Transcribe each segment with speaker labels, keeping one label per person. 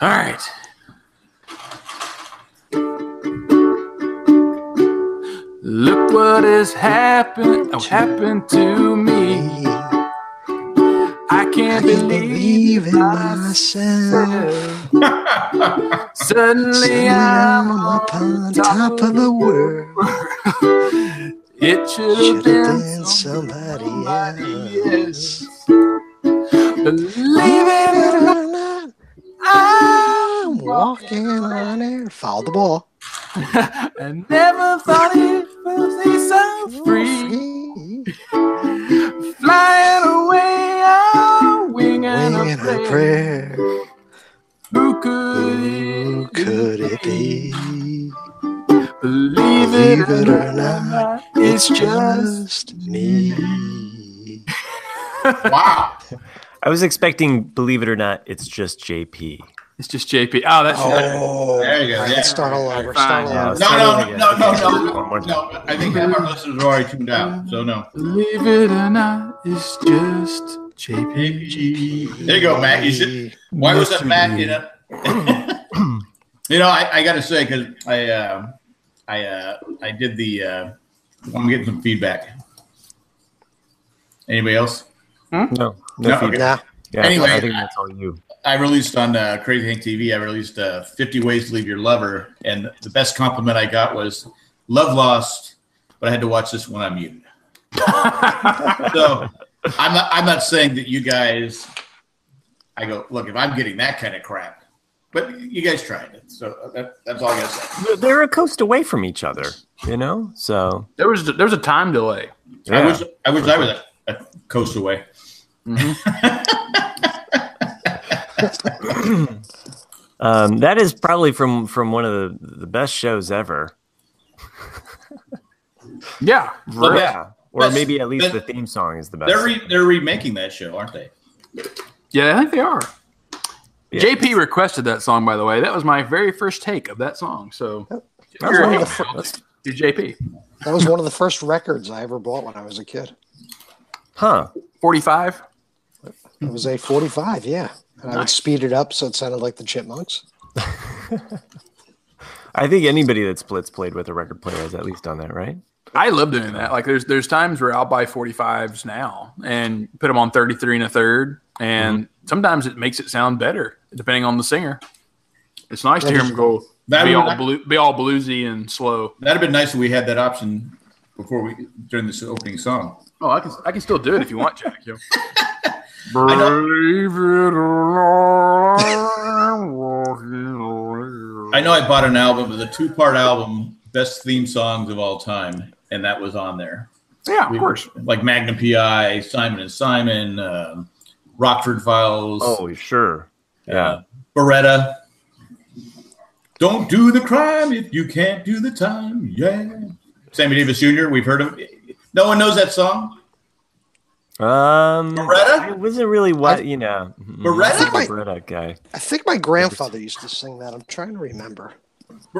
Speaker 1: All right. Look what has happened. Oh, happened to me. I can't believe
Speaker 2: in
Speaker 1: myself.
Speaker 2: myself.
Speaker 1: Suddenly I'm on
Speaker 2: upon top of the world.
Speaker 1: It should have
Speaker 2: Should have
Speaker 1: been
Speaker 2: been somebody
Speaker 1: somebody
Speaker 2: else.
Speaker 1: else. Believe it or not,
Speaker 2: I'm walking on air. Foul the ball.
Speaker 1: I never thought it would be so free.
Speaker 2: Free.
Speaker 1: Flying away, I'm winging,
Speaker 2: Winging
Speaker 1: a prayer.
Speaker 2: a prayer.
Speaker 1: Who could
Speaker 2: Who
Speaker 1: it
Speaker 2: could it be?
Speaker 1: Believe
Speaker 2: Believe
Speaker 1: it,
Speaker 2: it or
Speaker 1: or
Speaker 2: not,
Speaker 1: not, it's just
Speaker 2: me.
Speaker 3: Wow.
Speaker 4: I was expecting, believe it or not, it's just JP.
Speaker 1: it's just JP. Oh, that's
Speaker 2: Oh,
Speaker 3: There you go. Yeah.
Speaker 2: start all over.
Speaker 1: Fine.
Speaker 2: Start
Speaker 4: Uh,
Speaker 2: all over.
Speaker 3: No, no, no, no, no, no. no. I think half our listeners are already tuned out. So no.
Speaker 1: believe it or not, it's just JP.
Speaker 3: There you go, Matt. You should, Why was that Matt? You know, you know, I, I got to say because I, uh, I, uh, I did the. Uh, I'm getting some feedback. Anybody else?
Speaker 4: No,
Speaker 3: No,
Speaker 4: feedback.
Speaker 3: okay.
Speaker 2: Nah,
Speaker 4: Yeah,
Speaker 3: Anyway.
Speaker 4: I think that's all you.
Speaker 3: I released on uh, Crazy Hank TV. I released uh, 50 Ways to Leave Your Lover, and the best compliment I got was "Love Lost," but I had to watch this one on mute. so I'm not, I'm not saying that you guys. I go look if I'm getting that kind of crap, but you guys tried it, so that, that's all I gotta say.
Speaker 4: They're- They're a coast away from each other, you know. So
Speaker 1: There was there was a time delay.
Speaker 3: I
Speaker 4: Yeah.
Speaker 3: wish I wish I was a, a coast away.
Speaker 4: um, that is probably from from one of the, the best shows ever.
Speaker 1: Yeah, really.
Speaker 4: yeah, or
Speaker 3: That's-
Speaker 4: maybe at least the
Speaker 3: that-
Speaker 4: theme song is the best.
Speaker 3: They're re, they're remaking that show, aren't they?
Speaker 1: yeah, I think they are.
Speaker 4: Yeah.
Speaker 1: JP requested that song, by the way. That was my very first take of that song. So,
Speaker 4: That was one of the
Speaker 1: Hey,
Speaker 4: fir-
Speaker 1: Bill,
Speaker 4: that's-
Speaker 1: to JP,
Speaker 2: that was one of the first records I ever bought when I was a kid.
Speaker 4: huh?
Speaker 1: forty-five.
Speaker 2: It was a
Speaker 1: Mm-hmm.
Speaker 2: 45, yeah. And I would speed it up so it sounded like the Chipmunks.
Speaker 4: I think anybody that splits played with a record player has at least done that, right?
Speaker 1: I love doing that. Like there's there's times where I'll buy 45s now and put them on 33 and a third, and
Speaker 4: Mm-hmm.
Speaker 1: sometimes it makes it sound better depending on the singer. It's nice to hear them go
Speaker 3: That
Speaker 1: be
Speaker 3: would,
Speaker 1: all blue, be all bluesy and slow.
Speaker 3: that'd have been nice if we had that option before we during this opening song.
Speaker 1: Oh, I can I can still do it if you want, Jack. Yo.
Speaker 3: know-
Speaker 1: Believe it or not, I'm walking
Speaker 3: I know I bought an album, it was a two part album, best theme songs of all time, and that was on there.
Speaker 1: Yeah, of
Speaker 3: We-
Speaker 1: course.
Speaker 3: Like Magnum PI, Simon and Simon, um Rockford Files,
Speaker 4: Oh, sure. Yeah.
Speaker 3: uh, Beretta. Don't do the crime if you can't do the time. Yeah. Sammy Davis Jr., we've heard of No one knows that song.
Speaker 4: Um,
Speaker 3: Beretta?
Speaker 4: It wasn't really what you know.
Speaker 3: Beretta?
Speaker 4: Mhm. Beretta guy.
Speaker 2: I think my grandfather used to sing that. I'm trying to remember.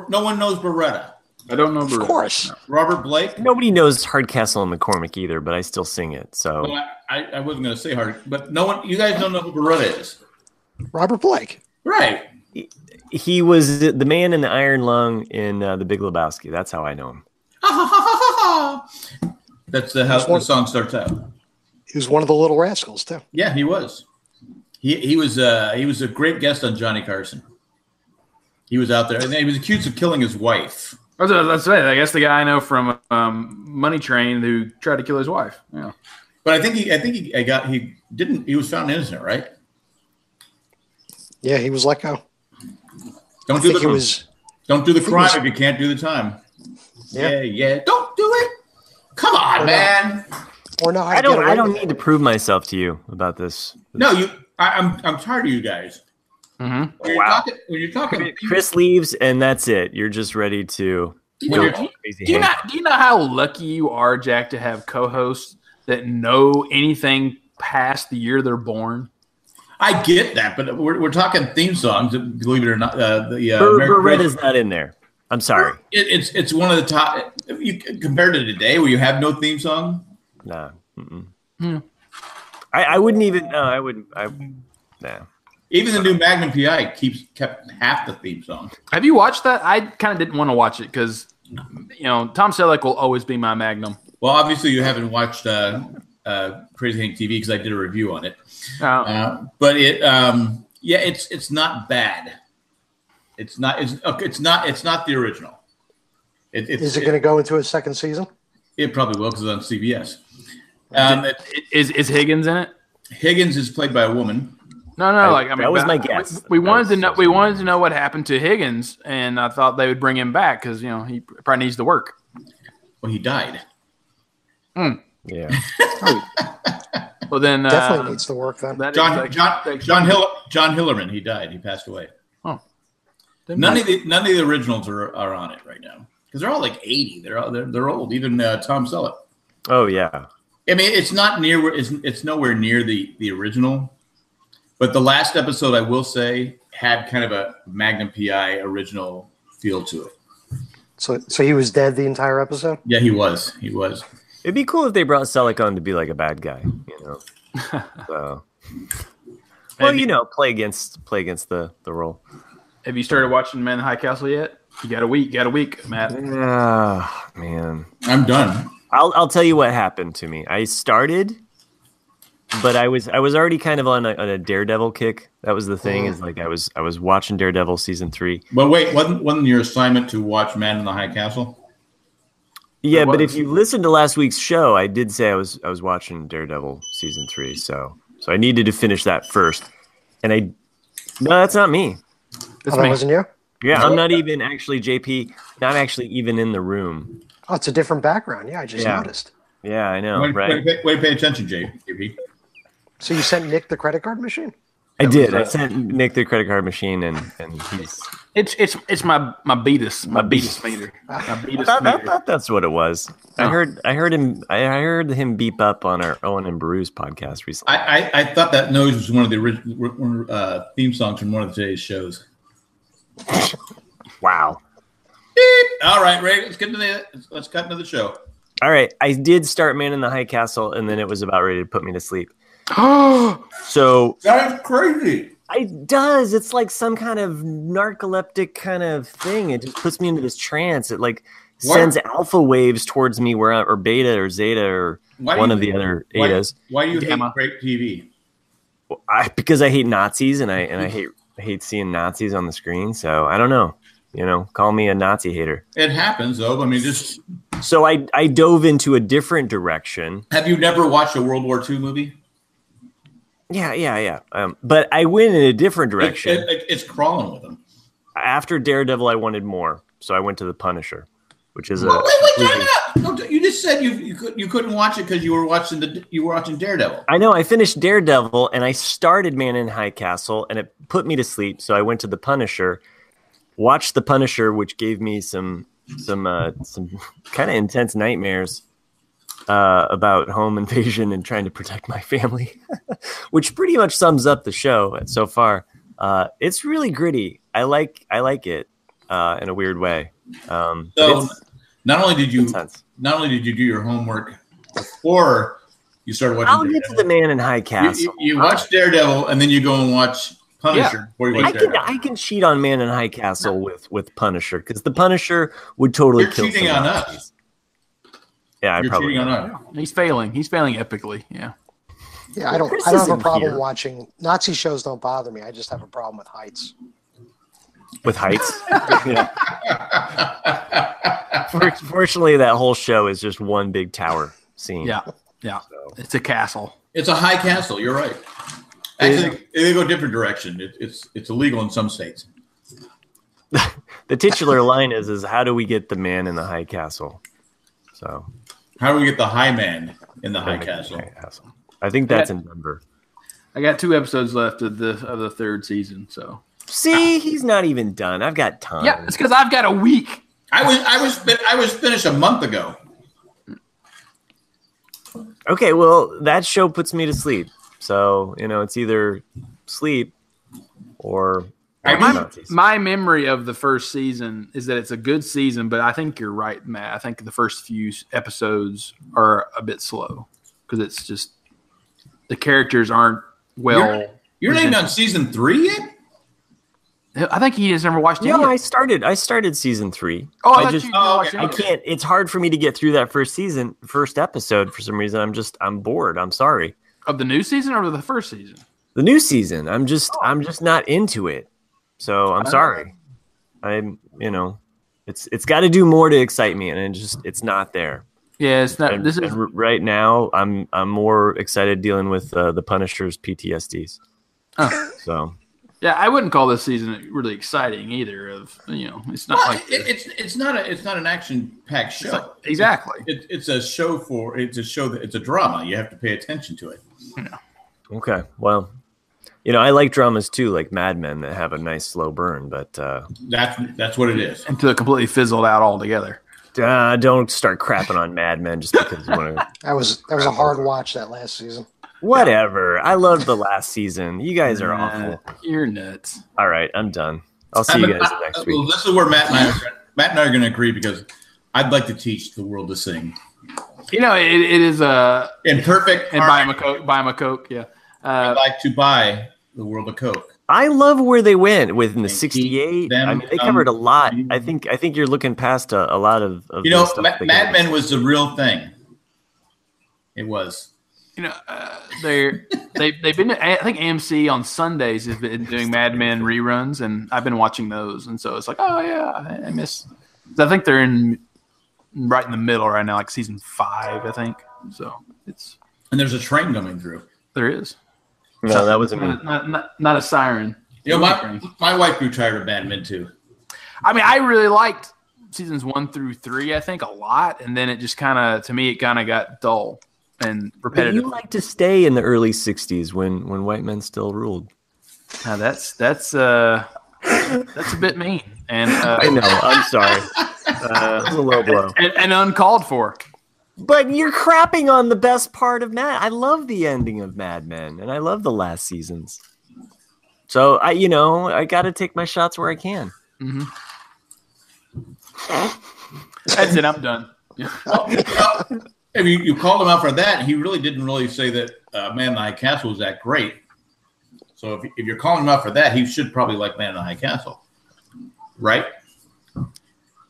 Speaker 3: No one knows Beretta.
Speaker 1: I don't know.
Speaker 2: Of course.
Speaker 3: Robert Blake.
Speaker 4: Nobody knows Hardcastle and McCormick either, but I still sing it.
Speaker 3: Well,
Speaker 4: So
Speaker 3: I, I, I wasn't going to say hard, but no one, you guys don't know who Beretta is.
Speaker 2: Robert Blake.
Speaker 3: Right.
Speaker 4: he was the the man in the iron lung in uh, The Big Lebowski. That's how I know him.
Speaker 3: That's the, how
Speaker 2: That's one-
Speaker 3: the song starts out.
Speaker 2: He was one of the little rascals, too.
Speaker 3: Yeah, he was. He he was uh he was a great guest on Johnny Carson. He was out there, and he was accused of killing his wife.
Speaker 1: That's, that's it. I guess the guy I know from um, Money Train who tried to kill his wife. Yeah.
Speaker 3: But I think he I think he I got he didn't he was found innocent, right?
Speaker 2: Yeah, he was let go.
Speaker 3: Don't
Speaker 2: I
Speaker 3: do
Speaker 2: think
Speaker 3: the
Speaker 2: he was.
Speaker 3: don't do the
Speaker 2: he
Speaker 3: crime
Speaker 2: was-
Speaker 3: if you can't do the time. Yeah. yeah,
Speaker 2: Yeah.
Speaker 3: Don't do it. Come on, man.
Speaker 2: Or no,
Speaker 4: I don't. I don't need to prove myself to you about this.
Speaker 3: No, you. I, I'm I'm tired of you guys.
Speaker 1: Mm-hmm.
Speaker 3: When you're
Speaker 4: Wow.
Speaker 3: talking, when you're talking,
Speaker 4: Chris leaves, and that's it. You're just ready to.
Speaker 3: When
Speaker 4: go
Speaker 3: you're-
Speaker 4: crazy
Speaker 1: Do you
Speaker 4: Hank.
Speaker 1: not do you know how lucky you are, Jack, to have co-hosts that know anything past the year they're born?
Speaker 3: I get that, but we're, we're talking theme songs. Believe it or not, uh, the uh,
Speaker 4: Ber-
Speaker 3: American-
Speaker 4: Beretta's not in there. I'm sorry.
Speaker 3: It, it's it's one of the top. You, compared to today, where you have no theme song,
Speaker 4: Nah. Mm-mm.
Speaker 1: Hmm.
Speaker 4: I, I wouldn't even. No, I wouldn't. I. Nah.
Speaker 3: Even the new Magnum PI keeps kept half the theme song.
Speaker 1: Have you watched that? I kind of didn't want to watch it because, you know, Tom Selleck will always be my Magnum.
Speaker 3: Well, obviously you haven't watched uh, uh, Crazy Hank TV because I did a review on it.
Speaker 1: Uh,
Speaker 3: Uh, but it, um, yeah, it's it's not bad. It's not it's okay, it's not it's not the original. It, it's,
Speaker 2: Is it going to go into a second season?
Speaker 3: It probably will because it's on CBS. Um, it, it-
Speaker 1: is is Higgins in it?
Speaker 3: Higgins is played by a woman.
Speaker 1: No, no.
Speaker 4: I-
Speaker 1: like I mean,
Speaker 4: that was
Speaker 1: but
Speaker 4: my
Speaker 1: I-
Speaker 4: guess.
Speaker 1: We, we
Speaker 4: That
Speaker 1: wanted
Speaker 4: was-
Speaker 1: to know. We wanted to know what happened to Higgins, and I thought they would bring him back because you know he probably needs to work.
Speaker 3: Well, he died.
Speaker 4: Yeah.
Speaker 1: Well, then uh,
Speaker 2: Definitely needs to work then.
Speaker 1: that
Speaker 3: John
Speaker 1: is-
Speaker 3: John John Hill John Hillerman. He died. He passed away.
Speaker 1: Oh.
Speaker 3: None of the none of the originals are, are on it right now because they're all like eighty. They're all, they're, they're old. Even uh, Tom Selleck.
Speaker 4: Oh yeah.
Speaker 3: I mean, it's not near. where- It's it's nowhere near the the original. But the last episode, I will say, had kind of a Magnum PI original feel to it.
Speaker 2: So, so he was dead the entire episode.
Speaker 3: Yeah, he was. He was.
Speaker 4: It'd be cool if they brought Selleck on to be like a bad guy, you know. So. Well,
Speaker 1: Maybe.
Speaker 4: you know, play against play against the the role.
Speaker 1: Have you started watching Men in High Castle yet? You got a week. Got a week, Matt.
Speaker 4: Ah, man.
Speaker 3: I'm done.
Speaker 4: I'll I'll tell you what happened to me. I started, but I was I was already kind of on a, on a Daredevil kick. That was the thing is like I was I was watching Daredevil season three.
Speaker 3: But wait, wasn't wasn't your assignment to watch Man in the High Castle?
Speaker 4: Yeah, but
Speaker 1: was.
Speaker 4: if you listened to last week's show, I did say I was I was watching Daredevil season three. So so I needed to finish that first, and I no, that's not me.
Speaker 1: That's
Speaker 2: Oh, that
Speaker 1: me.
Speaker 2: wasn't you.
Speaker 4: Yeah, I'm not even actually JP. Not actually even in the room.
Speaker 2: Oh, it's a different background. Yeah, I just
Speaker 4: Yeah.
Speaker 2: noticed.
Speaker 4: Yeah, I know,
Speaker 3: Way, way,
Speaker 4: Oh, right?
Speaker 3: to pay, way to pay attention, JP.
Speaker 2: So you sent Nick the credit card machine?
Speaker 4: I did. I sent Nick the credit card machine, and and he's.
Speaker 1: It's it's it's my my beatus my beatus meter. My beatus
Speaker 4: I thought, I
Speaker 1: meter.
Speaker 4: thought that's what it was. I
Speaker 1: Huh.
Speaker 4: heard I heard him I I heard him beep up on our Owen and Brews podcast recently.
Speaker 3: I, I, I thought that noise was one of the original uh, theme songs from one of today's shows.
Speaker 4: wow.
Speaker 3: Beep. All right, Ray, let's get to the let's, let's cut into the show.
Speaker 4: All right, I did start Man in the High Castle, and then it was about ready to put me to sleep. so
Speaker 3: That is crazy.
Speaker 4: it does. It's like some kind of narcoleptic kind of thing. It just puts me into this trance. It like
Speaker 3: What?
Speaker 4: sends alpha waves towards me, where I, or beta or zeta or
Speaker 3: Why do
Speaker 4: one
Speaker 3: you-
Speaker 4: of the other
Speaker 3: Why,
Speaker 4: etas.
Speaker 3: why do you
Speaker 1: Gamma.
Speaker 3: hate great TV?
Speaker 4: I, because I hate Nazis and I and I hate hate seeing Nazis on the screen. So I don't know. You know, call me a Nazi hater.
Speaker 3: It happens, though. I mean, just
Speaker 4: So I I dove into a different direction.
Speaker 3: have you never watched a World War II movie?
Speaker 4: Yeah, yeah, yeah. Um, but I went in a different
Speaker 3: It-
Speaker 4: direction.
Speaker 3: it- it- it's crawling with them.
Speaker 4: After Daredevil, I wanted more, so I went to the Punisher, which is a
Speaker 3: Oh, Wait, wait, time out. No, d- you just said you you, could, you couldn't watch it because you were watching the you were watching Daredevil.
Speaker 4: I know I finished Daredevil and I started Man in High Castle and it put me to sleep. So I went to The Punisher, watched The Punisher, which gave me some some uh, some kind of intense nightmares uh, about home invasion and trying to protect my family, which pretty much sums up the show so far. Uh, it's really gritty. I like I like it uh, in a weird way. Um, but
Speaker 3: So,
Speaker 4: it's
Speaker 3: not only did you
Speaker 4: intense.
Speaker 3: not only did you do your homework before you started watching
Speaker 4: I'll get to the Man in High
Speaker 3: You-
Speaker 4: Castle.
Speaker 3: you, you watch Daredevil and then you go and watch Punisher before you watch
Speaker 4: I can
Speaker 3: Daredevil.
Speaker 4: I can cheat on Man in High Castle with with Punisher because the Punisher would totally
Speaker 3: You're
Speaker 4: kill.
Speaker 3: cheating
Speaker 4: some
Speaker 3: on
Speaker 4: Nazis.
Speaker 3: us.
Speaker 4: Yeah, I
Speaker 3: You're
Speaker 4: probably.
Speaker 3: cheating on
Speaker 4: am.
Speaker 3: us.
Speaker 1: He's failing. He's failing epically. Yeah.
Speaker 2: Yeah, I don't.
Speaker 4: Chris
Speaker 2: I don't
Speaker 4: isn't
Speaker 2: have a problem
Speaker 4: here.
Speaker 2: watching Nazi shows. Don't bother me. I just have a problem with heights.
Speaker 4: with heights. Yeah. For- Fortunately, that whole show is just one big tower scene.
Speaker 1: Yeah. Yeah. It's a castle.
Speaker 3: It's a high castle. You're right. Actually, they go a different direction. It, it's it's illegal in some states.
Speaker 4: The titular line is is how do we get the man in the high castle? So
Speaker 3: How do we get the high man in the high castle?
Speaker 4: I think that's in Denver.
Speaker 1: I got two episodes left of the of the third season. So
Speaker 4: See, he's not even done. I've got time.
Speaker 1: yeah, it's because I've got a week.
Speaker 3: I was I was fin- I was finished a month ago.
Speaker 4: Okay, well, that show puts me to sleep. So, you know, it's either sleep or
Speaker 3: I do-
Speaker 4: watch
Speaker 1: My,
Speaker 4: Nazis.
Speaker 1: my memory of the first season is that it's a good season, but I think you're right, Matt. I think the first few s- episodes are a bit slow because it's just the characters aren't well.
Speaker 3: You're- You're not even on season three yet.
Speaker 1: I think he has never watched
Speaker 4: No,
Speaker 1: any.
Speaker 4: I started. I started season three.
Speaker 1: oh, I,
Speaker 4: I
Speaker 1: thought
Speaker 4: just-
Speaker 1: you
Speaker 3: oh,
Speaker 1: watched
Speaker 3: okay.
Speaker 1: any.
Speaker 4: I can't. It's hard for me to get through that first season, first episode for some reason. I'm just. I'm bored. I'm sorry.
Speaker 1: of the new season or the first season.
Speaker 4: The new season. I'm just.
Speaker 1: Oh.
Speaker 4: I'm just not into it. So I'm
Speaker 1: Ah.
Speaker 4: sorry. I'm. You know, it's. It's got to do more to excite me, and it just. It's not there.
Speaker 1: Yeah, it's
Speaker 3: Uh,
Speaker 1: not.
Speaker 4: And-
Speaker 1: This is
Speaker 4: and r- right now. I'm. I'm more excited dealing with uh, the Punisher's PTSDs.
Speaker 1: Oh.
Speaker 4: So
Speaker 1: yeah. I wouldn't call this season really exciting either. Of you know, it's not
Speaker 3: Well,
Speaker 1: like
Speaker 3: it, it's it's not a it's not an action packed show.
Speaker 1: exactly.
Speaker 3: It, it's a show for it's a show that it's a drama. You have to pay attention to it.
Speaker 4: okay. Well. You know, I like dramas too, like Mad Men that have a nice slow burn, but uh,
Speaker 3: That's that's what it is.
Speaker 1: Until it completely fizzled out altogether.
Speaker 4: Uh, don't start crapping on Mad Men just because you want to.
Speaker 2: That was that was a hard watch that last season.
Speaker 4: Whatever. I loved the last season. You guys are
Speaker 1: Nah,
Speaker 4: awful.
Speaker 1: You're nuts.
Speaker 4: All right, I'm done. I'll see you
Speaker 3: I'm-
Speaker 4: guys
Speaker 3: I-
Speaker 4: next
Speaker 3: Well,
Speaker 4: week.
Speaker 3: this is where Matt and I are, Matt and I are going to agree because I'd like to teach the world to sing
Speaker 1: You know, it, it is uh,
Speaker 3: in perfect.
Speaker 1: and buy him a
Speaker 3: harmony.
Speaker 1: coke. Buy him a coke. Yeah.
Speaker 3: I'd
Speaker 1: Uh,
Speaker 3: like to buy the world a coke.
Speaker 4: I love where they went with in the
Speaker 3: keep
Speaker 4: '68.
Speaker 3: them
Speaker 4: I mean, they
Speaker 3: dumb
Speaker 4: covered a lot.
Speaker 3: people.
Speaker 4: I think. I think you're looking past a, a lot of, of
Speaker 3: You
Speaker 4: the
Speaker 3: know,
Speaker 4: stuff
Speaker 3: Ma-
Speaker 4: they
Speaker 3: Mad
Speaker 4: gave
Speaker 3: Men
Speaker 4: us.
Speaker 3: was the real thing. It was.
Speaker 1: you know, uh, they're they they've been. I think AMC on Sundays has been doing Mad Men reruns, and I've been watching those. And so it's like, oh yeah, I, I miss. 'cause I think they're in right in the middle right now, like season five, I think. So it's
Speaker 3: And there's a train coming through.
Speaker 1: there is
Speaker 4: No, that wasn't me.
Speaker 1: not not, not, not a siren.
Speaker 3: You know, my, my wife grew tired of Mad Men too.
Speaker 1: I mean, I really liked seasons one through three. I think a lot, and then it just kind of to me it kind of got dull and
Speaker 4: But
Speaker 1: repetitive.
Speaker 4: you like to stay in the early '60s when when white men still ruled.
Speaker 1: Now that's that's uh that's a bit mean and
Speaker 4: I
Speaker 1: uh,
Speaker 4: know. I'm sorry. Uh, it was a low blow.
Speaker 1: and, and uncalled for.
Speaker 4: But you're crapping on the best part of Mad. I love the ending of Mad Men, and I love the last seasons. So I, you know, I got to take my shots where I can.
Speaker 1: hmm That's it. I'm done.
Speaker 3: I mean, you called him out for that. He really didn't really say that uh, Man in the High Castle was that great. So if, if you're calling him out for that, he should probably like Man in the High Castle, right?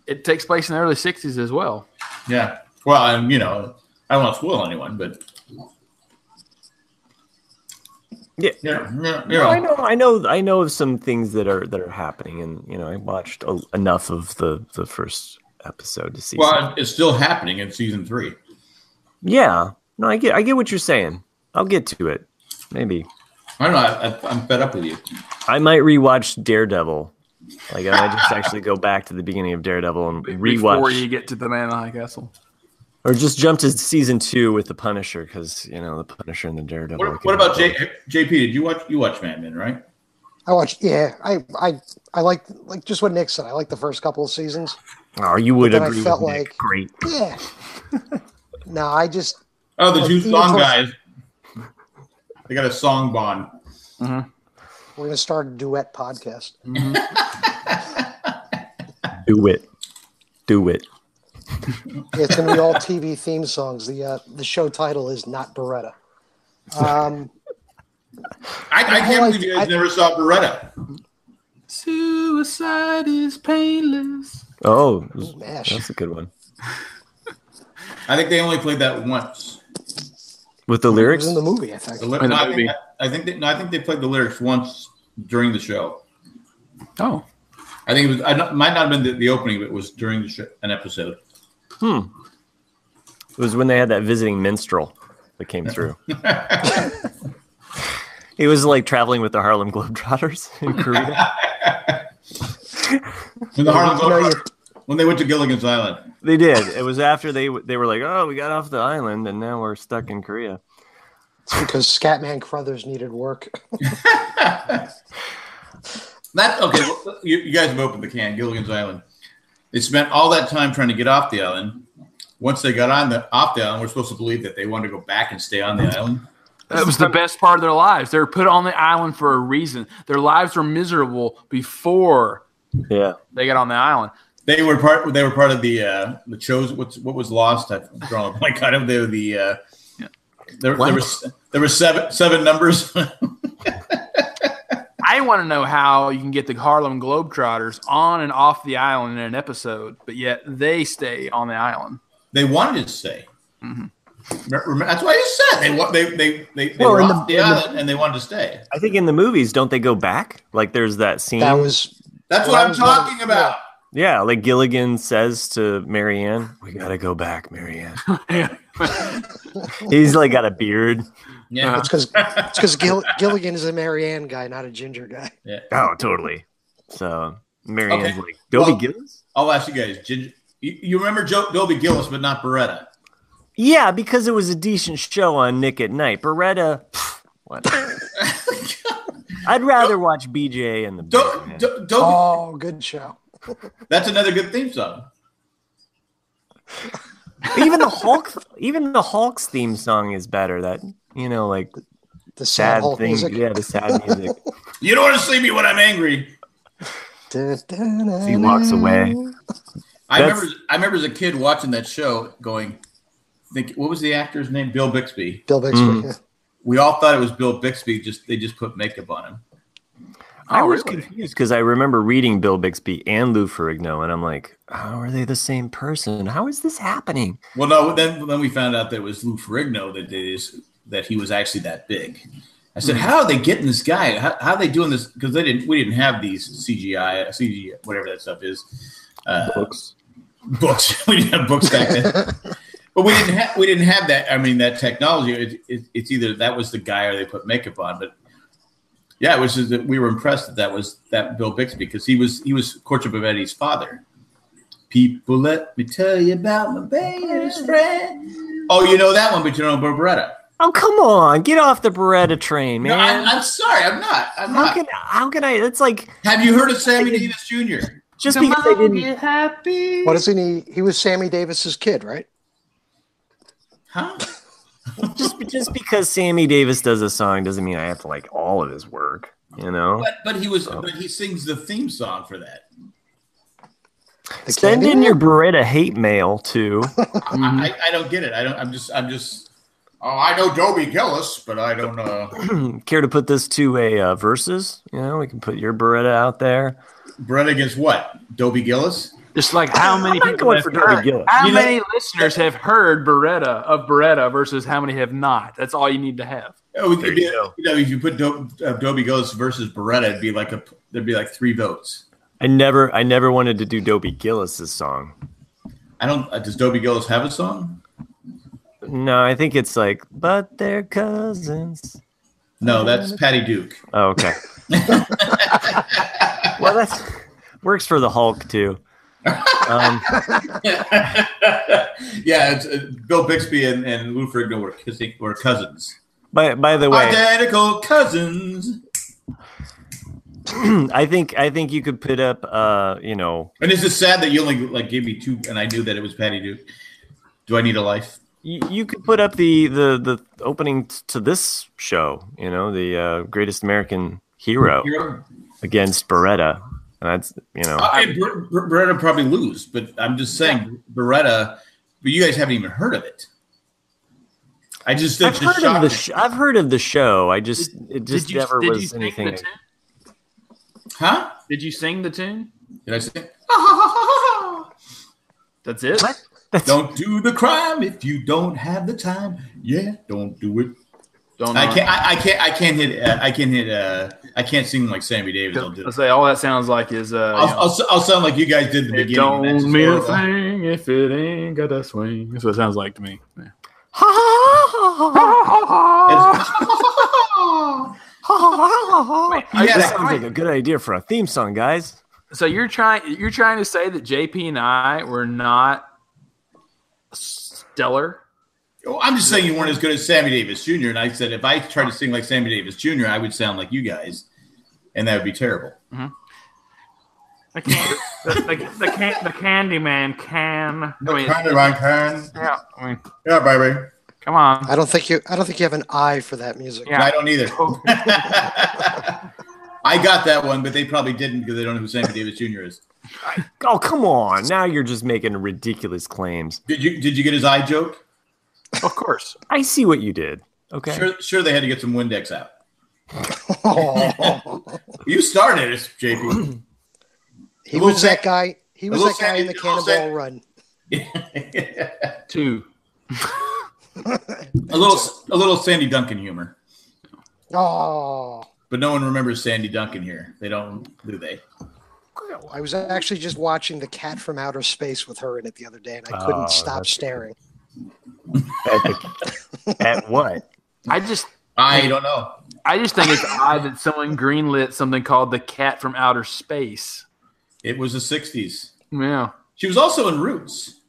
Speaker 1: It takes place in the early '60s as well.
Speaker 3: Yeah. Well, and you know, I don't want to spoil anyone, but
Speaker 4: Yeah.
Speaker 3: yeah, yeah,
Speaker 4: No, I
Speaker 3: yeah.
Speaker 4: know, I know, I know of some things that are that are happening, and you know, I watched a, enough of the the first episode to see. some-
Speaker 3: Well, it's still happening in season three.
Speaker 4: yeah, no, I get, I get what you're saying. I'll get to it. Maybe
Speaker 3: I don't know. I, I, I'm fed up with you.
Speaker 4: I might rewatch Daredevil. Like I might just actually go back to the beginning of Daredevil and rewatch
Speaker 1: Before you get to the Man in the High Castle.
Speaker 4: Or just jump to season two with the Punisher because you know the Punisher and the Daredevil. are
Speaker 3: What, what about J,
Speaker 4: connected.
Speaker 3: JP? Did you watch you watch Mad Men, right?
Speaker 2: I watched. Yeah, I I I like like just what Nick said. I like the first couple of seasons.
Speaker 4: Oh, you would
Speaker 2: But then I
Speaker 4: agree. with
Speaker 2: felt
Speaker 4: Nick.
Speaker 2: like-
Speaker 4: great.
Speaker 2: Yeah. no, I just
Speaker 3: Oh, the
Speaker 2: Well,
Speaker 3: two
Speaker 2: Ian
Speaker 3: song
Speaker 2: Thorpe-
Speaker 3: guys. They got a song bond.
Speaker 2: we're gonna start a duet podcast.
Speaker 4: Do it. Do it.
Speaker 2: It's gonna be all TV theme songs. The uh, the show title is not Beretta. Um,
Speaker 3: I, I can't
Speaker 2: like-
Speaker 3: believe you guys
Speaker 2: I-
Speaker 3: never saw Beretta.
Speaker 1: Suicide is painless.
Speaker 4: Oh,
Speaker 2: Mash.
Speaker 4: that's a good one.
Speaker 3: I think they only played that once.
Speaker 4: With the
Speaker 2: It was
Speaker 4: lyrics,
Speaker 2: in the movie, I
Speaker 3: The
Speaker 2: think.
Speaker 3: li-
Speaker 1: In the
Speaker 3: no, I think-
Speaker 1: movie.
Speaker 3: I, think they, no, I think they played the lyrics once during the show.
Speaker 1: Oh,
Speaker 3: I think it was I don't, might not have been the, the opening, but it was during the sh- an episode.
Speaker 4: it was when they had that visiting minstrel that came through. It was like traveling with the Harlem Globetrotters in Korea.
Speaker 3: When the Harlem
Speaker 2: No,
Speaker 3: Globetrotters-
Speaker 2: you-
Speaker 3: when they went to Gilligan's Island.
Speaker 4: they did. It was after they they were like, "Oh, we got off the island and now we're stuck in Korea."
Speaker 2: It's because Scatman Crothers needed work.
Speaker 3: That's okay. well, you, you guys have opened the can. Gilligan's Island. They spent all that time trying to get off the island. Once they got on the off the island, we're supposed to believe that they wanted to go back and stay on the island.
Speaker 1: that was the best part of their lives. They were put on the island for a reason. Their lives were miserable before
Speaker 4: Yeah.
Speaker 1: they got on the island.
Speaker 3: They were part. They were part of the uh, the chosen. What's what was lost? I've drawn a blank on them. They were the. Uh, there, there
Speaker 1: What?
Speaker 3: was there were seven seven numbers.
Speaker 1: I want to know how you can get the Harlem Globetrotters on and off the island in an episode, but yet they stay on the island.
Speaker 3: They wanted to stay. Remember, that's why you said they wa- they they they, they
Speaker 4: Well,
Speaker 3: were
Speaker 4: in the-
Speaker 3: off the,
Speaker 4: in the-
Speaker 3: island and they wanted to stay.
Speaker 4: I think in the movies, don't they go back? Like there's that scene.
Speaker 2: That was
Speaker 3: That's
Speaker 2: Well,
Speaker 3: what I'm
Speaker 2: that was one of-
Speaker 3: talking about.
Speaker 4: yeah, like Gilligan says to Marianne, "We gotta go back, Marianne." He's like got a beard.
Speaker 3: Yeah.
Speaker 1: Uh-huh.
Speaker 2: it's because it's because Gill, Gilligan is a Marianne guy, not a ginger guy.
Speaker 4: Oh, totally. So Marianne's
Speaker 3: Okay.
Speaker 4: like, "Dobie
Speaker 3: Well-
Speaker 4: Gillis."
Speaker 3: I'll ask you guys. Did you, you remember Joe, Dobie Gillis, but not Beretta?
Speaker 4: Yeah, because it was a decent show on Nick at Night. Beretta, pff, what? I'd rather watch BJ and the
Speaker 3: Do,
Speaker 4: Batman.
Speaker 3: do, Dobie,
Speaker 2: Oh, good show.
Speaker 3: That's another good theme song.
Speaker 4: even the Hulk. Even the Hulk's theme song is better. That you know, like
Speaker 2: The sad
Speaker 4: sad
Speaker 2: Hulk
Speaker 4: thing.
Speaker 2: music.
Speaker 4: Yeah, the sad music.
Speaker 3: You don't want to see me when I'm angry.
Speaker 4: he walks away.
Speaker 3: I
Speaker 4: That's-
Speaker 3: remember. I remember as a kid watching that show, going, "Think what was the actor's name? Bill Bixby."
Speaker 2: Bill Bixby.
Speaker 4: Mm.
Speaker 2: yeah.
Speaker 3: We all thought it was Bill Bixby. Just they just put makeup on him.
Speaker 4: I
Speaker 1: Oh,
Speaker 4: was
Speaker 1: really?
Speaker 4: confused because I remember reading Bill Bixby and Lou Ferrigno, and I'm like, how are they the same person? How is this happening?
Speaker 3: Well, no. Then then we found out that it was Lou Ferrigno that did his, that he was actually that big. I said, "How are they getting this guy? How, how are they doing this? Because they didn't. We didn't have these CGI, CG, whatever that stuff is. Uh,
Speaker 4: Books.
Speaker 3: books. we didn't have books back then, but we didn't have we didn't have that. I mean, that technology. It, it, it's either that was the guy or they put makeup on. But yeah, it was just that we were impressed that that was that Bill Bixby because he was he was Corcho Bavetti's father. People, let me tell you about my best friend. Oh, you know that one, but you don't know Barbaretta.
Speaker 4: Oh come on, get off the Beretta train,
Speaker 3: No,
Speaker 4: man.
Speaker 3: I'm, I'm sorry, I'm not. I'm
Speaker 4: how
Speaker 3: not.
Speaker 4: can how can I? It's like
Speaker 3: Have you heard of Sammy Davis Jr.?
Speaker 4: just because I didn't.
Speaker 2: What is he? need- He was Sammy Davis's kid, right?
Speaker 3: Huh?
Speaker 4: Just, just because Sammy Davis does a song doesn't mean I have to like all of his work. You know,
Speaker 3: But but he was but he sings the theme song for that.
Speaker 2: The
Speaker 4: send
Speaker 2: Candyman?
Speaker 4: in your Beretta hate mail too. Mm-hmm.
Speaker 1: Mm-hmm.
Speaker 3: I, I don't get it. I don't. I'm just. I'm just. Oh, I know Dobie Gillis, but I don't know.
Speaker 4: Care to put this to a uh, versus? You know, we can put your Beretta out there.
Speaker 3: Brett against what? Dobie Gillis?
Speaker 1: Just like how many
Speaker 4: I'm not
Speaker 1: people
Speaker 4: going
Speaker 1: have
Speaker 4: for Dobie
Speaker 1: heard,
Speaker 4: Gillis.
Speaker 1: how
Speaker 3: You know-
Speaker 1: many listeners have heard Beretta of Beretta versus how many have not? That's all you need to have.
Speaker 3: Oh, it
Speaker 4: There
Speaker 3: could be,
Speaker 4: you
Speaker 3: you,
Speaker 4: go.
Speaker 3: know, if you put Do- uh, Dobie Gillis versus Beretta, it'd be like a. There'd be like three votes.
Speaker 4: I never, I never wanted to do Dobie Gillis's song.
Speaker 3: I don't. Uh, does Dobie Gillis have a song?
Speaker 4: No, I think it's like, but they're cousins.
Speaker 3: No, that's Patty Duke.
Speaker 4: Oh, okay. well, that's works for the Hulk too. Um,
Speaker 3: yeah, it's, uh, Bill Bixby and, and Lou Ferrigno were kissing. Were cousins.
Speaker 4: by by the way,
Speaker 3: Identical cousins.
Speaker 4: I think I think you could put up, uh, you know,
Speaker 3: And is it sad that you only like gave me two, and I knew that it was Patty Duke? Do I need a life?
Speaker 4: you, you could put up the the the opening t- to this show. You know, the uh, Greatest American Hero
Speaker 3: Hero?
Speaker 4: against Beretta. And that's you know,
Speaker 1: Ah,
Speaker 3: I mean, Ber- Ber- Beretta probably lose, but I'm just saying Beretta. But you guys haven't even heard of it. I just
Speaker 4: I've
Speaker 3: that's just
Speaker 4: heard of the
Speaker 3: shocking.
Speaker 4: sh- I've heard of the show. I just it just
Speaker 1: did you,
Speaker 4: never
Speaker 1: did you
Speaker 4: was
Speaker 1: sing
Speaker 4: anything.
Speaker 1: the tune?
Speaker 3: huh?
Speaker 1: Did you sing the tune?
Speaker 3: Did I say?
Speaker 1: That's it.
Speaker 3: Don't do the crime if you don't have the time. Yeah, don't do it.
Speaker 1: Don't
Speaker 3: I
Speaker 1: know.
Speaker 3: can't. I, I can't. I can't hit. Uh, I can't hit. Uh, I can't sing like Sammy Davis. I'll do
Speaker 1: I'll
Speaker 3: it.
Speaker 1: say all that sounds like is uh,
Speaker 3: I'll,
Speaker 1: you know,
Speaker 3: I'll, s- I'll sound like you guys did in the
Speaker 1: It
Speaker 3: beginning.
Speaker 1: don't
Speaker 3: That's just
Speaker 1: mean a
Speaker 3: horrible.
Speaker 1: thing if it ain't got a swing. That's what it sounds like to me. Yeah.
Speaker 3: Yeah,
Speaker 4: This
Speaker 3: that-
Speaker 4: sounds like a good idea for a theme song, guys.
Speaker 1: So you're trying you're trying to say that JP and I were not stellar.
Speaker 3: Oh, I'm just saying you weren't as good as Sammy Davis Jr. And I said if I tried to sing like Sammy Davis Jr., I would sound like you guys, and that would be terrible.
Speaker 1: The, can, the, the, the, can, the Candyman can. I mean,
Speaker 3: Kinda like her.
Speaker 1: yeah, I mean,
Speaker 3: Yeah, baby.
Speaker 1: come on.
Speaker 2: I don't think you. I don't think you have an eye for that music.
Speaker 1: Yeah.
Speaker 3: I don't either. I got that one, but they probably didn't because they don't know who Sammy Davis Jr. is.
Speaker 4: Oh come on! Now you're just making ridiculous claims.
Speaker 3: Did you did you get his eye joke?
Speaker 1: Of course.
Speaker 4: I see what you did. Okay.
Speaker 3: Sure, sure they had to get some Windex out.
Speaker 2: Oh,
Speaker 3: You started it, JP.
Speaker 2: He
Speaker 3: little
Speaker 2: was that
Speaker 3: Sa-
Speaker 2: guy. He
Speaker 3: the
Speaker 2: was
Speaker 3: little
Speaker 2: that guy in the
Speaker 3: Sa- the little Sa-
Speaker 2: cannonball run.
Speaker 1: Two.
Speaker 3: a little, a little Sandy Duncan humor,
Speaker 2: Oh,
Speaker 3: but no one remembers Sandy Duncan here. They don't, do they?
Speaker 2: I was actually just watching The Cat from Outer Space with her in it the other day, and I couldn't
Speaker 4: Oh,
Speaker 2: stop
Speaker 4: that's-
Speaker 2: staring.
Speaker 4: At, the- at what?
Speaker 1: I just
Speaker 3: I don't know.
Speaker 1: I just think it's odd that someone greenlit something called the Cat from Outer Space.
Speaker 3: It was the '60s.
Speaker 1: Yeah.
Speaker 3: She was also in Roots.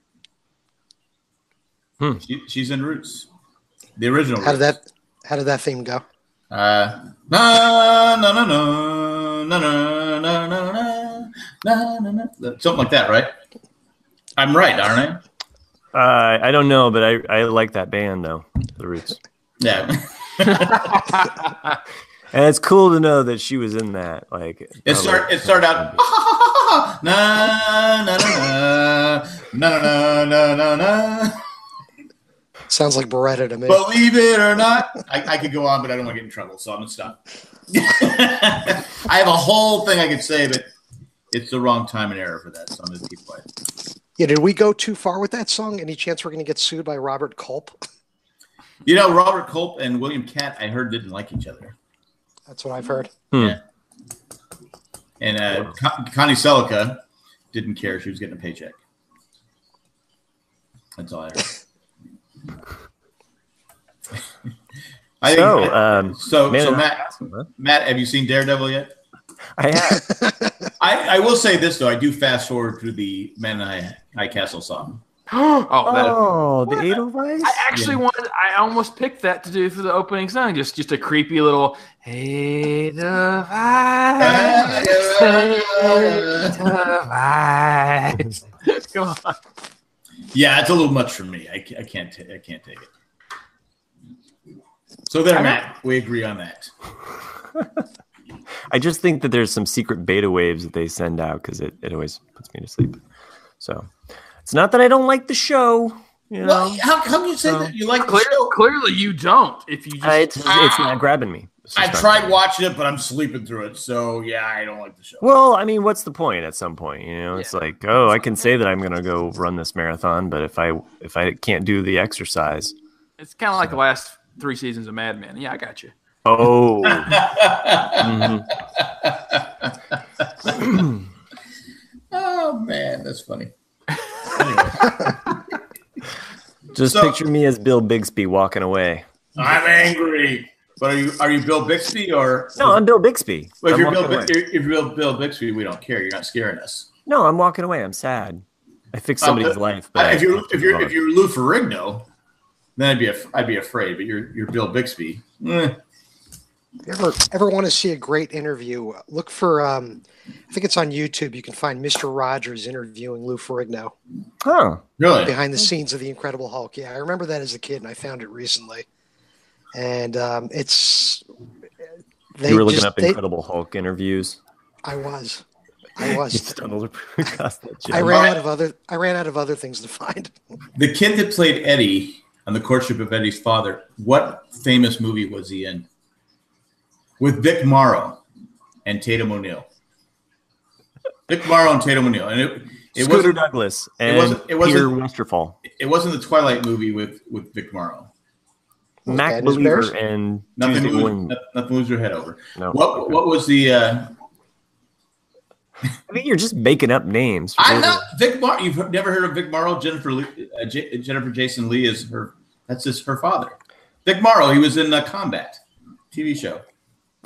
Speaker 4: Hmm.
Speaker 3: She, she's in Roots, the original.
Speaker 2: How did
Speaker 3: Roots.
Speaker 2: that? How did that theme go?
Speaker 3: Uh, na na na na na na na na na na na na something like that, right? I'm right, aren't I?
Speaker 4: Uh, I don't know, but I, I like that band though, The Roots.
Speaker 3: Yeah.
Speaker 4: And it's cool to know that she was in that. Like
Speaker 3: It start it started out na na na na na na na na.
Speaker 2: Sounds like Beretta to me.
Speaker 3: Believe it or not, I, I could go on, but I don't want to get in trouble, so I'm gonna stop. I have a whole thing I could say, but it's the wrong time and era for that, so I'm gonna keep quiet.
Speaker 2: yeah, did we go too far with that song? Any chance we're going to get sued by Robert Culp?
Speaker 3: You know, Robert Culp and William Cat, I heard didn't like each other.
Speaker 2: That's what I've heard.
Speaker 3: And uh, Con- Connie Selica didn't care. She was getting a paycheck. That's all I heard. I think,
Speaker 4: So, um,
Speaker 3: so,
Speaker 4: Man
Speaker 3: so
Speaker 4: in High
Speaker 3: Matt,
Speaker 4: Castle, huh?
Speaker 3: Matt, have you seen Daredevil yet?
Speaker 4: I have.
Speaker 3: I, I will say this, though. I do fast forward to the Man in High, High Castle song.
Speaker 1: oh, that,
Speaker 4: Oh, the Edelweiss.
Speaker 1: I actually wanted. I almost picked that to do for the opening song. Just, just a creepy little. Hey, the vibes, hey, the vibes." Come on.
Speaker 3: Yeah, it's a little much for me. I, ca- I can't. ta- I can't take it. So there, Matt. We agree on that.
Speaker 4: I just think that there's some secret beta waves that they send out because it, it always puts me to sleep. So it's not that I don't like the show. You know,
Speaker 3: Well, how come you say
Speaker 4: No.
Speaker 3: that you like the
Speaker 1: Clear,
Speaker 3: show?
Speaker 1: clearly, you don't. If you just,
Speaker 4: I- it's, it's not grabbing me. It's just
Speaker 3: I've
Speaker 4: not
Speaker 3: tried
Speaker 4: grabbing me.
Speaker 3: watching it, but I'm sleeping through it. So yeah, I don't like the show.
Speaker 4: Well, I mean, what's the point at some point? You know, it's
Speaker 1: Yeah.
Speaker 4: like, oh, I can say that I'm going to go run this marathon, but if I if I can't do the exercise,
Speaker 1: it's kind of like the last three seasons of Mad Men. Yeah, I got you.
Speaker 4: oh,
Speaker 3: oh man, that's funny.
Speaker 4: just
Speaker 3: So-
Speaker 4: picture me as Bill Bixby walking away.
Speaker 3: I'm angry. But are you are you Bill Bixby or
Speaker 4: No, I'm Bill Bixby.
Speaker 3: Well, if
Speaker 4: I'm
Speaker 3: you're
Speaker 4: walking
Speaker 3: Bill,
Speaker 4: away.
Speaker 3: Bixby, if you're Bill, Bill Bixby, we don't care. You're not scaring us.
Speaker 4: No, I'm walking away. I'm sad. I fixed
Speaker 3: Um,
Speaker 4: somebody's
Speaker 3: but-
Speaker 4: life, but
Speaker 3: Uh,
Speaker 4: I
Speaker 3: if you're
Speaker 4: fucked
Speaker 3: if
Speaker 4: it
Speaker 3: you're
Speaker 4: wrong.
Speaker 3: if you're Lou Ferrigno, then I'd be af- I'd be afraid. But you're you're Bill Bixby. Eh.
Speaker 2: You ever ever want to see a great interview? Look for um, I think it's on YouTube. You can find Mr. Rogers interviewing Lou Ferrigno
Speaker 4: huh?
Speaker 3: Really?
Speaker 2: behind the scenes of the Incredible Hulk. Yeah, I remember that as a kid, and I found it recently. And um, it's they
Speaker 4: you were looking
Speaker 2: just-
Speaker 4: up
Speaker 2: they-
Speaker 4: Incredible Hulk interviews.
Speaker 2: I was, I
Speaker 4: You
Speaker 2: was.
Speaker 4: stumbled across that
Speaker 2: I
Speaker 4: gem.
Speaker 2: ran out of other. I ran out of other things to find.
Speaker 3: The kid that played Eddie on the courtship of Eddie's father. What famous movie was he in? With Vic Morrow and Tatum O'Neill. Vic Morrow and Tatum O'Neill, and it it
Speaker 4: Scooter
Speaker 3: wasn't,
Speaker 4: Douglas and
Speaker 3: wasn't- it wasn't-
Speaker 4: Peter Westerfall,
Speaker 3: it wasn't the Twilight movie with with Vic Morrow.
Speaker 4: Mac
Speaker 2: Bad News Bears?
Speaker 4: Believer, and
Speaker 3: Nothing
Speaker 4: Tuesday
Speaker 3: moves,
Speaker 4: Morning.
Speaker 3: no- nothing moves your head over.
Speaker 4: No,
Speaker 3: What
Speaker 4: Oh, okay.
Speaker 3: what was the? Uh,
Speaker 4: I mean, you're just making up names.
Speaker 3: I'm not Vic Mar. You've he- never heard of Vic Morrow? Jennifer Lee, uh, J- Jennifer Jason Lee is her. That's his her father. Vic Morrow. He was in uh, Combat TV show.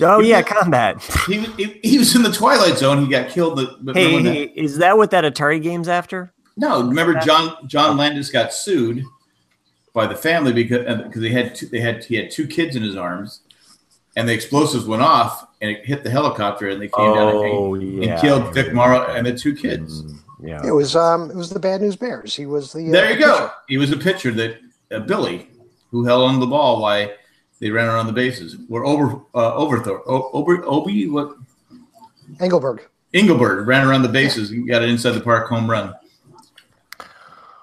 Speaker 4: Oh
Speaker 3: You
Speaker 4: yeah,
Speaker 3: just-
Speaker 4: combat.
Speaker 3: He, was- he he was in the Twilight Zone. He got killed. The, but
Speaker 4: Hey,
Speaker 3: remember
Speaker 4: hey, is that what that Atari game's after?
Speaker 3: that- no, remember John John Landis got sued by the family because uh, because they had two, they had he had two kids in his arms, and the explosives went off and it hit the helicopter and they came down and,
Speaker 4: Oh,
Speaker 3: and
Speaker 4: yeah.
Speaker 3: killed Vic Morrow and the two kids.
Speaker 4: Mm, yeah.
Speaker 2: It was um, it was the Bad News Bears. He was
Speaker 4: Mm.
Speaker 2: the. uh,
Speaker 3: There you go. He was a pitcher that uh, Billy, who held on to the ball while they ran around the bases, were over uh, Overthor o- Ober Obi what
Speaker 2: Engelberg.
Speaker 3: Engelbert ran around the bases and got an inside the park home run.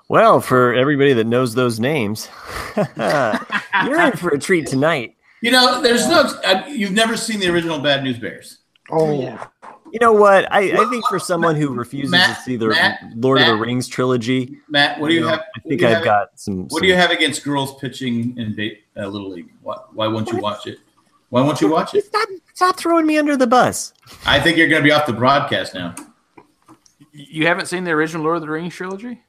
Speaker 4: Well, for everybody that knows those names, you're in for a treat tonight.
Speaker 3: You know, there's no uh, you've never seen the original Bad News Bears.
Speaker 2: Oh yeah.
Speaker 4: You know what? I, I think for someone who refuses
Speaker 3: Matt,
Speaker 4: to see the
Speaker 3: Matt,
Speaker 4: Lord of
Speaker 3: Matt.
Speaker 4: the Rings trilogy,
Speaker 3: Matt, what do you
Speaker 4: know,
Speaker 3: have?
Speaker 4: I
Speaker 3: what do
Speaker 4: think
Speaker 3: you
Speaker 4: I've
Speaker 3: have-
Speaker 4: got some.
Speaker 3: What do you have against girls pitching in ba- uh, little league? Why, why won't you watch it? Why won't you watch it?
Speaker 4: Stop, stop throwing me under the bus.
Speaker 3: I think you're going to be off the broadcast now.
Speaker 1: You haven't seen the original Lord of the Rings trilogy?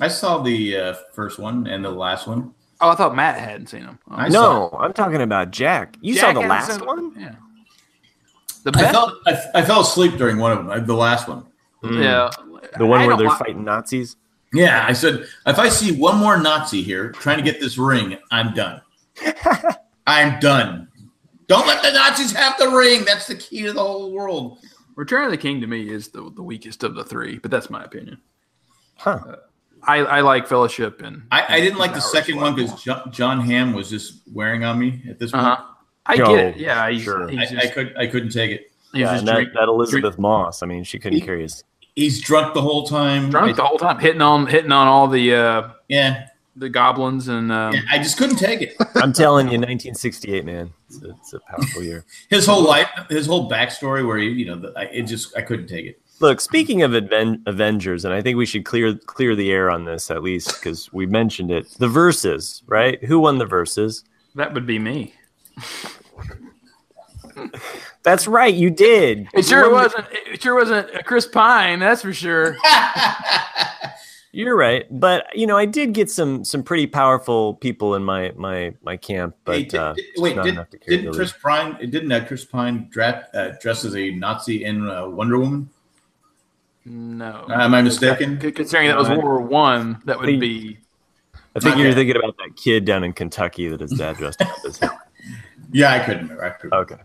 Speaker 3: I saw the uh, first one and the last one.
Speaker 1: Oh, I thought Matt hadn't seen them. Oh.
Speaker 3: I saw
Speaker 4: no, I'm talking about Jack. You saw
Speaker 1: Jack
Speaker 4: the
Speaker 1: hadn't
Speaker 4: last
Speaker 1: seen-
Speaker 4: one?
Speaker 1: Yeah. The
Speaker 3: I
Speaker 1: best,
Speaker 3: fell, I, I fell asleep during one of them, uh, the last one.
Speaker 1: yeah,
Speaker 4: Hmm. The one
Speaker 1: I
Speaker 4: where
Speaker 1: don't
Speaker 4: they're
Speaker 1: like-
Speaker 4: fighting Nazis?
Speaker 3: Yeah, I said, if I see one more Nazi here trying to get this ring, I'm done. I'm done. Don't let the Nazis have the ring. That's the key to the whole world.
Speaker 1: Return of the King to me is the, the weakest of the three, but that's my opinion. Uh,
Speaker 4: Huh.
Speaker 1: I, I like Fellowship and
Speaker 3: I, I didn't like the
Speaker 1: Hours
Speaker 3: second one
Speaker 1: left.
Speaker 3: because John, John Hamm was just wearing on me at this point.
Speaker 1: Uh-huh. I
Speaker 4: No,
Speaker 1: get it. Yeah, he's,
Speaker 4: sure.
Speaker 1: he's
Speaker 3: I,
Speaker 1: just,
Speaker 3: I could I couldn't take it.
Speaker 1: he's
Speaker 4: yeah,
Speaker 1: just
Speaker 4: and that,
Speaker 1: drink-
Speaker 4: that Elizabeth
Speaker 1: drink-
Speaker 4: Moss. I mean, she couldn't carry us.
Speaker 3: He's drunk the whole time. I-
Speaker 1: drunk the whole time, hitting on hitting on all the uh,
Speaker 3: yeah,
Speaker 1: the goblins and um,
Speaker 3: yeah, I just couldn't take it.
Speaker 4: I'm telling you, 1968, man. It's a, it's a powerful year.
Speaker 3: His whole life, his whole backstory, where he, you know, the, I, it just I couldn't take it.
Speaker 4: Look, speaking of Aven- Avengers, and I think we should clear clear the air on this at least because we mentioned it. The verses, right? Who won the verses?
Speaker 1: that would be me.
Speaker 4: That's right, you did.
Speaker 1: It sure
Speaker 4: You won the-
Speaker 1: wasn't. It sure wasn't a Chris Pine. That's for sure.
Speaker 4: You're right, but you know, I did get some some pretty powerful people in my my my camp, but
Speaker 3: Hey, did-
Speaker 4: uh,
Speaker 3: did-
Speaker 4: it's
Speaker 3: wait,
Speaker 4: not
Speaker 3: did,
Speaker 4: enough to carry
Speaker 3: didn't
Speaker 4: the
Speaker 3: Chris
Speaker 4: league.
Speaker 3: Pine? Didn't uh, Chris Pine dra- uh, dress as a Nazi in uh, Wonder Woman?
Speaker 1: No,
Speaker 3: Am I mistaken?
Speaker 1: C- considering that was World War One, that would be
Speaker 4: I think you're
Speaker 3: Okay.
Speaker 4: thinking about that kid down in Kentucky that his dad dressed up as him.
Speaker 3: Yeah, I couldn't. I couldn't.
Speaker 4: Okay,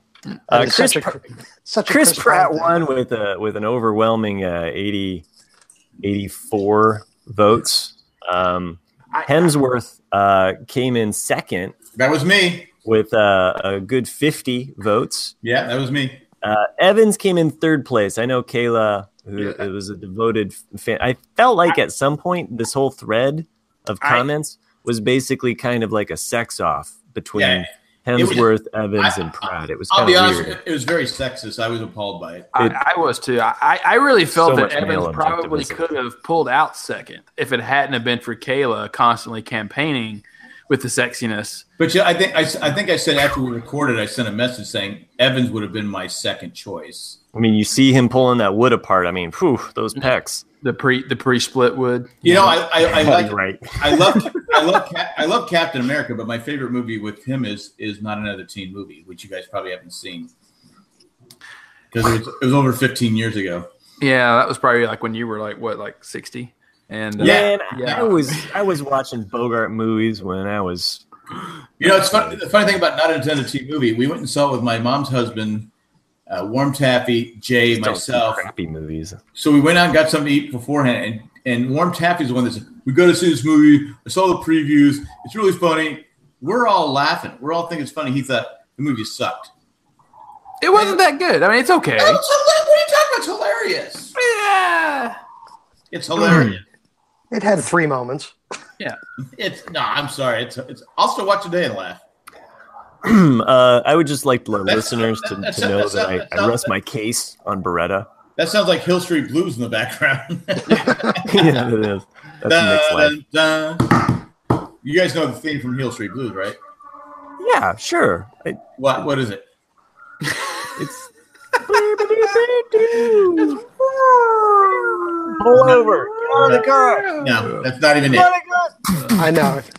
Speaker 4: uh,
Speaker 2: It's
Speaker 4: Chris
Speaker 2: such a,
Speaker 4: Pr-
Speaker 2: such a
Speaker 4: Chris Pratt
Speaker 2: Pine thing.
Speaker 4: won with a with an overwhelming uh, 80, 84 votes. Um, Hemsworth uh, came in second
Speaker 3: That was me.
Speaker 4: with uh, a good fifty votes.
Speaker 3: Yeah, that was me.
Speaker 4: Uh, Evans came in third place. I know Kayla, who
Speaker 1: Yeah.
Speaker 4: was a devoted f- fan. I felt like at some point this whole thread of
Speaker 1: I-
Speaker 4: comments was basically kind of like a sex off between
Speaker 3: Yeah. It was-
Speaker 4: Hemsworth, Evans,
Speaker 3: I-
Speaker 4: and Pratt. It was
Speaker 3: I'll
Speaker 4: kind
Speaker 3: be
Speaker 4: of
Speaker 3: honest.
Speaker 4: weird.
Speaker 3: It was very sexist. I was appalled by it.
Speaker 4: It-
Speaker 1: I, I was too. I, I- I really felt
Speaker 4: So
Speaker 1: that
Speaker 4: much male
Speaker 1: Evans probably
Speaker 4: objectivism.
Speaker 1: could have pulled out second if it hadn't have been for Kayla constantly campaigning with the sexiness.
Speaker 3: But yeah, I think I, s- I think I said after we recorded, I sent a message saying Evans would have been my second choice.
Speaker 4: I mean, you see him pulling that wood apart. I mean, whew, those
Speaker 3: Mm-hmm.
Speaker 4: pecs.
Speaker 1: The pre the pre split would.
Speaker 3: You know, I I, I like
Speaker 4: right.
Speaker 3: I love I love Cap, I love Captain America, but my favorite movie with him is is not another teen movie, which you guys probably haven't seen because it was, it was over 15 years ago.
Speaker 1: Yeah, that was probably like when you were like what, like sixty, and uh,
Speaker 3: Yeah.
Speaker 4: Man,
Speaker 1: Yeah.
Speaker 4: I was I was watching Bogart movies when I was
Speaker 3: You know, it's funny. The funny thing about not another teen movie, we went and saw it with my mom's husband, uh, Warm Taffy, Jay,
Speaker 4: don't see
Speaker 3: myself.
Speaker 4: crappy movies.
Speaker 3: So we went out and got something to eat beforehand, and and Warm Taffy's the one that said, "We got to see this movie. I saw the previews. It's really funny." We're all laughing. We're all thinking it's funny. He thought the movie sucked.
Speaker 1: it wasn't that good. I mean, it's okay.
Speaker 3: That was hila- what are you talking about? It's hilarious.
Speaker 1: Yeah.
Speaker 3: It's hilarious.
Speaker 2: It had three moments.
Speaker 3: It's no, I'm sorry. It's it's. I'll still watch today and laugh.
Speaker 4: uh, I would just like the
Speaker 3: That's-
Speaker 4: listeners to,
Speaker 3: that's-
Speaker 4: to know
Speaker 3: that's-
Speaker 4: that
Speaker 3: that's-
Speaker 4: I, I rest my case on Beretta.
Speaker 3: That sounds like Hill Street Blues in the background.
Speaker 4: yeah, it is. That's Nick's
Speaker 3: Dun,
Speaker 4: life.
Speaker 3: dun, dun. You guys know the theme from Hill Street Blues, right?
Speaker 4: Yeah, sure. I-
Speaker 3: What what is it?
Speaker 4: it's pull over. Get out of the car.
Speaker 3: No, that's not even
Speaker 4: Get out
Speaker 3: it.
Speaker 4: of the car.
Speaker 2: I know.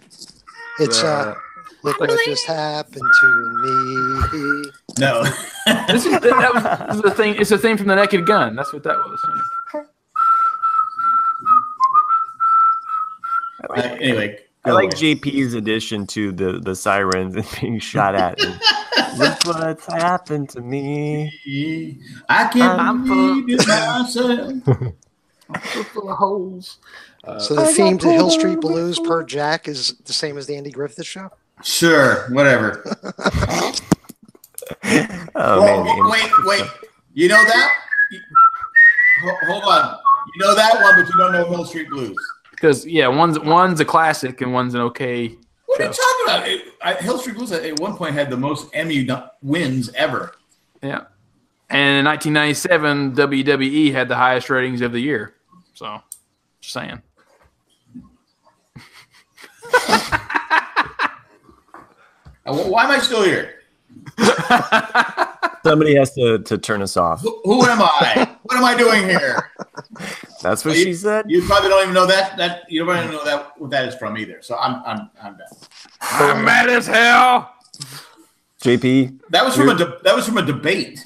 Speaker 2: It's
Speaker 1: Uh,
Speaker 2: uh, look what just happened to me.
Speaker 3: No, Uh,
Speaker 1: This is that was, this is the thing. It's the thing from the Naked Gun. That's what that was.
Speaker 4: I
Speaker 3: Uh,
Speaker 4: like,
Speaker 3: anyway.
Speaker 4: I like
Speaker 3: G.
Speaker 4: JP's addition to the the sirens and being shot at. And, Look what's happened to me.
Speaker 3: I can't
Speaker 1: I'm full.
Speaker 3: believe it myself.
Speaker 1: Full of holes.
Speaker 3: Uh,
Speaker 2: So the theme to Hill Street Blues per Jack is the same as the Andy Griffith Show.
Speaker 3: Sure, whatever.
Speaker 4: Oh,
Speaker 3: Whoa,
Speaker 4: man, Andy.
Speaker 3: wait, wait. You know that? You- ho- Hold on. You know that one, but you don't know Hill Street Blues.
Speaker 1: Because yeah, one's one's a classic and one's an okay.
Speaker 3: What are you talking about? It, I, Hill Street Blues at, at one point had the most Emmy no- wins ever.
Speaker 1: Yeah. And in 1997, WWE E had the highest ratings of the year. So, just saying.
Speaker 3: Uh, wh- Why am I still here?
Speaker 4: Somebody has to, to turn us off.
Speaker 3: Who, who am I? what am I doing here?
Speaker 4: That's what
Speaker 3: You-
Speaker 4: she said.
Speaker 3: You probably don't even know that. That you don't even know that what that is from either. So I'm I'm I'm done.
Speaker 1: I'm mad as hell.
Speaker 4: JP,
Speaker 3: That was from a de- that was from a debate.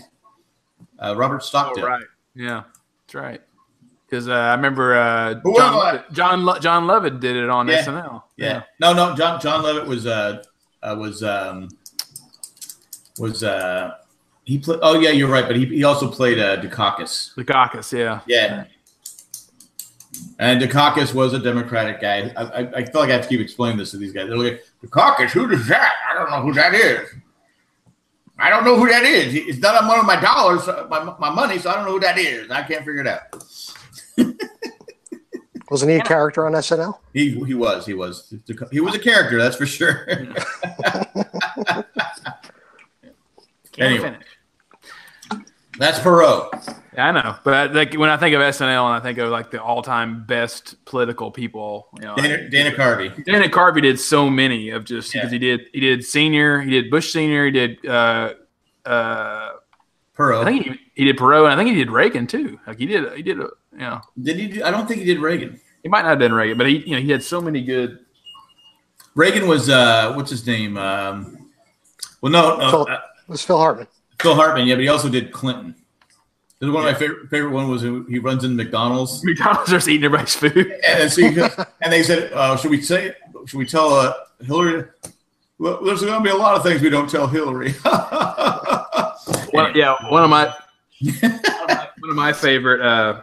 Speaker 3: Uh, Robert Stockton.
Speaker 1: Oh, right. Yeah, that's right. Because uh, I remember uh,
Speaker 3: Who
Speaker 1: John,
Speaker 3: am I?
Speaker 1: Lovett, John, Lo- John Lovett did it on
Speaker 3: Yeah.
Speaker 1: SNL.
Speaker 3: Yeah. No, no. John John Levitt was uh, uh was um was uh he played. Oh yeah, you're right. But he, he also played uh, Dukakis.
Speaker 1: The caucus, yeah.
Speaker 3: Yeah. And Dukakis was a Democratic guy. I, I, I feel like I have to keep explaining this to these guys. They're like, Dukakis, who is that? I don't know who that is. I don't know who that is. It's not on one of my dollars, uh, my, my money, so I don't know who that is. I can't figure it out.
Speaker 2: Wasn't he a character on SNL?
Speaker 3: He he was he was he was a character. That's for sure.
Speaker 1: Can't
Speaker 3: Anyway.
Speaker 1: finish.
Speaker 3: that's Perot.
Speaker 1: Yeah, I know, but like when I think of SNL and I think of like the all-time best political people, you know,
Speaker 3: Dana, Dana Carvey.
Speaker 1: Dana Carvey did so many of just
Speaker 3: Yeah.
Speaker 1: because he did he did senior, he did Bush senior, he did uh, uh, I
Speaker 3: Perot.
Speaker 1: think he, he did Perot, and I think he did Reagan too. Like he did he did a, you know
Speaker 3: Did he? Do, I don't think he did Reagan.
Speaker 1: he might not have done Reagan, but he you know he had so many good.
Speaker 3: Reagan was uh what's his name? Um, well, no, no
Speaker 2: Phil-
Speaker 3: uh,
Speaker 2: It was Phil Hartman.
Speaker 3: Phil Hartman. Yeah, but he also did Clinton. This is one of my favorite favorite one was when he runs in McDonald's
Speaker 1: McDonald's starts eating everybody's food.
Speaker 3: and so you go- and they said, uh, should we say should we tell uh, Hillary? Well, there's going to be a lot of things we don't tell Hillary.
Speaker 1: One, yeah, one of my one of my- one of my favorite. Uh,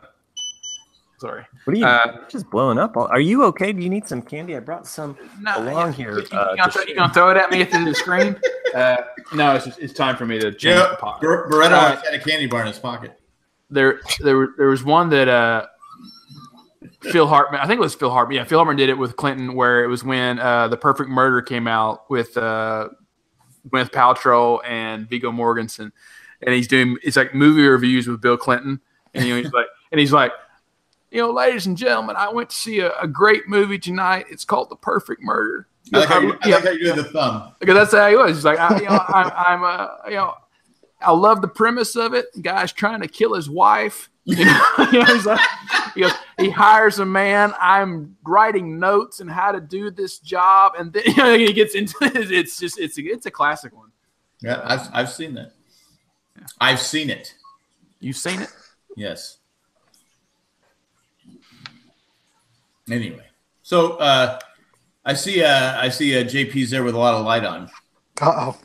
Speaker 1: sorry,
Speaker 4: what are you
Speaker 1: Uh,
Speaker 4: you're just blowing up? all- Are you okay? Do you need some candy? I brought some.
Speaker 1: no,
Speaker 4: Belong here,
Speaker 1: You, you
Speaker 4: uh,
Speaker 1: gonna
Speaker 4: to
Speaker 1: throw, you
Speaker 4: share.
Speaker 1: gonna throw it at me at the end of the screen? Uh, no, it's, just, it's time for me to change the
Speaker 3: Yeah,
Speaker 1: pot.
Speaker 3: Ber- Beretta
Speaker 1: All right.
Speaker 3: always had a candy bar in his pocket.
Speaker 1: there there were- there was one that uh Phil Hartman, I think it was Phil Hartman. Yeah, Phil Hartman did it with Clinton, where it was when uh, the Perfect Murder came out with uh, Gwyneth Paltrow and Vigo Mortensen, and he's doing it's like movie reviews with Bill Clinton, and you know, he's like, and he's like, you know, ladies and gentlemen, I went to see a, a great movie tonight. It's called The Perfect Murder.
Speaker 3: I like how you, I
Speaker 1: Yeah.
Speaker 3: like how you did the thumb.
Speaker 1: Because that's how he was. He's like, I, you know, I, I'm, uh, you know, I love the premise of it. The guy's trying to kill his wife. You know, you know, he's like, he goes, he hires a man. I'm writing notes and how to do this job, and then you know, he gets into it. It's just, it's, it's a classic one.
Speaker 3: Yeah, I've, I've seen that. I've seen it.
Speaker 1: You've seen it.
Speaker 3: Yes. Anyway, so uh, I see uh, I see uh, JP's there with a lot of light on.
Speaker 2: Uh oh.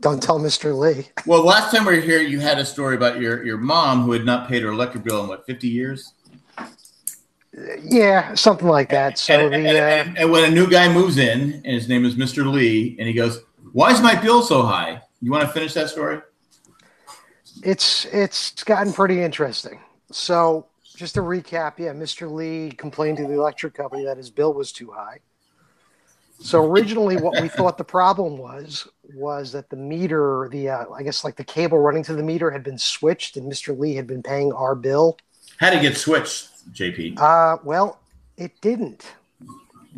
Speaker 2: Don't tell Mr. Lee.
Speaker 3: Well, last time we were here, you had a story about your, your mom who had not paid her electric bill in what fifty years,
Speaker 2: Yeah, something like that. So
Speaker 3: and, and-
Speaker 2: the uh,
Speaker 3: and- and when a new guy moves in, and his name is Mister Lee, and he goes, "Why is my bill so high?" You want to finish that story?
Speaker 2: it's it's gotten pretty interesting. So just to recap, yeah, Mr. Lee complained to the electric company that his bill was too high. So originally, what we thought the problem was was that the meter, the uh, I guess like the cable running to the meter had been switched, and Mr. Lee had been paying our bill.
Speaker 3: How to get switched, JP?
Speaker 2: Uh, well, it didn't.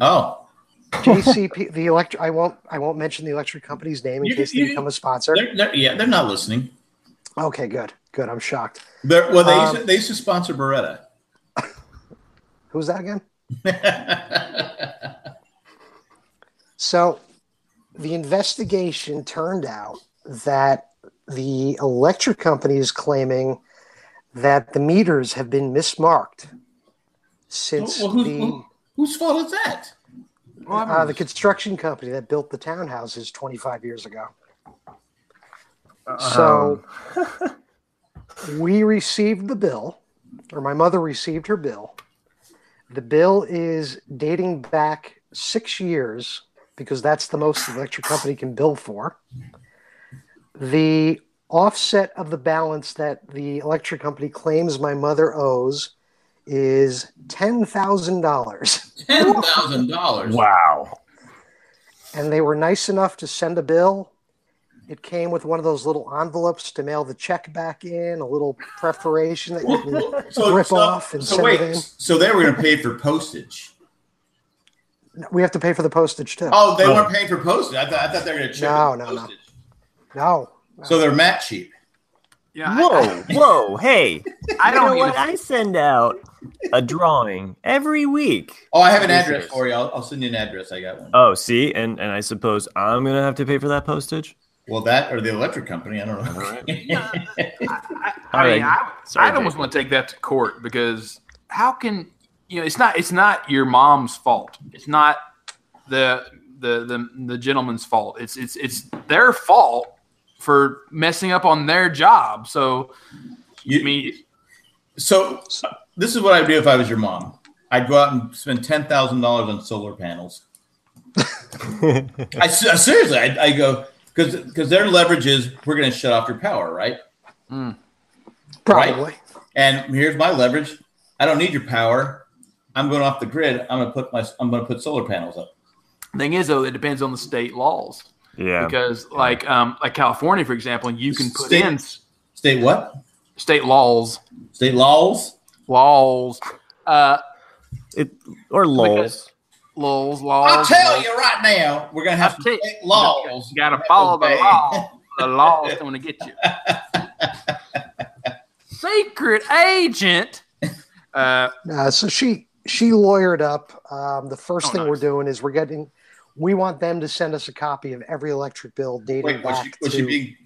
Speaker 3: Oh,
Speaker 2: JCP, the electric. I won't. I won't mention the electric company's name in
Speaker 3: You-
Speaker 2: case they
Speaker 3: you-
Speaker 2: become a sponsor.
Speaker 3: they're, they're, yeah, they're not listening.
Speaker 2: Okay, good, good. I'm shocked.
Speaker 3: They're, well, they used, to,
Speaker 2: Um,
Speaker 3: they used to sponsor Beretta.
Speaker 2: Who's that again?
Speaker 3: yeah,
Speaker 2: So, the investigation turned out that the electric company is claiming that the meters have been mismarked since
Speaker 3: Well, who-
Speaker 2: the
Speaker 3: who- whose fault is that?
Speaker 2: uh, the construction company that built the townhouses 25 years ago. So we received the bill, or my mother received her bill. The bill is dating back six years because that's the most the electric company can bill for. The offset of the balance that the electric company claims my mother owes is $10,000.
Speaker 3: Ten thousand dollars.
Speaker 4: um, Wow.
Speaker 2: and they were nice enough to send a bill It came with one of those little envelopes to mail the check back in, a little preparation that you can rip off and
Speaker 3: so
Speaker 2: send it
Speaker 3: wait,
Speaker 2: in.
Speaker 3: so they were going to pay for postage.
Speaker 2: We have to pay for the postage too.
Speaker 3: Oh, they weren't paying for postage. I thought, I thought they were going to check
Speaker 2: No,
Speaker 3: in
Speaker 2: no, no.
Speaker 3: postage.
Speaker 2: No,
Speaker 3: So they're mat cheap.
Speaker 1: Yeah, I-
Speaker 4: Whoa, whoa, hey.
Speaker 1: I,
Speaker 4: I don't
Speaker 1: don't
Speaker 4: know what
Speaker 1: even,
Speaker 4: I send out a drawing every week.
Speaker 3: Oh, I have an address
Speaker 4: Jesus.
Speaker 3: for you. I'll, I'll send you an address. I got one.
Speaker 4: Oh, see, and and I suppose I'm gonna have to pay for that postage.
Speaker 3: Well, that or the electric company. I don't know.
Speaker 1: I, I mean, I,
Speaker 4: Sorry,
Speaker 1: I'd almost
Speaker 4: Dave.
Speaker 1: want to take that to court because how can you know it's not it's not your mom's fault. It's not the the the, the gentleman's fault. It's it's it's their fault for messing up on their job. So
Speaker 3: You-
Speaker 1: I mean
Speaker 3: So this is what I'd do if I was your mom. I'd go out and spend ten thousand dollars on solar panels. I se- seriously, I, I go because because their leverage is we're going to shut off your power, right?
Speaker 2: probably.
Speaker 3: And here's my leverage. I don't need your power. I'm going off the grid. I'm going to put my I'm going to put solar panels up.
Speaker 1: thing is though, it depends on the state laws
Speaker 4: Yeah.
Speaker 1: because like um like California for example, you can put
Speaker 3: State-
Speaker 1: in s-
Speaker 3: State what?
Speaker 1: state laws
Speaker 3: State laws.
Speaker 1: laws uh
Speaker 4: It, or lulls.
Speaker 1: Because- laws
Speaker 2: Uh,
Speaker 3: I'll
Speaker 1: laws.
Speaker 3: tell you right now, we're going to have
Speaker 1: I'll
Speaker 3: some
Speaker 1: tell you-
Speaker 3: state laws.
Speaker 1: You got to follow the
Speaker 3: Obey.
Speaker 1: law. The law's going to get you. Secret agent. Uh,
Speaker 2: Uh, so she she lawyered up. Um, the first
Speaker 1: Oh,
Speaker 2: thing
Speaker 1: nice.
Speaker 2: we're doing is we're getting. We want them to send us a copy of every electric bill dating
Speaker 3: Wait, was
Speaker 2: back
Speaker 3: she, was
Speaker 2: to.
Speaker 3: she being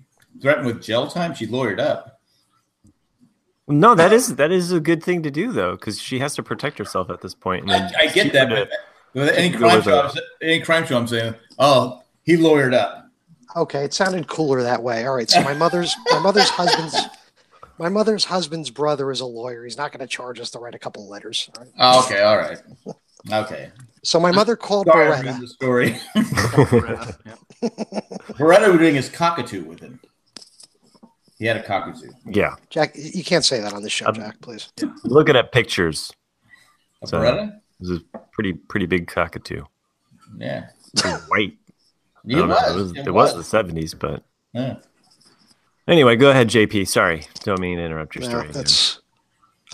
Speaker 3: threatened with jail time? She lawyered up.
Speaker 4: No, that is that is a good thing to do though, because she has to protect herself at this point. And
Speaker 3: I,
Speaker 4: then
Speaker 3: I get that,
Speaker 4: keep
Speaker 3: but
Speaker 4: her
Speaker 3: with any
Speaker 4: keep it
Speaker 3: crime
Speaker 4: with
Speaker 3: show, I'm sa- any crime show, I'm saying, oh, he lawyered up.
Speaker 2: okay, it sounded cooler that way. All right, so my mother's my mother's husband's my mother's husband's brother is a lawyer. He's not going to charge us to write a couple letters. All right.
Speaker 3: Oh, okay, all right, okay.
Speaker 2: So my mother called
Speaker 3: Sorry,
Speaker 2: Beretta.
Speaker 3: I'm reading the story.
Speaker 1: Beretta, yeah.
Speaker 3: Beretta was doing his cockatoo with him. He had a cockatoo.
Speaker 4: to- yeah.
Speaker 2: Jack, you can't say that on this show,
Speaker 4: Um,
Speaker 2: Jack. Please.
Speaker 4: Looking at pictures.
Speaker 3: A
Speaker 4: So-
Speaker 3: Beretta?
Speaker 4: This is pretty pretty big cockatoo.
Speaker 3: Yeah.
Speaker 4: It was white. I
Speaker 3: It
Speaker 4: don't know,
Speaker 3: was.
Speaker 4: It was,
Speaker 3: It
Speaker 4: it was
Speaker 3: was.
Speaker 4: the seventies, but
Speaker 3: Yeah.
Speaker 4: anyway, go ahead, JP. Sorry. Don't mean to interrupt your
Speaker 2: No,
Speaker 4: story. again.
Speaker 2: that's.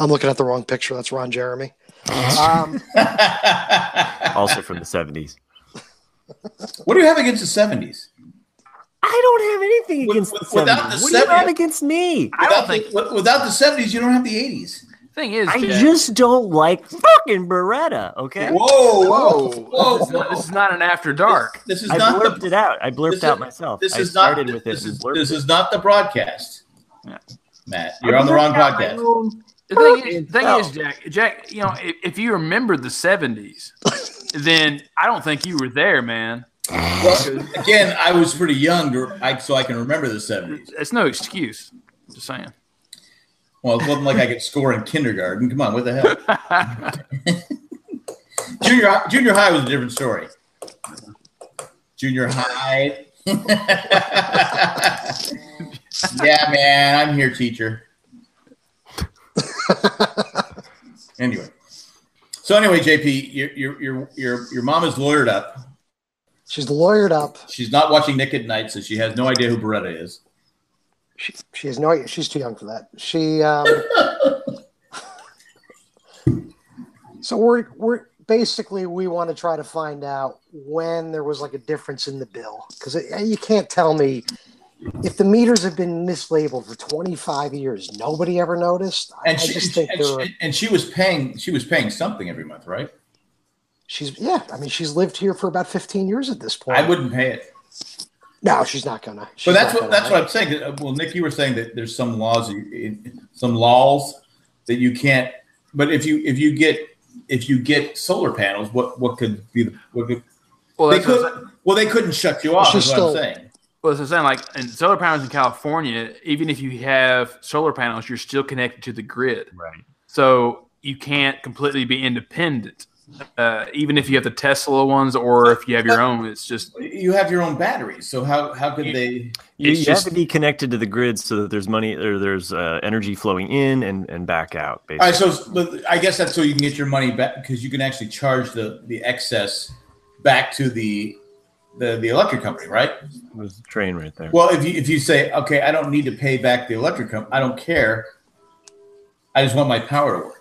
Speaker 2: I'm looking at the wrong picture. That's Ron Jeremy.
Speaker 3: Uh-huh.
Speaker 2: Um,
Speaker 4: Also from the seventies.
Speaker 3: what do you have against the 70s?
Speaker 4: I don't have anything
Speaker 3: With-
Speaker 4: against
Speaker 3: with-
Speaker 4: the
Speaker 3: without
Speaker 4: 70s.
Speaker 3: the
Speaker 4: What do you
Speaker 3: 70s?
Speaker 4: have against
Speaker 1: I
Speaker 4: me?
Speaker 3: Without
Speaker 1: don't
Speaker 3: the-
Speaker 1: think.
Speaker 3: wi- without the 70s, you don't have the 80s.
Speaker 1: Thing is,
Speaker 4: I
Speaker 1: Jack,
Speaker 4: just don't like fucking Beretta. Okay.
Speaker 3: Whoa, whoa,
Speaker 1: whoa,
Speaker 3: whoa.
Speaker 1: This, is not, this is not an after dark.
Speaker 3: This is
Speaker 4: I
Speaker 3: not
Speaker 4: blurped
Speaker 3: the
Speaker 4: it out. I blurped
Speaker 3: this
Speaker 4: out
Speaker 3: is-
Speaker 4: myself.
Speaker 3: This
Speaker 4: I
Speaker 3: is not
Speaker 4: started with it.
Speaker 3: this
Speaker 4: and
Speaker 3: is,
Speaker 4: blurped
Speaker 3: this
Speaker 4: it.
Speaker 3: is not the broadcast.
Speaker 1: Yeah.
Speaker 3: Matt, you're on the wrong podcast.
Speaker 1: The thing is,
Speaker 4: Fucking
Speaker 1: thing
Speaker 4: hell.
Speaker 1: is, Jack, Jack, you know, if, if you remember the '70s, then I don't think you were there, man.
Speaker 3: Well, again, I was pretty young, to- I, so I can remember the 70s.
Speaker 1: It's no excuse. Just saying.
Speaker 3: Well, it wasn't like I could score in kindergarten. Come on, what the hell? junior hi- junior high was a different story. Junior high. yeah, man, I'm here, teacher. anyway, so anyway, JP, your your your your your mom is lawyered up.
Speaker 2: she's lawyered up.
Speaker 3: She's not watching Nick at Night, so she has no idea who Beretta is.
Speaker 2: She, she has no. idea- She's too young for that. She. Um, so we're we're basically we want to try to find out when there was like a difference in the bill because you can't tell me if the meters have been mislabeled for 25 years nobody ever noticed I-
Speaker 3: And
Speaker 2: i
Speaker 3: she,
Speaker 2: just think
Speaker 3: and,
Speaker 2: there
Speaker 3: she, and she was paying she was paying something every month, right?
Speaker 2: she's yeah i mean she's lived here for about 15 years at this point
Speaker 3: I wouldn't pay it.
Speaker 2: no she's not gonna she's
Speaker 3: But that's
Speaker 2: not
Speaker 3: what
Speaker 2: gonna,
Speaker 3: that's what I'm saying. Uh, Well, Nick, you were saying that there's some laws, you- in- some laws that you can't. But if you if you get if you get solar panels, what what could be the what could,
Speaker 1: Well,
Speaker 3: they
Speaker 1: that's what I'm saying.
Speaker 3: could well they couldn't shut you off. Is
Speaker 2: She's
Speaker 3: what
Speaker 2: still-
Speaker 3: I'm saying.
Speaker 1: Well, as I'm saying, like in solar panels in California, even if you have solar panels, you're still connected to the grid.
Speaker 4: right.
Speaker 1: So you can't completely be independent. Uh, even if you have the Tesla ones or if you have your own, it's just
Speaker 3: You have your own batteries, so how how could they?
Speaker 4: You,
Speaker 1: It's
Speaker 4: you
Speaker 1: just-
Speaker 4: have to be connected to the grid so that there's money or there's uh, energy flowing in and, and back out.
Speaker 3: All
Speaker 4: Basically.
Speaker 3: right, so but I guess that's so you can get your money back because you can actually charge the the excess back to the the, the electric company, right?
Speaker 4: There's a train right there.
Speaker 3: Well, if you if you say, okay, I don't need to pay back the electric company, I don't care. I just want my power to work.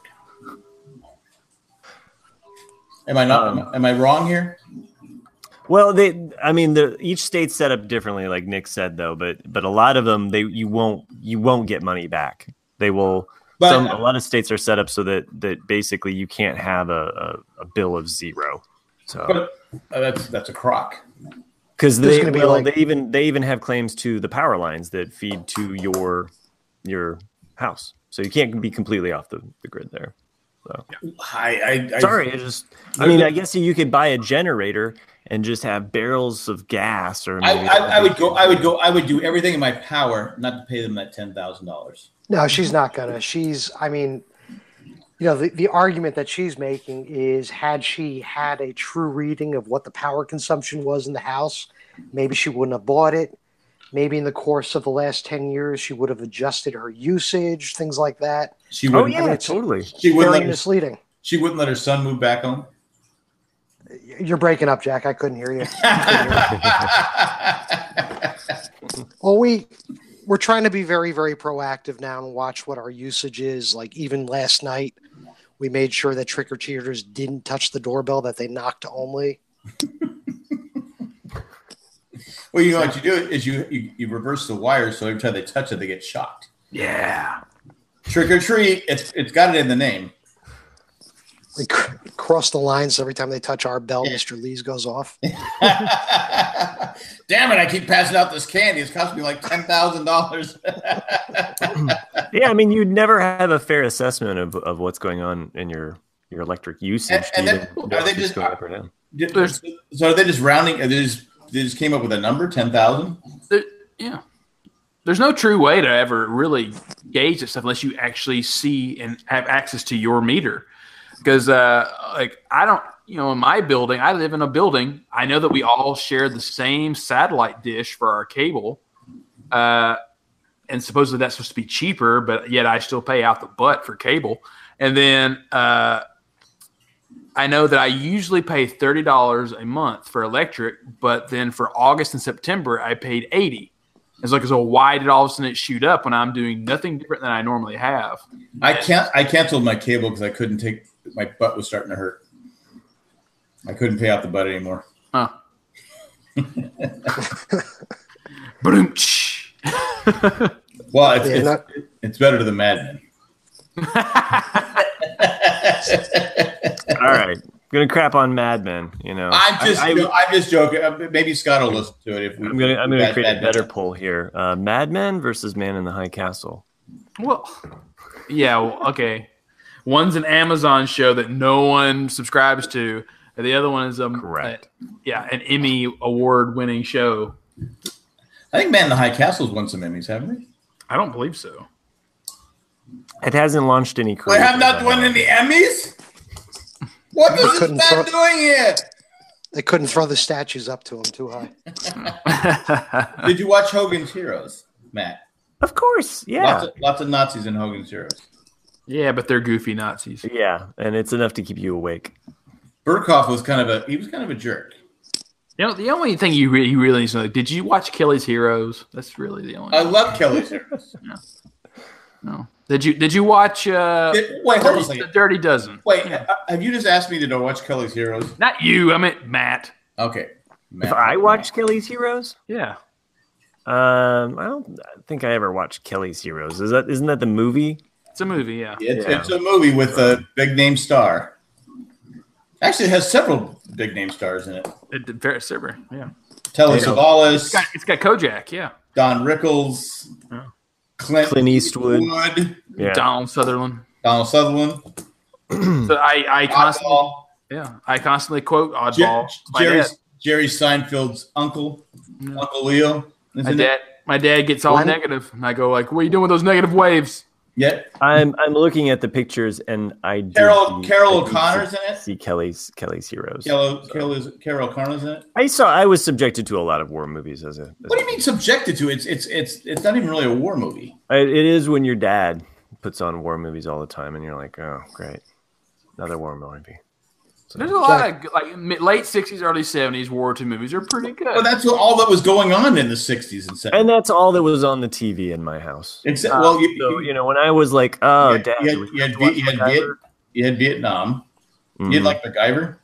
Speaker 3: Am I not?
Speaker 4: Um,
Speaker 3: am, I wrong here?
Speaker 4: Well, they, I mean, the, each state's set up differently, like Nick said, though. But but a lot of them, they you won't you won't get money back. They will.
Speaker 3: But-
Speaker 4: some, a lot of states are set up so that that basically you can't have a, a, a bill of zero. So
Speaker 3: But uh, that's that's a crock.
Speaker 4: because
Speaker 2: There's
Speaker 4: they
Speaker 2: gonna be
Speaker 4: well,
Speaker 2: like-
Speaker 4: they even they even have claims to the power lines that feed to your your house. So you can't be completely off the, the grid there.
Speaker 3: I, I, I
Speaker 4: Sorry, I just. I mean, I guess you could buy a generator and just have barrels of gas, or
Speaker 3: I,
Speaker 4: maybe-
Speaker 3: I, I would go. I would go. I would do everything in my power not to pay them that ten thousand dollars.
Speaker 2: No, she's not gonna. She's, I mean, you know, the, the argument that she's making is had she had a true reading of what the power consumption was in the house, maybe she wouldn't have bought it. Maybe in the course of the last 10 years, she would have adjusted her usage, things like that.
Speaker 3: She
Speaker 4: Oh
Speaker 3: wouldn't.
Speaker 4: yeah,
Speaker 2: it's-
Speaker 4: totally.
Speaker 3: She wouldn't.
Speaker 2: Very
Speaker 3: Let her,
Speaker 2: misleading.
Speaker 3: she wouldn't let her son move back home.
Speaker 2: You're breaking up, Jack. I couldn't hear you. Well, we we're trying to be very, very proactive now and watch what our usage is. Like even last night, we made sure that trick or treaters didn't touch the doorbell; that they knocked only.
Speaker 3: well, you know what you do is you, you you reverse the wire so every time they touch it they get shocked.
Speaker 1: Yeah.
Speaker 3: Trick or treat. It's it's got it in the name.
Speaker 2: They cr- cross the lines every time they touch our bell.
Speaker 3: Yeah.
Speaker 2: Mister Lee's goes off.
Speaker 3: Damn it! I keep passing out this candy. It's cost me like ten thousand dollars.
Speaker 4: Yeah, I mean, you'd never have a fair assessment of, of what's going on in your your electric usage.
Speaker 3: And- and
Speaker 4: to
Speaker 3: then-
Speaker 4: even
Speaker 3: are
Speaker 4: know
Speaker 3: they
Speaker 4: if it's
Speaker 3: just-
Speaker 4: going up or down.
Speaker 1: There's-
Speaker 3: so are they just rounding? They just they just came up with a number ten thousand.
Speaker 1: There, yeah. There's no true way to ever really gauge this stuff unless you actually see and have access to your meter. Because, uh, like, I don't, you know, in my building, I live in a building. I know that we all share the same satellite dish for our cable. Uh, and supposedly that's supposed to be cheaper, but yet I still pay out the butt for cable. And then, uh, I know that I usually pay thirty dollars a month for electric, but then for August and September I paid eighty. It's like, so why did all of a sudden it shoot up when I'm doing nothing different than I normally have?
Speaker 3: I can't. I canceled my cable because I couldn't take. My butt was starting to hurt. I couldn't pay out the butt anymore.
Speaker 1: Huh. Boom.
Speaker 3: Well, it's
Speaker 2: Yeah,
Speaker 3: it's,
Speaker 2: not-
Speaker 3: it's better than Mad Men.
Speaker 4: All right, gonna crap on Mad Men. You know,
Speaker 3: I'm just.
Speaker 4: Oh, I,
Speaker 3: I,
Speaker 4: am
Speaker 3: am just joking. Uh, Maybe Scott will listen to it if we.
Speaker 4: gonna I'm gonna
Speaker 3: Mad-
Speaker 4: create a
Speaker 3: Mad
Speaker 4: better
Speaker 3: Men.
Speaker 4: poll here. Uh, Mad Men versus Man in the High Castle.
Speaker 1: Well, yeah, well, okay. One's an Amazon show that no one subscribes to, and the other one is um,
Speaker 4: Correct.
Speaker 1: a- yeah, an Emmy award-winning show.
Speaker 3: I think Man in the High Castle's won some Emmys, haven't they?
Speaker 1: I don't believe so.
Speaker 4: It hasn't launched any.
Speaker 3: They have
Speaker 4: careers
Speaker 3: not
Speaker 4: yet.
Speaker 3: won any Emmys. What
Speaker 2: You
Speaker 3: is this
Speaker 2: couldn't
Speaker 3: man
Speaker 2: throw-
Speaker 3: doing here?
Speaker 2: They couldn't throw the statues up to him too high.
Speaker 3: Did you watch Hogan's Heroes, Matt?
Speaker 4: Of course, yeah,
Speaker 3: Lots, of, lots of Nazis in Hogan's Heroes.
Speaker 1: yeah, but they're goofy Nazis.
Speaker 4: yeah, and it's enough to keep you awake.
Speaker 3: Burkhoff was kind of a he was kind of a jerk.
Speaker 1: You know, the only thing you really, you really need to know, did you watch Kelly's Heroes? That's really the only.
Speaker 3: I love Kelly's Heroes.
Speaker 1: no. Did you Did you watch uh,
Speaker 3: Did- Wait, hold on a
Speaker 1: The
Speaker 3: second.
Speaker 1: Dirty Dozen?
Speaker 3: Wait, uh, have you just asked me to watch Kelly's Heroes?
Speaker 1: Not you. I meant Matt.
Speaker 3: Okay.
Speaker 4: If
Speaker 3: Matt.
Speaker 4: I watch Kelly's Heroes,
Speaker 1: Yeah.
Speaker 4: um, I don't think I ever watched Kelly's Heroes. Is that isn't that the movie?
Speaker 1: It's a movie. Yeah.
Speaker 3: it's,
Speaker 4: Yeah.
Speaker 3: it's a movie with a big name star. Actually, it has several big name stars in it.
Speaker 1: It did very sober. Yeah.
Speaker 3: Telly
Speaker 4: Yeah.
Speaker 1: It's
Speaker 3: Savalas,
Speaker 1: got, it's got Kojak. Yeah.
Speaker 3: Don Rickles,
Speaker 4: Oh.
Speaker 1: Yeah.
Speaker 3: Clint,
Speaker 4: Clint Eastwood.
Speaker 3: Eastwood,
Speaker 4: Yeah.
Speaker 1: Donald Sutherland.
Speaker 3: Donald Sutherland,
Speaker 1: Hmm. So I, I constantly
Speaker 3: Oddball,
Speaker 1: yeah I constantly quote
Speaker 3: Jer-
Speaker 1: Oddball. My
Speaker 3: Jerry,
Speaker 1: dad-
Speaker 3: Jerry Seinfeld's uncle,
Speaker 1: Yeah.
Speaker 3: Uncle Leo.
Speaker 1: my
Speaker 3: Isn't it?
Speaker 1: dad. My dad gets all
Speaker 2: Lenny-
Speaker 1: negative, and I go like, "What are you doing with those negative waves?"
Speaker 3: Yeah.
Speaker 4: I'm I'm looking at the pictures and I do
Speaker 3: Carol-
Speaker 4: see-
Speaker 3: Carol
Speaker 4: I do
Speaker 3: O'Connor's
Speaker 4: see,
Speaker 3: in it?
Speaker 4: See Kelly's Kelly's Heroes.
Speaker 3: Carol, Carol, Carol Connors in it.
Speaker 4: I saw I was subjected to a lot of war movies as a. As
Speaker 3: What do you mean subjected to? It's it's it's it's not even really a war movie.
Speaker 4: I, it is when your dad puts on war movies all the time, and you're like, oh great, another war movie.
Speaker 1: So. There's a lot of like mid- late '60s, early '70s World War II movies are pretty good.
Speaker 3: Well, that's what- all that was going on in the '60s and '70s.
Speaker 4: And that's all that was on the TV in my house.
Speaker 3: Except,
Speaker 4: Um,
Speaker 3: well, you,
Speaker 4: so,
Speaker 3: you,
Speaker 4: you know, when I was like, oh,
Speaker 3: Yeah,
Speaker 4: dad,
Speaker 3: yeah,
Speaker 4: do we
Speaker 3: yeah,
Speaker 4: have to watch
Speaker 3: yeah, yeah.
Speaker 4: MacGyver?
Speaker 3: you had Vietnam.
Speaker 4: Mm.
Speaker 3: You had like MacGyver.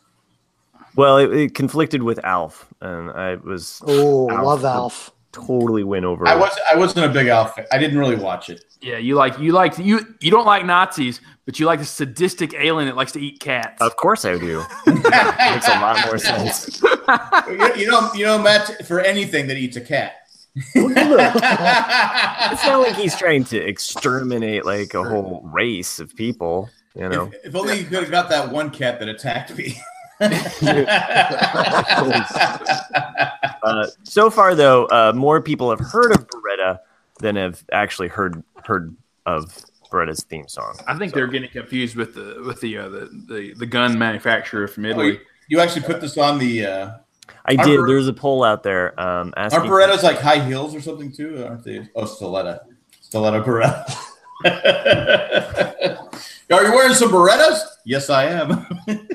Speaker 4: well, it, it conflicted with Alf, and I was
Speaker 2: Oh,
Speaker 4: Alf.
Speaker 2: love Alf.
Speaker 4: totally went over.
Speaker 3: I
Speaker 4: it.
Speaker 3: was I wasn't a big Alf. fan. I didn't really watch it.
Speaker 1: Yeah, you like you like you you don't like Nazis, but you like the sadistic alien that likes to eat cats.
Speaker 4: Of course, I do. Makes a lot more sense.
Speaker 3: you, you know, you know, Matt, for anything that eats a cat.
Speaker 4: Look, it's not like he's trying to exterminate like a whole race of people. You know,
Speaker 3: If, if only you could have got that one cat that attacked me.
Speaker 4: uh, so far though, uh, more people have heard of Beretta than have actually heard heard of Beretta's theme song.
Speaker 1: I think they're getting confused with the with the uh, the, the the gun manufacturer from
Speaker 3: Oh, you,
Speaker 1: Italy.
Speaker 3: you actually put this on the. Uh,
Speaker 4: I
Speaker 3: Our
Speaker 4: did.
Speaker 3: Bere-
Speaker 4: There's a poll out there um,
Speaker 3: are
Speaker 4: asking.
Speaker 3: Berettas like high heels or something too? Aren't they? Oh, stiletto, stiletto Beretta. are you wearing some Berettas? Yes, I am.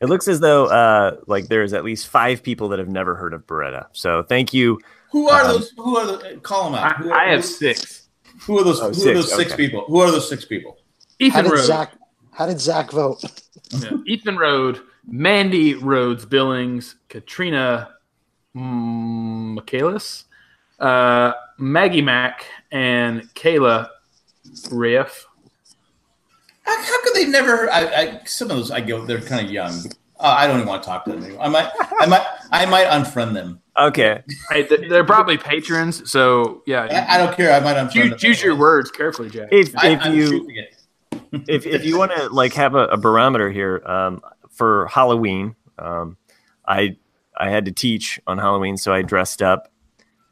Speaker 4: It looks as though uh, like there's at least five people that have never heard of Beretta. So thank you.
Speaker 3: who are
Speaker 4: Um,
Speaker 3: those? Who are the? uh, Call them out. Who
Speaker 1: I,
Speaker 3: are,
Speaker 1: I have
Speaker 3: Who,
Speaker 1: six.
Speaker 3: who are those?
Speaker 4: Oh,
Speaker 3: who are
Speaker 4: six,
Speaker 3: those six
Speaker 4: okay.
Speaker 3: people? Who are those six people?
Speaker 2: How
Speaker 1: Ethan
Speaker 2: did
Speaker 1: Road,
Speaker 2: Zach? How did Zach vote?
Speaker 1: Yeah. Ethan Road, Mandy Rhodes Billings, Katrina mm, Michaelis, uh, Maggie Mack, and Kayla Riff.
Speaker 3: How, how could they never? I, I some of those I go. They're kind of young. Uh, I don't even want to talk to them. Anymore. I might, I might, I might unfriend them.
Speaker 4: Okay,
Speaker 1: Hey, th- they're probably patrons, so yeah.
Speaker 3: I, I don't care. I might unfriend
Speaker 1: Choose,
Speaker 3: them.
Speaker 1: choose your words carefully, Jack.
Speaker 4: if
Speaker 3: I,
Speaker 4: if
Speaker 3: I'm
Speaker 4: you
Speaker 3: choosing it.
Speaker 4: if, if you want to like have a, a barometer here um, for Halloween, um, I I had to teach on Halloween, so I dressed up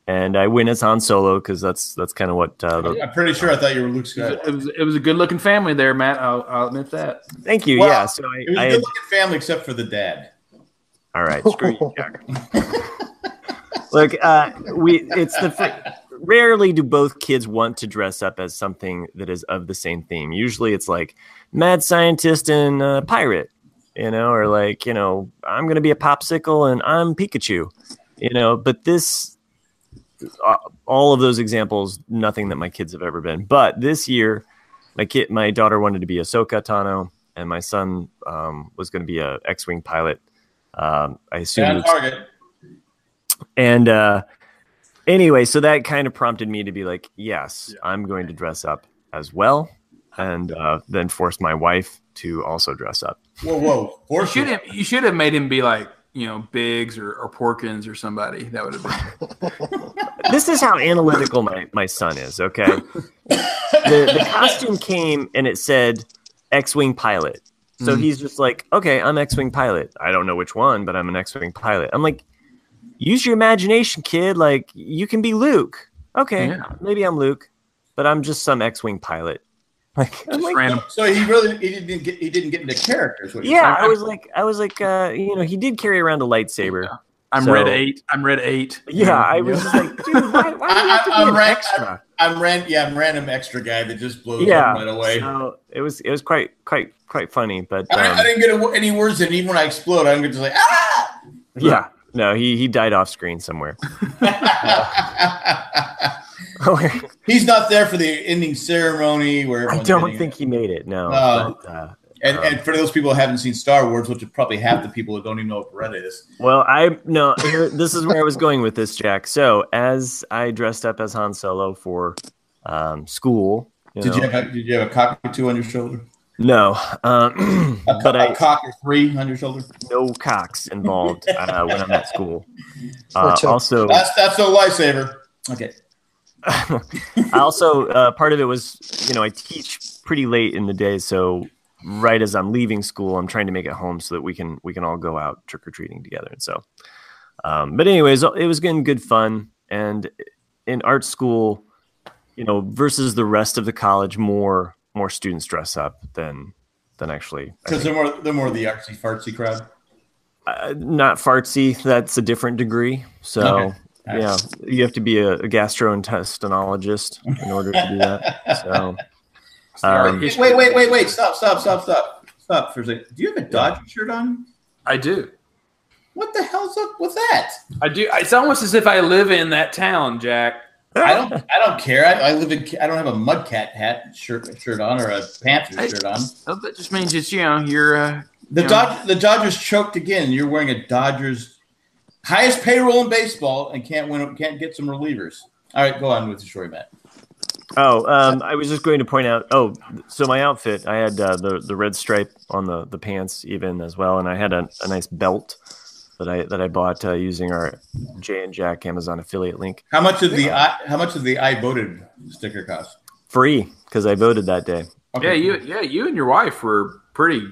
Speaker 4: and I went as Han Solo because that's that's kind of what. Uh, the,
Speaker 3: I'm pretty sure I thought you were Luke
Speaker 1: It was,
Speaker 3: Skywalker.
Speaker 1: it was, it was a good looking family there, Matt. I'll, I'll admit that.
Speaker 4: thank you.
Speaker 3: Well,
Speaker 4: yeah. So
Speaker 3: It was
Speaker 4: I,
Speaker 3: a
Speaker 4: I
Speaker 3: good-looking family except for the dad.
Speaker 4: all right. Screw you, Jack. Look, uh, we it's the fir- rarely do both kids want to dress up as something that is of the same theme. Usually, it's like mad scientist and uh, pirate, you know, or like you know, I'm gonna be a popsicle and I'm Pikachu, you know. But this, uh, all of those examples, nothing that my kids have ever been. But this year, my kid, my daughter wanted to be Ahsoka Tano, and my son um, was gonna be a X-wing pilot. Um, I assume
Speaker 3: Yeah, on
Speaker 4: it's-
Speaker 3: target.
Speaker 4: and uh, anyway, so that kind of prompted me to be like, yes, I'm going to dress up as well. And uh, then force my wife to also dress up.
Speaker 3: Whoa, whoa!
Speaker 1: You
Speaker 3: Horse
Speaker 1: should have you should have made him be like you know Biggs or, or Porkins or somebody. That would have been.
Speaker 4: This is how analytical my, my son is, okay? The, the costume came and it said X Wing pilot. So
Speaker 1: Mhm.
Speaker 4: he's just like, okay, I'm X Wing pilot. I don't know which one, but I'm an X Wing pilot. I'm like, use your imagination, kid. Like, you can be Luke. Okay,
Speaker 1: Yeah.
Speaker 4: maybe I'm Luke, but I'm just some X Wing pilot. Like, I'm
Speaker 1: Just
Speaker 4: like,
Speaker 1: random.
Speaker 3: So he really he didn't get he didn't get into characters. What you're
Speaker 4: Yeah,
Speaker 1: I-
Speaker 4: I was like, I was like, uh, you know, he did carry around a lightsaber.
Speaker 1: Yeah. I'm
Speaker 4: So-
Speaker 1: red eight. I'm red eight.
Speaker 4: Yeah, I was just like, dude, why, why do you have to
Speaker 3: I- I-
Speaker 4: be
Speaker 3: I'm
Speaker 4: an
Speaker 3: rank-
Speaker 4: extra?
Speaker 3: I'm ran. Yeah, I'm random extra guy that just blows
Speaker 4: Yeah.
Speaker 3: up right away.
Speaker 4: So it was, it was quite, quite, quite funny. But
Speaker 3: I, I
Speaker 4: um,
Speaker 3: didn't get any words in. Even when I explode, I'm just like ah.
Speaker 4: yeah, no, he he died off screen somewhere. I
Speaker 3: He's not there for the ending ceremony where everyone's
Speaker 4: don't
Speaker 3: getting-
Speaker 4: think he made it. No,
Speaker 3: No.
Speaker 4: But, uh,
Speaker 3: And, and for those people who haven't seen Star Wars, which are probably half the people who don't even know what Beretta is,
Speaker 4: Well, I no. Here, this is where I was going with this, Jack. So, as I dressed up as Han Solo for um, school, you
Speaker 3: did
Speaker 4: know-
Speaker 3: you have a, did you have a cockatoo on your shoulder?
Speaker 4: no, um,
Speaker 3: A,
Speaker 4: but
Speaker 3: a
Speaker 4: I
Speaker 3: cock or three on your shoulder?
Speaker 4: no cocks involved uh, when I'm at school. Uh,
Speaker 2: Or two.
Speaker 4: also,
Speaker 3: That's that's a lifesaver. Okay.
Speaker 4: I also uh, part of it was you know I teach pretty late in the day, so right as I'm leaving school, I'm trying to make it home so that we can we can all go out trick or treating together. And so, um, but anyways, it was getting good fun. And in art school, you know, versus the rest of the college, more more students dress up than than actually I
Speaker 3: Because they're more they're more the artsy fartsy crowd.
Speaker 4: uh, not fartsy. That's a different degree. So
Speaker 3: Okay. All
Speaker 4: yeah, you have to be a, a gastrointestinologist in order to do that. So um,
Speaker 3: wait, wait, wait, wait! Stop, stop, stop, stop, stop for a second. Do you have a Dodger shirt on?
Speaker 1: I do.
Speaker 3: What the hell's up with that?
Speaker 1: I do. It's almost as if I live in that town, Jack.
Speaker 3: I don't. I don't care. I, I live in. I don't have a Mudcat hat shirt shirt on or a Panther shirt on.
Speaker 1: Oh, that just means it's you know you're uh,
Speaker 3: The
Speaker 1: Yeah.
Speaker 3: Dodge, the Dodgers choked again. You're wearing a Dodgers highest payroll in baseball and can't win. Can't get some relievers. All right, go on with the story, Matt.
Speaker 4: Oh,
Speaker 1: Uh,
Speaker 4: um, I was just going to point out. Oh, so my outfit, I had uh, the the red stripe on the the pants even as well, and I had a, a nice belt that I that I bought uh, using our J and Jack Amazon affiliate link,
Speaker 3: How much did the I, how much did the I voted sticker cost?
Speaker 4: free because I voted that day.
Speaker 1: yeah you yeah you and your wife were pretty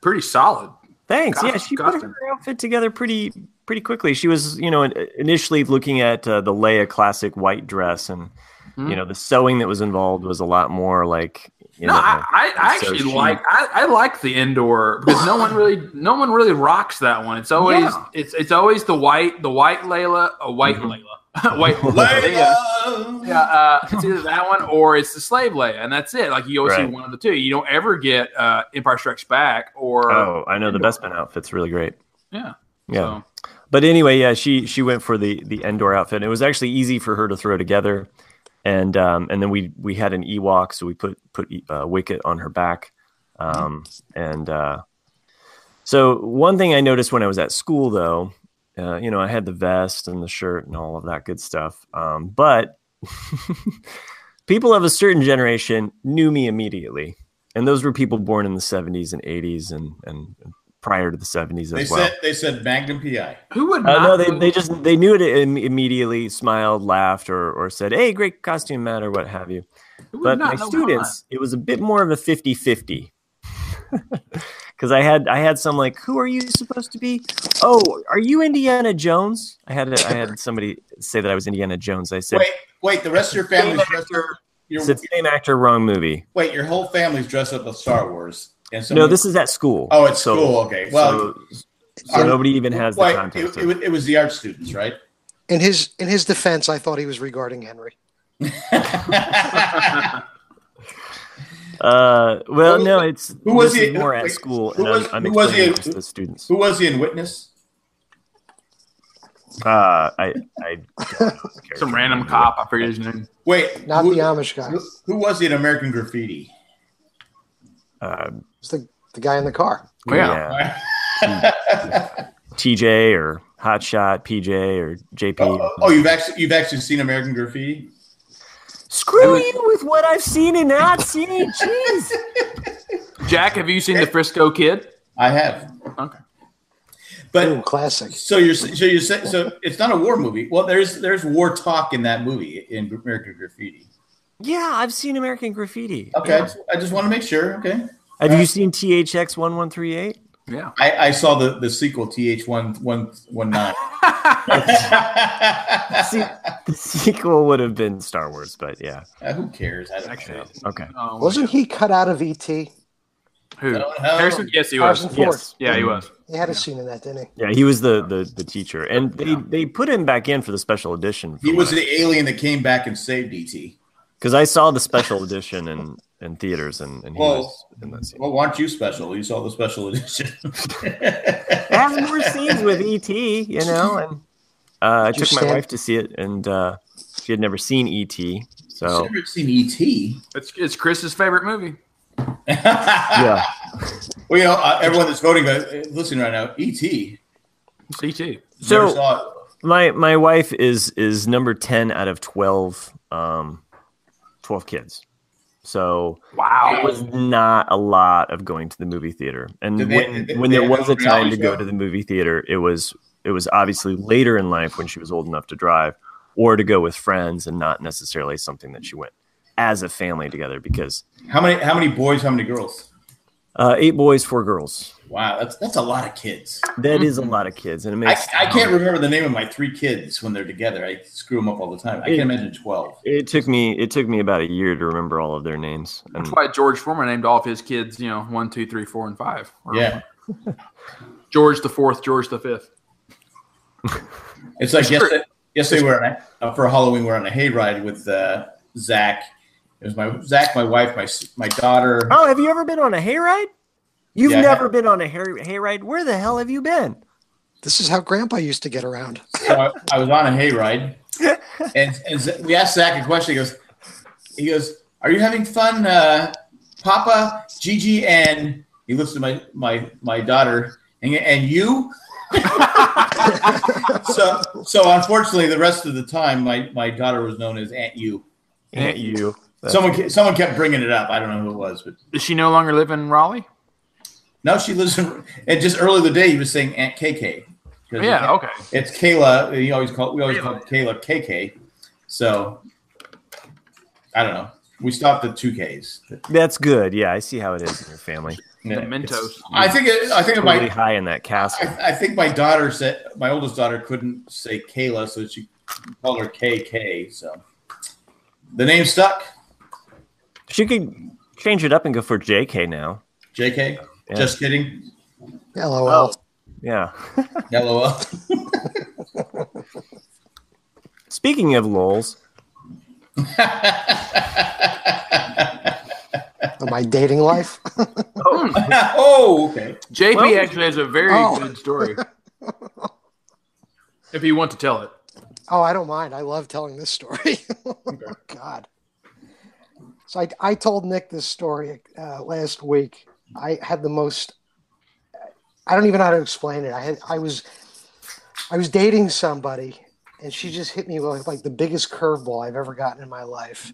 Speaker 1: pretty solid.
Speaker 4: Thanks.
Speaker 1: Custom-
Speaker 4: yeah, she put
Speaker 1: custom.
Speaker 4: her outfit together pretty pretty quickly. She was, you know, in- initially looking at uh, the Leia classic white dress, and
Speaker 1: Hmm.
Speaker 4: you know, the sewing that was involved was a lot more like. You
Speaker 1: No,
Speaker 4: know,
Speaker 1: I, I, I
Speaker 4: so
Speaker 1: actually
Speaker 4: she-
Speaker 1: like I, I like the indoor because no one really no one really rocks that one. It's always
Speaker 3: Yeah.
Speaker 1: it's it's always the white the white Layla a white
Speaker 4: Mhm.
Speaker 1: Layla white Leia. Yeah, uh, it's either that one or it's the slave Leia, and that's it. Like you always
Speaker 4: Right.
Speaker 1: see one of the two. You don't ever get uh, Empire Strikes Back or
Speaker 4: oh, I know the Best Man outfit's really great.
Speaker 1: yeah,
Speaker 4: Yeah.
Speaker 1: So,
Speaker 4: but anyway, yeah, she she went for the the Endor outfit. It was actually easy for her to throw together, and um, and then we we had an Ewok, so we put put uh, Wicket on her back, um, and uh, so one thing I noticed when I was at school, though, uh, you know, I had the vest and the shirt and all of that good stuff, um, but people of a certain generation knew me immediately, and those were people born in the '70s and '80s and and prior to the '70s
Speaker 3: They
Speaker 4: as well.
Speaker 3: said they said Magnum PI.
Speaker 1: who would
Speaker 4: Uh,
Speaker 1: not?
Speaker 4: no, they,
Speaker 1: know-
Speaker 4: they just they knew it im- immediately, smiled, laughed, or or said, "Hey, great costume, Matt," or what have you.
Speaker 1: who would
Speaker 4: But
Speaker 1: not
Speaker 4: my
Speaker 1: know
Speaker 4: students, it was a bit more of a 50-50. Because I had I had some like, "Who are you supposed to be?" Oh, are you Indiana Jones? I had a, I had somebody say that I was Indiana Jones. I said,
Speaker 3: Wait, wait. The rest of your family's dressed up. Your,
Speaker 4: it's the "Same actor, wrong movie."
Speaker 3: wait, your whole family's dressed up as Star Wars. And so
Speaker 4: no, this is at school.
Speaker 3: Oh, it's
Speaker 4: so,
Speaker 3: cool. Okay. Well,
Speaker 4: so, so
Speaker 3: Are-
Speaker 4: nobody even has the
Speaker 3: wait,
Speaker 4: context.
Speaker 3: it,
Speaker 4: of-
Speaker 3: it, was- it was the art students, right?
Speaker 2: In his in his defense, I thought he was regarding Henry.
Speaker 4: Uh, well,
Speaker 3: Who-
Speaker 4: no, it's
Speaker 3: who was
Speaker 4: this
Speaker 3: he-
Speaker 4: is more at
Speaker 3: wait,
Speaker 4: school,
Speaker 3: who
Speaker 4: and I'm-
Speaker 3: was-
Speaker 4: I'm,
Speaker 3: who was
Speaker 4: explaining
Speaker 3: he-
Speaker 4: this to the students.
Speaker 3: Who was he in Witness?
Speaker 4: Uh, I, I
Speaker 1: Some random cop. I forget his name.
Speaker 3: Wait,
Speaker 2: Not
Speaker 3: who,
Speaker 2: the Amish guy.
Speaker 3: who, who was he in American Graffiti?
Speaker 4: Uh,
Speaker 2: It's the, the guy in the car.
Speaker 1: Oh, Yeah.
Speaker 4: yeah. TJ or Hotshot, PJ or JP.
Speaker 3: oh, oh, you've actually you've actually seen American Graffiti?
Speaker 4: Screw you with what I've seen and not seen. Jeez.
Speaker 1: Jack, have you seen the Frisco Kid?
Speaker 3: I have.
Speaker 1: Okay.
Speaker 3: But
Speaker 2: Ooh, classic.
Speaker 3: so you're so you're sa- so it's not a war movie. Well, there's there's war talk in that movie in American Graffiti.
Speaker 4: Yeah, I've seen American Graffiti.
Speaker 3: Okay, I, just, I just want to make sure. Okay,
Speaker 4: Have you seen THX one one three eight?
Speaker 1: Yeah.
Speaker 3: I, I saw the the sequel TH one one one nine.
Speaker 4: See, the sequel would have been Star Wars, but yeah.
Speaker 3: Uh, Who cares? I don't,
Speaker 1: Actually,
Speaker 3: know.
Speaker 4: Okay.
Speaker 1: um,
Speaker 2: Wasn't he cut out of E ET? He
Speaker 1: who?
Speaker 3: I don't know.
Speaker 1: Harrison? Yes, he was.
Speaker 2: Harrison Ford.
Speaker 4: Yes.
Speaker 1: Yeah, he was.
Speaker 2: had a scene in that, didn't he?
Speaker 4: Yeah, he was the the, the teacher, and they they put him back in for the special edition.
Speaker 3: He was the alien that came back and saved DT.
Speaker 4: because I saw the special edition in in theaters, and, and he
Speaker 3: Well-
Speaker 4: was in that scene.
Speaker 3: Well, aren't you special? You saw the special edition.
Speaker 4: It has more scenes with ET, you know. And uh, I took my
Speaker 2: Understand.
Speaker 4: wife to see it, and uh, she had never seen ET,
Speaker 3: I've
Speaker 4: so
Speaker 3: never seen E ET.
Speaker 1: It's it's Chris's favorite movie.
Speaker 4: yeah,
Speaker 3: Well, you know, uh, everyone that's voting, uh, listen right now. ET.
Speaker 1: CT.
Speaker 4: So-
Speaker 3: Never saw it.
Speaker 4: my my wife is is number 10 out of 12 um 12 kids so
Speaker 1: Wow.
Speaker 4: it was not a lot of going to the movie theater and
Speaker 3: Did they-
Speaker 4: when,
Speaker 3: did
Speaker 4: when
Speaker 3: they
Speaker 4: there
Speaker 3: have
Speaker 4: was
Speaker 3: a
Speaker 4: a time to
Speaker 3: reality
Speaker 4: go
Speaker 3: show?
Speaker 4: to the movie theater it was it was obviously later in life when she was old enough to drive or to go with friends and not necessarily something that she went as a family together because
Speaker 3: how many? How many boys? How many girls?
Speaker 4: uh, eight boys four girls
Speaker 3: Wow, that's that's a lot of kids.
Speaker 4: that is a lot of kids and it
Speaker 3: Mm-hmm. I,
Speaker 4: makes
Speaker 3: I can't remember the name of my three kids when they're together. I screw them up all the time. I can't imagine twelve.
Speaker 4: it took me it took me about a year to remember all of their names and
Speaker 1: That's why George Foreman named all of his kids, you know, one, two, three, four, and five. Or
Speaker 3: Yeah,
Speaker 1: George the fourth, George the fifth.
Speaker 3: it's like yes,
Speaker 1: true.
Speaker 3: yes, they were on a, uh, for Halloween. We're on a hayride with uh, Zach. It was my Zach, my wife, my s- my daughter.
Speaker 4: Oh, have you ever been on a hayride? You've
Speaker 3: Yeah, I
Speaker 4: never
Speaker 3: have-
Speaker 4: been on a hay- hayride. Where the hell have you been?
Speaker 2: This is how Grandpa used to get around.
Speaker 3: So I, I was on a hayride, and, and Z- we asked Zach a question. He goes, he goes, "Are you having fun, uh, Papa, Gigi, and?" He looks at my my my daughter, and, and you. so so unfortunately, the rest of the time, my my daughter was known as Aunt You.
Speaker 1: Aunt
Speaker 4: you.
Speaker 3: Someone ke- someone kept bringing it up. I don't know who it was, but
Speaker 1: Does she no longer live in Raleigh?
Speaker 3: no, she lives in. And just earlier the day, he was saying Aunt KK. 'Cause
Speaker 1: Yeah. Okay.
Speaker 3: It's Kayla. You always call we always call Kayla KK. So I don't know. We stopped at two Ks.
Speaker 4: That's good. Yeah, I see how it is in your family.
Speaker 1: The
Speaker 3: Yeah.
Speaker 1: Mentos.
Speaker 3: I think it, I think it
Speaker 4: Really
Speaker 3: might.
Speaker 4: high in that castle.
Speaker 3: I, I think my daughter said my oldest daughter couldn't say Kayla, so she called her KK. So the name stuck.
Speaker 4: She could change it up and go for JK now.
Speaker 3: JK.
Speaker 4: Yeah.
Speaker 3: Just kidding.
Speaker 2: LOL.
Speaker 4: Yeah.
Speaker 3: LOL.
Speaker 4: Speaking of lols,
Speaker 2: My dating life.
Speaker 3: oh, okay.
Speaker 1: JP
Speaker 4: Well-
Speaker 1: actually has a very
Speaker 2: Oh.
Speaker 1: good story. if you want to tell it.
Speaker 2: Oh, I don't mind. I love telling this story. Oh, God. So I, I told Nick this story uh, last week. I had the most. I don't even know how to explain it. I had I was, I was dating somebody, and she just hit me with like the biggest curveball I've ever gotten in my life.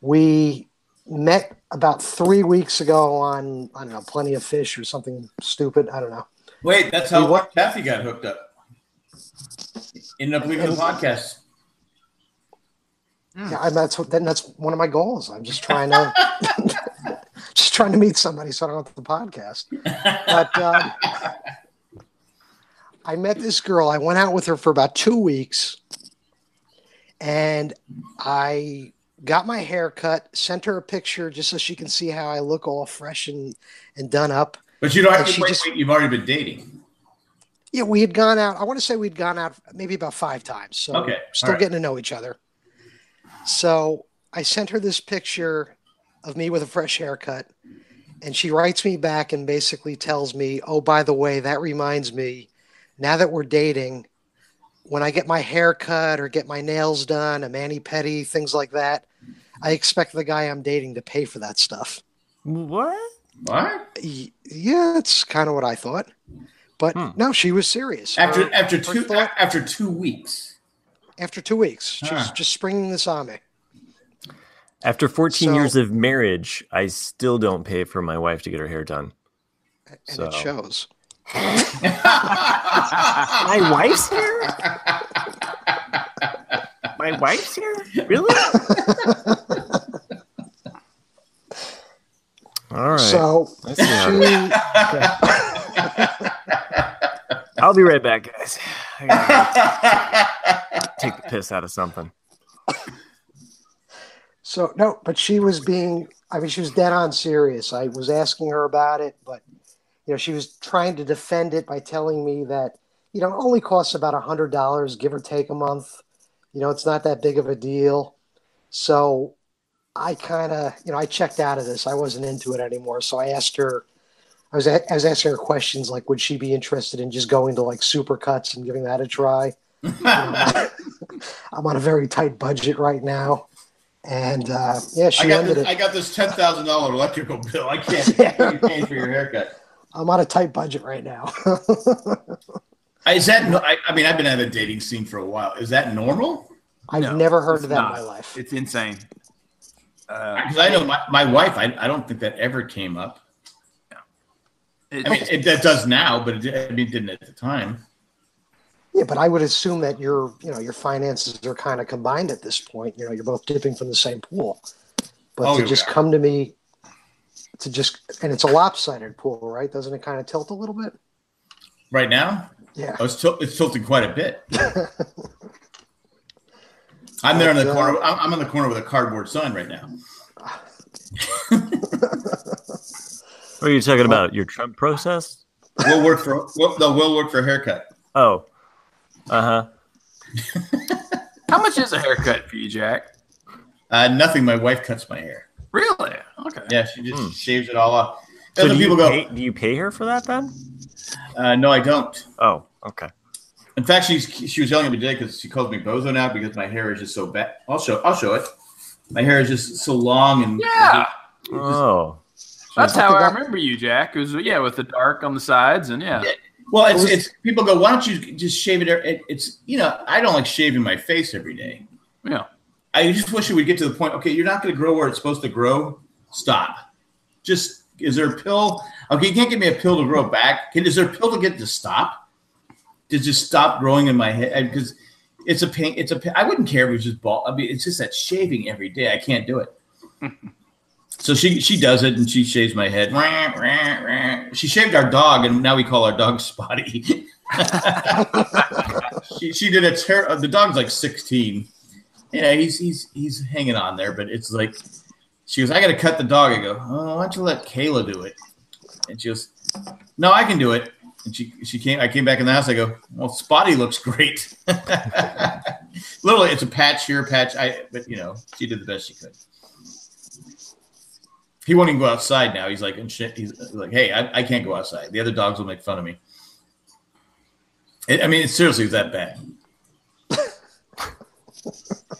Speaker 2: We met about three weeks ago on I don't know, plenty of fish or something stupid. I don't know.
Speaker 3: Wait, that's how
Speaker 2: We what?
Speaker 3: Kathy got hooked up. Ended up leaving the podcast.
Speaker 2: Yeah, I, that's what then that's one of my goals. I'm just trying to just trying to meet somebody so I don't have the podcast. But um, I met this girl. I went out with her for about two weeks, and I got my hair cut. Sent her a picture just so she can see how I look all fresh and and done up.
Speaker 3: But you don't have
Speaker 2: And
Speaker 3: to
Speaker 2: she
Speaker 3: wait,
Speaker 2: just-
Speaker 3: wait. You've already been dating.
Speaker 2: Yeah, we had gone out. I want to say we'd gone out maybe about five times. So
Speaker 3: Okay,
Speaker 2: still
Speaker 3: all right.
Speaker 2: getting to know each other. So I sent her this picture of me with a fresh haircut, and she writes me back and basically tells me, "Oh, by the way, that reminds me. Now that we're dating, when I get my hair cut or get my nails done, a mani pedi, things like that, I expect the guy I'm dating to pay for that stuff."
Speaker 4: what?
Speaker 3: What?
Speaker 2: Y- yeah, it's kind of what I thought. But
Speaker 4: Hmm.
Speaker 2: no, she was serious.
Speaker 3: After
Speaker 2: Her-
Speaker 3: after
Speaker 2: her
Speaker 3: two
Speaker 2: thought-
Speaker 3: after two weeks.
Speaker 2: after two weeks, she's
Speaker 3: Huh.
Speaker 2: just springing this on me.
Speaker 4: After 14
Speaker 2: So-
Speaker 4: years of marriage, I still don't pay for my wife to get her hair done.
Speaker 2: And
Speaker 4: So.
Speaker 2: it shows.
Speaker 4: My wife's hair? my wife's hair? Really? All right.
Speaker 2: So
Speaker 4: I see how it is.
Speaker 2: she,
Speaker 4: I'll be right back, guys. I gotta take the piss out of something.
Speaker 2: so no, but she was being I mean, she was dead on serious. I was asking her about it, but you know, she was trying to defend it by telling me that, you know, it only costs about a hundred dollars, give or take a month. You know, it's not that big of a deal. So I kind of, you know, I checked out of this. I wasn't into it anymore. So I asked her, I was, a- I was asking her questions like, would she be interested in just going to like supercuts and giving that a try? I'm on a very tight budget right now. And uh, yeah,
Speaker 3: I
Speaker 2: she
Speaker 3: got
Speaker 2: ended
Speaker 3: this,
Speaker 2: it.
Speaker 3: I got this ten thousand dollar electrical bill. I can't
Speaker 2: Yeah.
Speaker 3: pay pay for your haircut.
Speaker 2: I'm on a tight budget right now.
Speaker 3: Is that? no- I, I mean, I've been out of the dating scene for a while. Is that normal?
Speaker 2: I've
Speaker 1: No,
Speaker 2: never heard
Speaker 1: it's
Speaker 2: of that
Speaker 1: not.
Speaker 2: in my life.
Speaker 1: It's insane. Uh,
Speaker 3: Because I know my, my wife. I, I don't think that ever came up.
Speaker 1: it-
Speaker 3: I mean, it, that does now, but it, di- I mean, it didn't at the time.
Speaker 2: Yeah, but I would assume that your you know your finances are kind of combined at this point. You know, you're both dipping from the same pool. But
Speaker 3: Oh,
Speaker 2: to
Speaker 3: yeah,
Speaker 2: just
Speaker 3: yeah.
Speaker 2: come to me to just and it's a lopsided pool, right? Doesn't it kind of tilt a little bit?
Speaker 3: Right now,
Speaker 2: Yeah.
Speaker 1: Uh,
Speaker 3: oh, it's, til- it's tilting quite a bit. I'm there in the
Speaker 2: uh,
Speaker 3: corner. I'm, I'm on the corner with a cardboard sign right now.
Speaker 4: What are you talking about? Your Trump process?
Speaker 3: We'll work for. We'll, no, we'll work for a haircut.
Speaker 4: Oh. Uh huh.
Speaker 1: how much is a haircut for you, Jack?
Speaker 3: Uh, nothing. My wife cuts my hair.
Speaker 1: Really? Okay.
Speaker 3: Yeah, she just shaves it all off.
Speaker 4: Hmm. So do
Speaker 3: Other
Speaker 4: you,
Speaker 3: people go,
Speaker 4: pay, do you pay her for that then?
Speaker 3: uh, no, I don't.
Speaker 4: Oh, okay.
Speaker 3: In fact, she's she was yelling at me today because she calls me bozo now because my hair is just so bad. I'll show I'll show it. My hair is just so long and
Speaker 1: Yeah,
Speaker 4: Oh,
Speaker 1: that's
Speaker 2: Something
Speaker 1: how I
Speaker 2: up-
Speaker 1: remember you, Jack. It was yeah, with the dark on the sides and yeah.
Speaker 3: Yeah. Well, it's,
Speaker 2: It was-
Speaker 3: it's people go. Why don't you just shave it? every- It, it's you know I don't like shaving my face every day.
Speaker 1: Yeah.
Speaker 3: I just wish it would get to the point. Okay, you're not going to grow where it's supposed to grow. Stop. Just is there a pill? Okay, you can't give me a pill to grow back. Can, is there a pill to get to stop? To just stop growing in my head because it's a pain. It's a. pain. I wouldn't care if it was just bald. I mean, it's just that shaving every day. I can't do it. so she she does it and she shaves my head. Wah, wah, wah. She shaved our dog and now we call our dog Spotty. she, she did a tear. uh, The dog's like sixteen. Yeah, he's he's he's hanging on there, but it's like she goes, I gotta cut the dog. I go, Oh, why don't you let Kayla do it? And she goes, No, I can do it. And she she came I came back in the house, I go, Well, Spotty looks great. Literally it's a patch here, a patch I but you know, she did the best she could. He won't even go outside now. He's like, and shit. He's like, hey, I, I can't go outside. The other dogs will make fun of me. It, I mean, it seriously is that bad.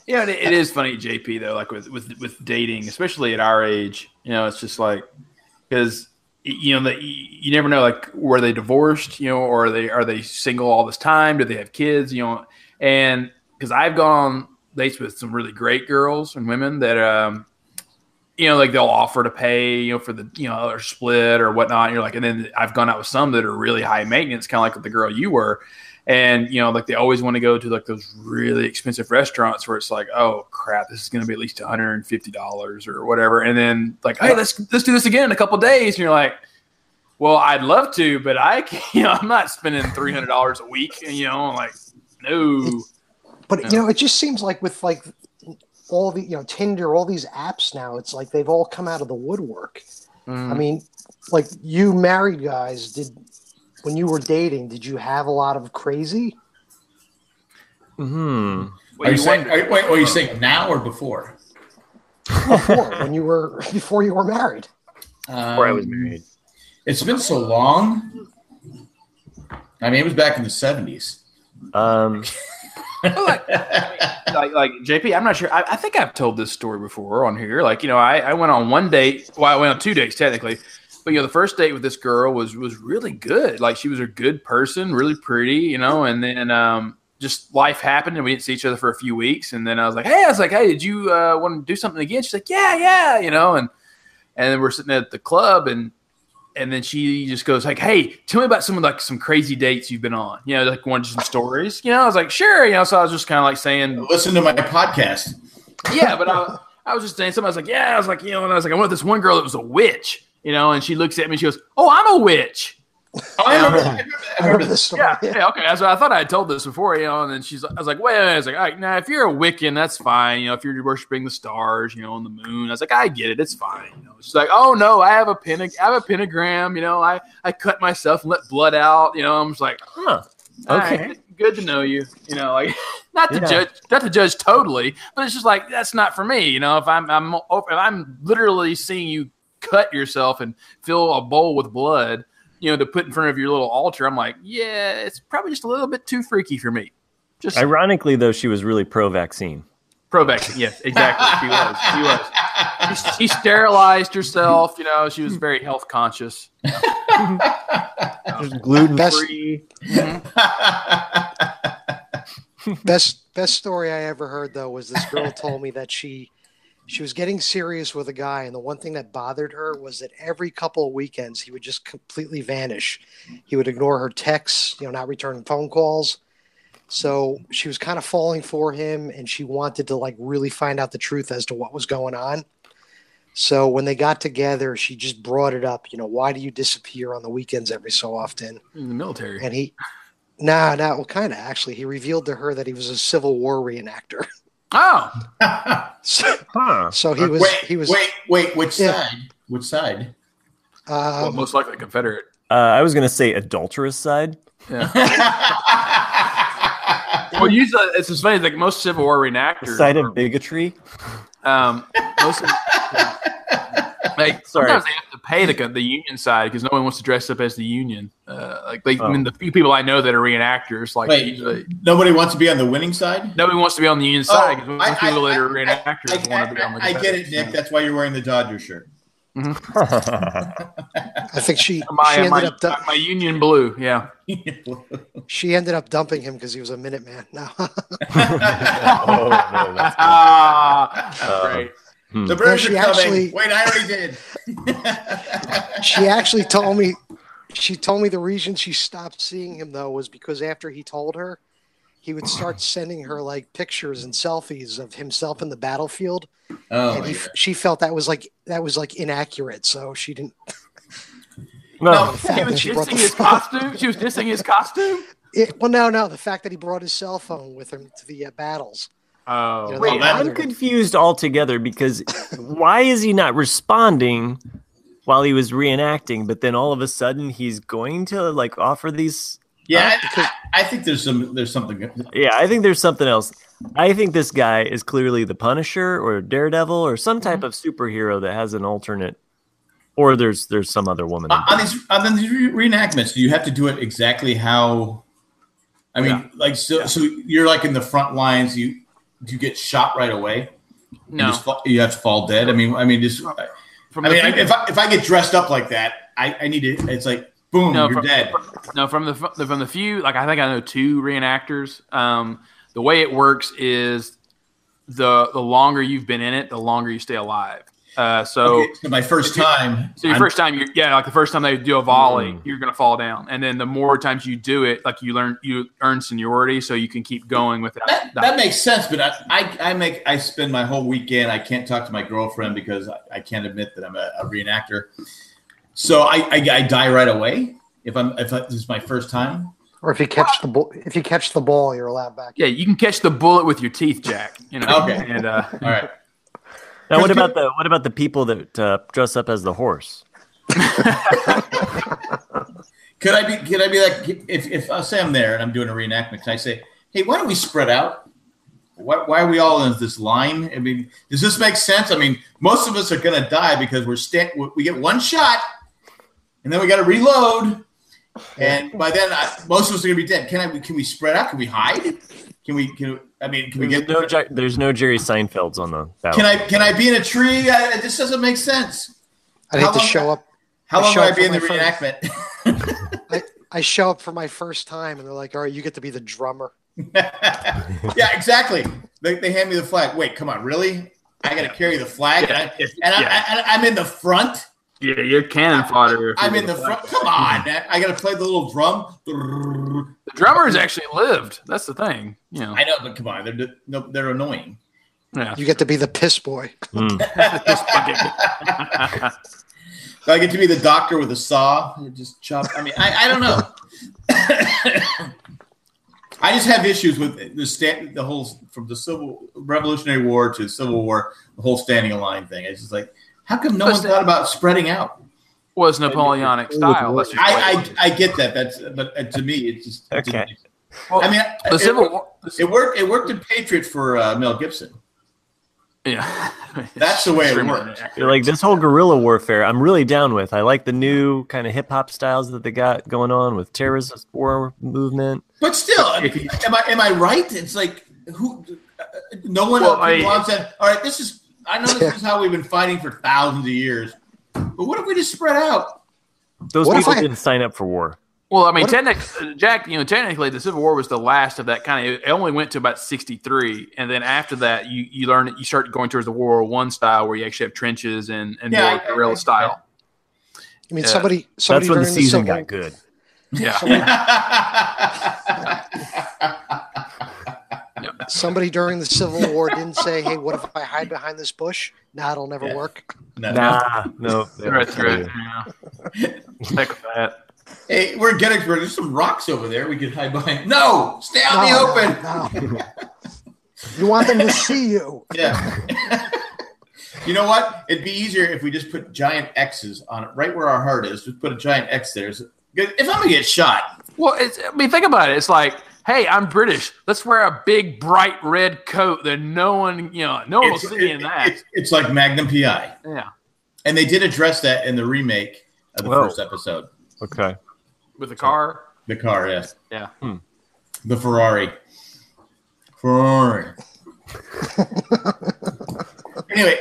Speaker 1: Yeah, it, it is funny, JP. Though, like with with with dating, especially at our age, you know, it's just like because you know that you you never know, like were they divorced, you know, or are they are they single all this time? Do they have kids, you know? And because I've gone on dates with some really great girls and women that, um, you know, like they'll offer to pay, you know, for the you know or split or whatnot. And you're like, and then I've gone out with some that are really high maintenance, kind of like the girl you were, and you know like they always want to go to like those really expensive restaurants where it's like oh crap this is going to be at least $150 or whatever and then like hey let's let's do this again in a couple days and you're like well i'd love to but i can't, you know i'm not spending $300 a week and you know like no
Speaker 2: But
Speaker 1: Yeah.
Speaker 2: you know, it just seems like with like all the you know Tinder, all these apps now, it's like they've all come out of the woodwork.
Speaker 1: Mm.
Speaker 2: I mean, like you married guys did when you were dating, did you have a lot of crazy?
Speaker 4: hmm.
Speaker 1: Well,
Speaker 3: are you,
Speaker 1: you
Speaker 3: saying?
Speaker 1: wonder-
Speaker 3: Are, wait, what are you saying now or before?
Speaker 2: Before when you were before you were married.
Speaker 4: Before I was
Speaker 3: Um,
Speaker 4: married.
Speaker 3: It's been so long. I mean, it was back in the seventies.
Speaker 4: Um,
Speaker 1: Well, like, like, like JP, I'm not sure. I, I think I've told this story before on here. Like, you know, I, I went on one date. Well, I went on two dates technically, but you know, the first date with this girl was was really good. Like, she was a good person, really pretty, you know. And then um, just life happened, and we didn't see each other for a few weeks. And then I was like, hey, I was like, hey, did you uh, want to do something again? She's like, yeah, yeah, you know. And and then we're sitting at the club, and and then she just goes like, "Hey, tell me about some of like some crazy dates you've been on." You know, like wanted some stories. You know, I was like, "Sure." You know, so I was just kind of like saying,
Speaker 3: Listen to my podcast.
Speaker 1: "Yeah," but I, I was just saying something. I was like, "Yeah," I was like, you know, and I was like, "I went with this one girl that was a witch," you know, and she looks at me, and she goes, "Oh, I'm a witch."
Speaker 3: Oh, I remember, I remember, I
Speaker 2: I
Speaker 3: remember
Speaker 2: remember
Speaker 3: this.
Speaker 2: this story.
Speaker 1: Yeah, yeah, okay. That's what I thought I had told this before, you know. And then she's, I was like, wait, wait, wait. I was like, all right, now if you're a Wiccan, that's fine. You know, if you're worshiping the stars, you know, and the moon, I was like, I get it, it's fine. You know, she's like, oh no, I have a pentag- I have a pentagram. You know, I I cut myself and let blood out. You know, I'm just like,
Speaker 4: huh.
Speaker 1: all
Speaker 4: Okay.
Speaker 1: right, good to know you. You know, like not to
Speaker 4: Yeah.
Speaker 1: judge, not to judge totally, but it's just like that's not for me. You know, if I'm I'm if I'm literally seeing you cut yourself and fill a bowl with blood, you know, to put in front of your little altar, I'm like, yeah, it's probably just a little bit too freaky for me. Just
Speaker 4: Ironically, though, she was really pro-vaccine.
Speaker 1: pro vaccine. Yes, exactly. She was. She was. She, she sterilized herself. You know, she was very health conscious.
Speaker 4: Gluten
Speaker 2: Best
Speaker 4: free.
Speaker 1: Mm-hmm.
Speaker 2: best best story I ever heard though was this girl told me that she she was getting serious with a guy and the one thing that bothered her was that every couple of weekends he would just completely vanish. He would ignore her texts, you know, not return phone calls. So she was kind of falling for him and she wanted to like really find out the truth as to what was going on. So when they got together, she just brought it up, you know, why do you disappear on the weekends every so often?
Speaker 1: In the military.
Speaker 2: and he nah nah well kind of actually he revealed to her that he was a civil war reenactor
Speaker 1: Oh,
Speaker 2: so,
Speaker 4: Huh.
Speaker 2: so he was
Speaker 3: wait,
Speaker 2: he was
Speaker 3: wait, wait. Which
Speaker 2: Yeah.
Speaker 3: side? Which side?
Speaker 1: well,
Speaker 2: um,
Speaker 1: most likely Confederate.
Speaker 4: Uh, I was gonna say adulterous side.
Speaker 1: Well, usually it's as funny like most Civil War reenactors.
Speaker 4: Side of bigotry.
Speaker 1: Um, most of, like
Speaker 4: Sorry.
Speaker 1: sometimes they have to pay the the union side because no one wants to dress up as the union. Uh, like they, I mean, the few people I know that are reenactors, like
Speaker 3: Wait,
Speaker 1: usually-
Speaker 3: nobody wants to be on the winning side.
Speaker 1: nobody wants to be on the union side because most people that are reenactors
Speaker 3: Oh, I,
Speaker 1: want to be on the.
Speaker 3: I- I get it, Nick. That's why you're wearing the Dodger shirt.
Speaker 2: I think she
Speaker 1: My, uh,
Speaker 2: she ended
Speaker 1: my,
Speaker 2: up du-
Speaker 1: my union blue, yeah.
Speaker 2: she ended up dumping him because he was a Minuteman. No,
Speaker 5: Oh, no, that's good.
Speaker 1: Ah, that's great.
Speaker 3: The Brewers
Speaker 2: she
Speaker 3: are coming.
Speaker 2: actually-
Speaker 3: Wait, I already did.
Speaker 2: she actually told me she told me the reason she stopped seeing him though was because after he told her he would start sending her like pictures and selfies of himself in the battlefield
Speaker 3: Oh,
Speaker 2: and
Speaker 3: my
Speaker 2: he,
Speaker 3: God.
Speaker 2: she felt that was like that was like inaccurate so she didn't
Speaker 4: No,
Speaker 1: She was
Speaker 2: She brought
Speaker 1: dissing
Speaker 2: the
Speaker 1: his costume. She was dissing his costume.
Speaker 2: it, well no no the fact that he brought his cell phone with him to the uh, battles
Speaker 1: Oh,
Speaker 2: You know,
Speaker 4: wait,
Speaker 2: that-
Speaker 4: I'm confused altogether because why is he not responding while he was reenacting? But then all of a sudden he's going to like offer these.
Speaker 3: yeah,
Speaker 2: because-
Speaker 3: I, I think there's some there's something. uh,
Speaker 4: Yeah, I think there's something else. I think this guy is clearly the Punisher or Daredevil or some
Speaker 3: Mm-hmm.
Speaker 4: type of superhero that has an alternate, or there's there's some other woman.
Speaker 3: on on these on these re- reenactments, do you have to do it exactly how? I mean, like so, so you're like in the front lines. You do you get shot right away? You,
Speaker 1: no.
Speaker 3: just fall, you have to fall dead. I mean, I mean, just I,
Speaker 1: From
Speaker 3: mean,
Speaker 1: the
Speaker 3: I,
Speaker 1: few-
Speaker 3: if I, if I get dressed up like that, I, I need to. It's like boom,
Speaker 1: No,
Speaker 3: you're
Speaker 1: from-
Speaker 3: dead.
Speaker 1: No, from the from the few, like I think I know two reenactors. Um, the way it works is the the longer you've been in it, the longer you stay alive. Uh, so.
Speaker 3: Okay, so my first time.
Speaker 1: So your
Speaker 3: I'm- Hmm.
Speaker 1: first time, you're, yeah, like the first time they do a volley, you're gonna fall down, and then the more times you do it, like you learn, you earn seniority, so you can keep going without.
Speaker 3: That, that makes sense, but I, I, I make I spend my whole weekend. I can't talk to my girlfriend because I, I can't admit that I'm a, a reenactor. So I, I, I die right away if I'm if this is my first time.
Speaker 2: or if you catch the ball if you catch the ball you're allowed back
Speaker 1: yeah, you can catch the bullet with your teeth, Jack. You know,
Speaker 3: Okay.
Speaker 1: and uh,
Speaker 3: All right,
Speaker 4: now, what about the what about the people that uh, dress up as the horse?
Speaker 3: could I be could I be like if if I say I'm there and I'm doing a reenactment? Can I say, hey, why don't we spread out? Why, why are we all in this line? I mean, does this make sense? I mean, most of us are going to die because we're sta- we get one shot, and then we got to reload, and by then I, most of us are going to be dead. Can I? Can we spread out? Can we hide? Can we? Can I mean? Can we
Speaker 4: There's
Speaker 3: get?
Speaker 4: no, Jer- there's no Jerry Seinfelds on the. That
Speaker 3: Can I? Can I be in a tree? I, this doesn't make sense.
Speaker 2: i'd
Speaker 3: How
Speaker 2: hate to
Speaker 3: long-
Speaker 2: show up
Speaker 3: How
Speaker 2: I
Speaker 3: long
Speaker 2: show
Speaker 3: will I
Speaker 2: up
Speaker 3: be in
Speaker 2: for
Speaker 3: the
Speaker 2: my friends.
Speaker 3: reenactment?
Speaker 2: I, I show up for my first time and they're like all right you get to be the drummer
Speaker 3: yeah, exactly. They, they hand me the flag. Wait, come on, really? I got to carry the flag, and, I,
Speaker 1: Yeah.
Speaker 3: and I,
Speaker 1: Yeah.
Speaker 3: I, I'm in the front.
Speaker 1: yeah, you're cannon fodder. if
Speaker 3: I'm
Speaker 1: you're
Speaker 3: in the
Speaker 1: black.
Speaker 3: front. Come on, man. I got to play the little drum.
Speaker 1: The drummers actually lived. That's the thing. You know,
Speaker 3: I know, but come on, they're no, they're annoying.
Speaker 1: yeah.
Speaker 2: you get to be the piss boy
Speaker 3: So I get to be the doctor with a saw. and Just chop. I mean, I, I don't know. I just have issues with the stand, the whole from the civil Revolutionary War to Civil War, the whole standing in line thing. It's just like, how come no one
Speaker 1: Listen.
Speaker 3: thought about spreading out?
Speaker 1: was Napoleonic style. That's just the way it
Speaker 3: I,
Speaker 1: was.
Speaker 3: I, I get that. That's but uh, to me, it's just. it didn't-
Speaker 4: Okay.
Speaker 1: Well,
Speaker 3: I mean,
Speaker 1: the
Speaker 3: it,
Speaker 1: Civil
Speaker 3: it,
Speaker 1: War. the-
Speaker 3: worked. It worked in Patriot for uh, Mel Gibson.
Speaker 1: yeah,
Speaker 3: That's the way it
Speaker 1: Extreme
Speaker 3: worked.
Speaker 1: accurate.
Speaker 4: They're like this whole guerrilla warfare. I'm really down with. I like the new kind of hip hop styles that they got going on with terrorist war movement.
Speaker 3: But still, I mean, am I am I right? It's like who? Uh, no one
Speaker 1: Well,
Speaker 3: else
Speaker 1: I-
Speaker 3: Bob said. All right, this is. I know this is how we've been fighting for thousands of years. But what if we just spread out?
Speaker 4: Those
Speaker 2: What if
Speaker 4: people
Speaker 2: I-
Speaker 4: didn't sign up for war.
Speaker 1: Well, I mean,
Speaker 2: What
Speaker 1: technically, Jack, you know, technically, the Civil War was the last of that kind of. It only went to about sixty three, and then after that, you you learn you start going towards the World War One style, where you actually have trenches and and
Speaker 3: Yeah,
Speaker 1: more
Speaker 3: I- I-
Speaker 1: guerrilla
Speaker 3: I-
Speaker 1: style.
Speaker 2: i mean
Speaker 1: Yeah.
Speaker 2: somebody somebody
Speaker 4: That's when the
Speaker 2: during the
Speaker 4: season
Speaker 2: Civil-
Speaker 4: got good.
Speaker 1: Yeah,
Speaker 2: Somebody during the Civil War didn't say, "Hey, what if I hide behind this bush?" Nah, it'll never
Speaker 3: Yeah.
Speaker 2: work.
Speaker 3: no.
Speaker 4: Nah, no.
Speaker 1: that's right. Yeah. Heck with that.
Speaker 3: Hey, we're in Gettysburg. There's some rocks over there. We could hide behind. No, stay out in the
Speaker 2: No,
Speaker 3: open.
Speaker 2: no, no. you want them to see you.
Speaker 3: Yeah. you know what? It'd be easier if we just put giant X's on it, right where our heart is. Just put a giant X there. So- 'cause If I'm gonna get shot,
Speaker 1: Well, it's, I mean, think about it. It's like, hey, I'm British. Let's wear a big, bright red coat that no one, you know, no one will
Speaker 3: it's,
Speaker 1: Oh, see in
Speaker 3: it-
Speaker 1: that.
Speaker 3: it- it's like Magnum PI.
Speaker 1: yeah.
Speaker 3: And they did address that in the remake of the
Speaker 4: Whoa.
Speaker 3: first episode.
Speaker 4: Okay.
Speaker 1: with the car.
Speaker 3: The car, yes.
Speaker 1: Yeah.
Speaker 3: The Ferrari. Ferrari. anyway,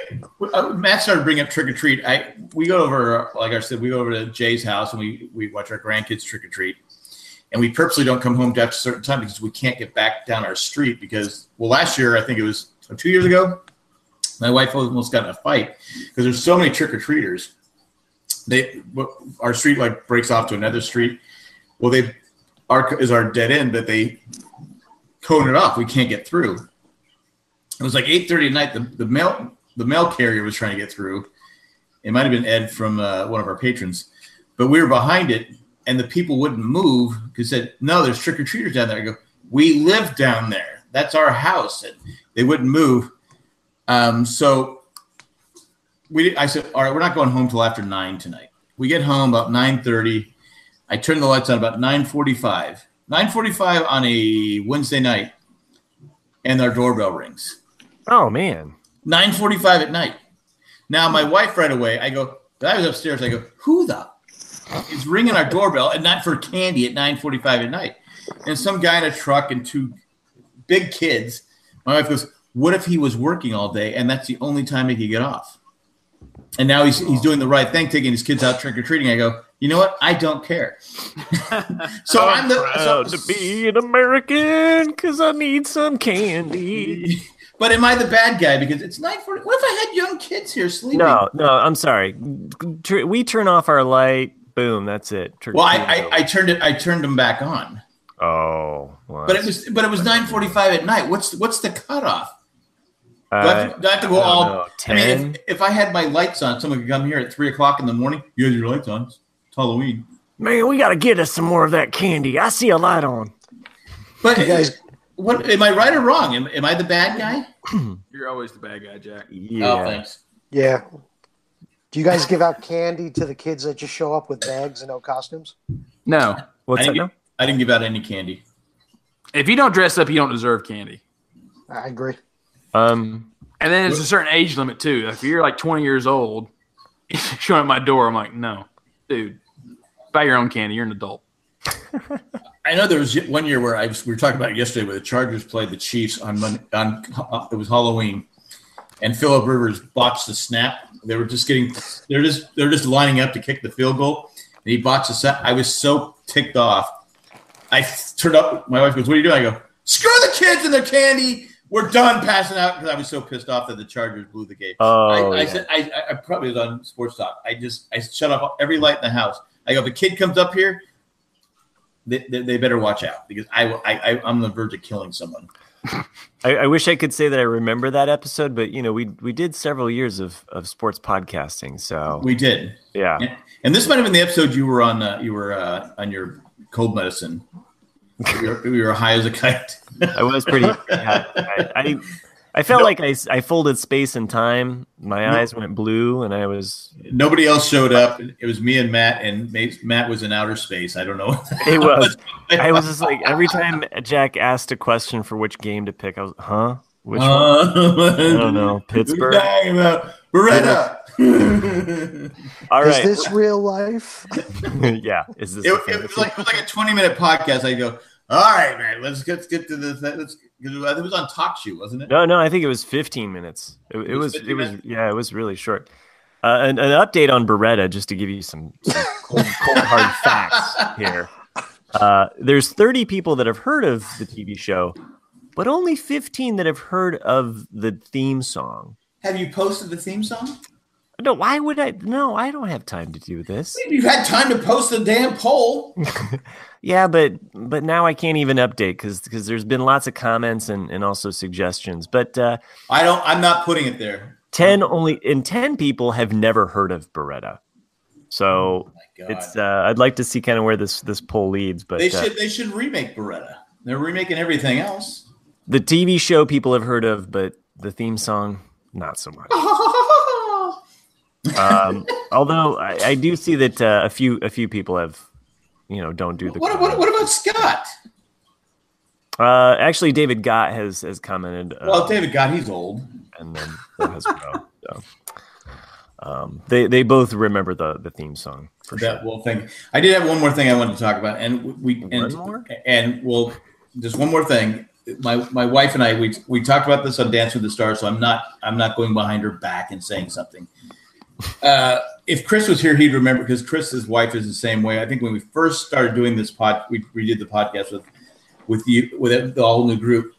Speaker 3: uh, Matt started bringing up trick or treat. I we go over, like I said, we go over to Jay's house and we we watch our grandkids trick or treat, and we purposely don't come home after a certain time because we can't get back down our street because well, last year I think it was or two years ago, my wife almost got in a fight because there's so many trick or treaters. They our street like breaks off to another street. Well, they our is our dead end, but they cone it off. We can't get through. It was like eight thirty at night. The, the mail the mail carrier was trying to get through. It might have been Ed from uh, one of our patrons, but we were behind it, and the people wouldn't move because said, "No, there's trick or treaters down there." I go, "We live down there. That's our house." And they wouldn't move. Um, so we, I said, "All right, we're not going home till after nine tonight." We get home about nine thirty. I turned the lights on about 9:45. 9:45 on a Wednesday night, and our doorbell rings.
Speaker 4: Oh man.
Speaker 3: 9:45 at night. Now
Speaker 4: Hmm.
Speaker 3: my wife right away. I go. I was upstairs. I go. Who the f- is ringing our doorbell and not for candy at 9:45 at night? And some guy in a truck and two big kids. My wife goes. What if he was working all day and that's the only time he could get off? And now he's he's doing the right thing, taking his kids out trick or treating. I go. You know what? I don't care. so I'm the so-
Speaker 4: Proud to be an American because I need some candy.
Speaker 3: But am I the bad guy? Because it's nine forty. What if I had young kids here sleeping?
Speaker 4: No, no, I'm sorry. Tur- We turn off our light. Boom. That's it. Tur-
Speaker 3: Well, I, I, I turned it. I turned them back on.
Speaker 4: oh. well,
Speaker 3: But it was but it was nine forty five at night. What's what's the cutoff?
Speaker 4: Uh,
Speaker 3: Do I have to, do I have to go
Speaker 4: I don't
Speaker 3: all?
Speaker 4: know,
Speaker 3: I mean,
Speaker 4: 10?
Speaker 3: if, if I had my lights on, someone could come here at three o'clock in the morning. You had your lights on. It's Halloween.
Speaker 4: man, we gotta get us some more of that candy. I see a light on.
Speaker 3: But
Speaker 2: You guys-
Speaker 3: what am I right or wrong? Am, am I the bad guy?
Speaker 1: You're always the bad guy, Jack.
Speaker 4: Yeah.
Speaker 3: Oh, thanks.
Speaker 2: Yeah. Do you guys give out candy to the kids that just show up with bags and no costumes?
Speaker 1: No.
Speaker 4: What's
Speaker 3: I
Speaker 4: that
Speaker 3: didn't,
Speaker 4: now?
Speaker 3: gi- I didn't give out any candy.
Speaker 1: If you don't dress up, you don't deserve candy.
Speaker 2: I agree.
Speaker 4: Um.
Speaker 1: And then it's a certain age limit too. If you're like 20 years old, if you're showing at my door, I'm like, no, dude, buy your own candy. You're an adult.
Speaker 3: I know there was one year where I was, we were talking about it yesterday where the Chargers played the Chiefs on Monday, on it was Halloween, and Philip Rivers botched the snap. They were just getting they're just they're just lining up to kick the field goal, and he botched the snap. I was so ticked off. I turned up. My wife goes, "What are you doing?" I go, "Screw the kids and their candy. We're done passing out." Because I was so pissed off that the Chargers blew the game.
Speaker 4: Oh.
Speaker 3: I, I
Speaker 4: yeah.
Speaker 3: said I, I- I probably was on sports talk. I just I shut off every light in the house. I go, if a kid comes up here, they, they, they better watch out because I, will- I I I'm on the verge of killing someone.
Speaker 4: I, I wish I could say that I remember that episode, but you know, we we did several years of, of sports podcasting, so
Speaker 3: We did,
Speaker 4: yeah.
Speaker 3: and this might have been the episode you were on. Uh, you were uh, on your cold medicine. We were, we were high as a kite.
Speaker 4: I was pretty. yeah, I, I, I felt like I, s- I folded space and time. My eyes went blue, and I was.
Speaker 3: Nobody else showed up. It was me and Matt, and Ma- Matt was in outer space. I don't know.
Speaker 4: It was. I was just like every time Jack asked a question for which game to pick, I was, huh? Which
Speaker 3: Uh,
Speaker 4: one? I don't know. Pittsburgh.
Speaker 3: We're talking about Beretta.
Speaker 4: All
Speaker 2: Is
Speaker 4: right.
Speaker 2: this real life?
Speaker 4: yeah. Is this?
Speaker 3: it,
Speaker 4: a
Speaker 3: it was
Speaker 4: fantasy?
Speaker 3: like it was like a twenty minute podcast. I go, all right, man, let's get, let's get to the thing. Let's. 'cause It was on Talk Shoe, wasn't it?
Speaker 4: No, no, I think it was 15 minutes. It, it,
Speaker 3: was
Speaker 4: was, it
Speaker 3: 15
Speaker 4: was,
Speaker 3: minutes?
Speaker 4: yeah, it was really short. Uh, an, an update on Beretta, just to give you some, some cold, cold hard facts here. Uh, there's 30 people that have heard of the TV show, but only 15 that have heard of the theme song.
Speaker 3: Have you posted the theme song?
Speaker 4: No, why would I? No, I don't have time to do this.
Speaker 3: You've had time to post the damn poll.
Speaker 4: Yeah, but but now I can't even update because because there's been lots of comments and and also suggestions. But uh,
Speaker 3: I don't. I'm not putting it there.
Speaker 4: 10 only and 10 people have never heard of beretta so
Speaker 3: Oh My God.
Speaker 4: it's uh, i'd like to see kind of where this this poll leads but
Speaker 3: they
Speaker 4: uh,
Speaker 3: should. They should remake Beretta. They're remaking everything else.
Speaker 4: the tv show people have heard of but the theme song not so much um, although I, I do see that uh, a few a few people have you know don't do the
Speaker 3: What, what, what about Scott?
Speaker 4: uh, actually david gott has has commented uh,
Speaker 3: Well, David, God, he's old.
Speaker 4: and then there has well, so. um, they they both remember the the theme song for
Speaker 3: that
Speaker 4: sure.
Speaker 3: will thing. I did have one more thing I wanted to talk about, and we and
Speaker 4: One more?
Speaker 3: and well, just one more thing. My my wife and I we we talked about this on Dance with the Stars, so I'm not I'm not going behind her back and saying something. Uh, if Chris was here, he'd remember because Chris's wife is the same way. I think when we first started doing this pod, we, we did the podcast with with you with the whole new group.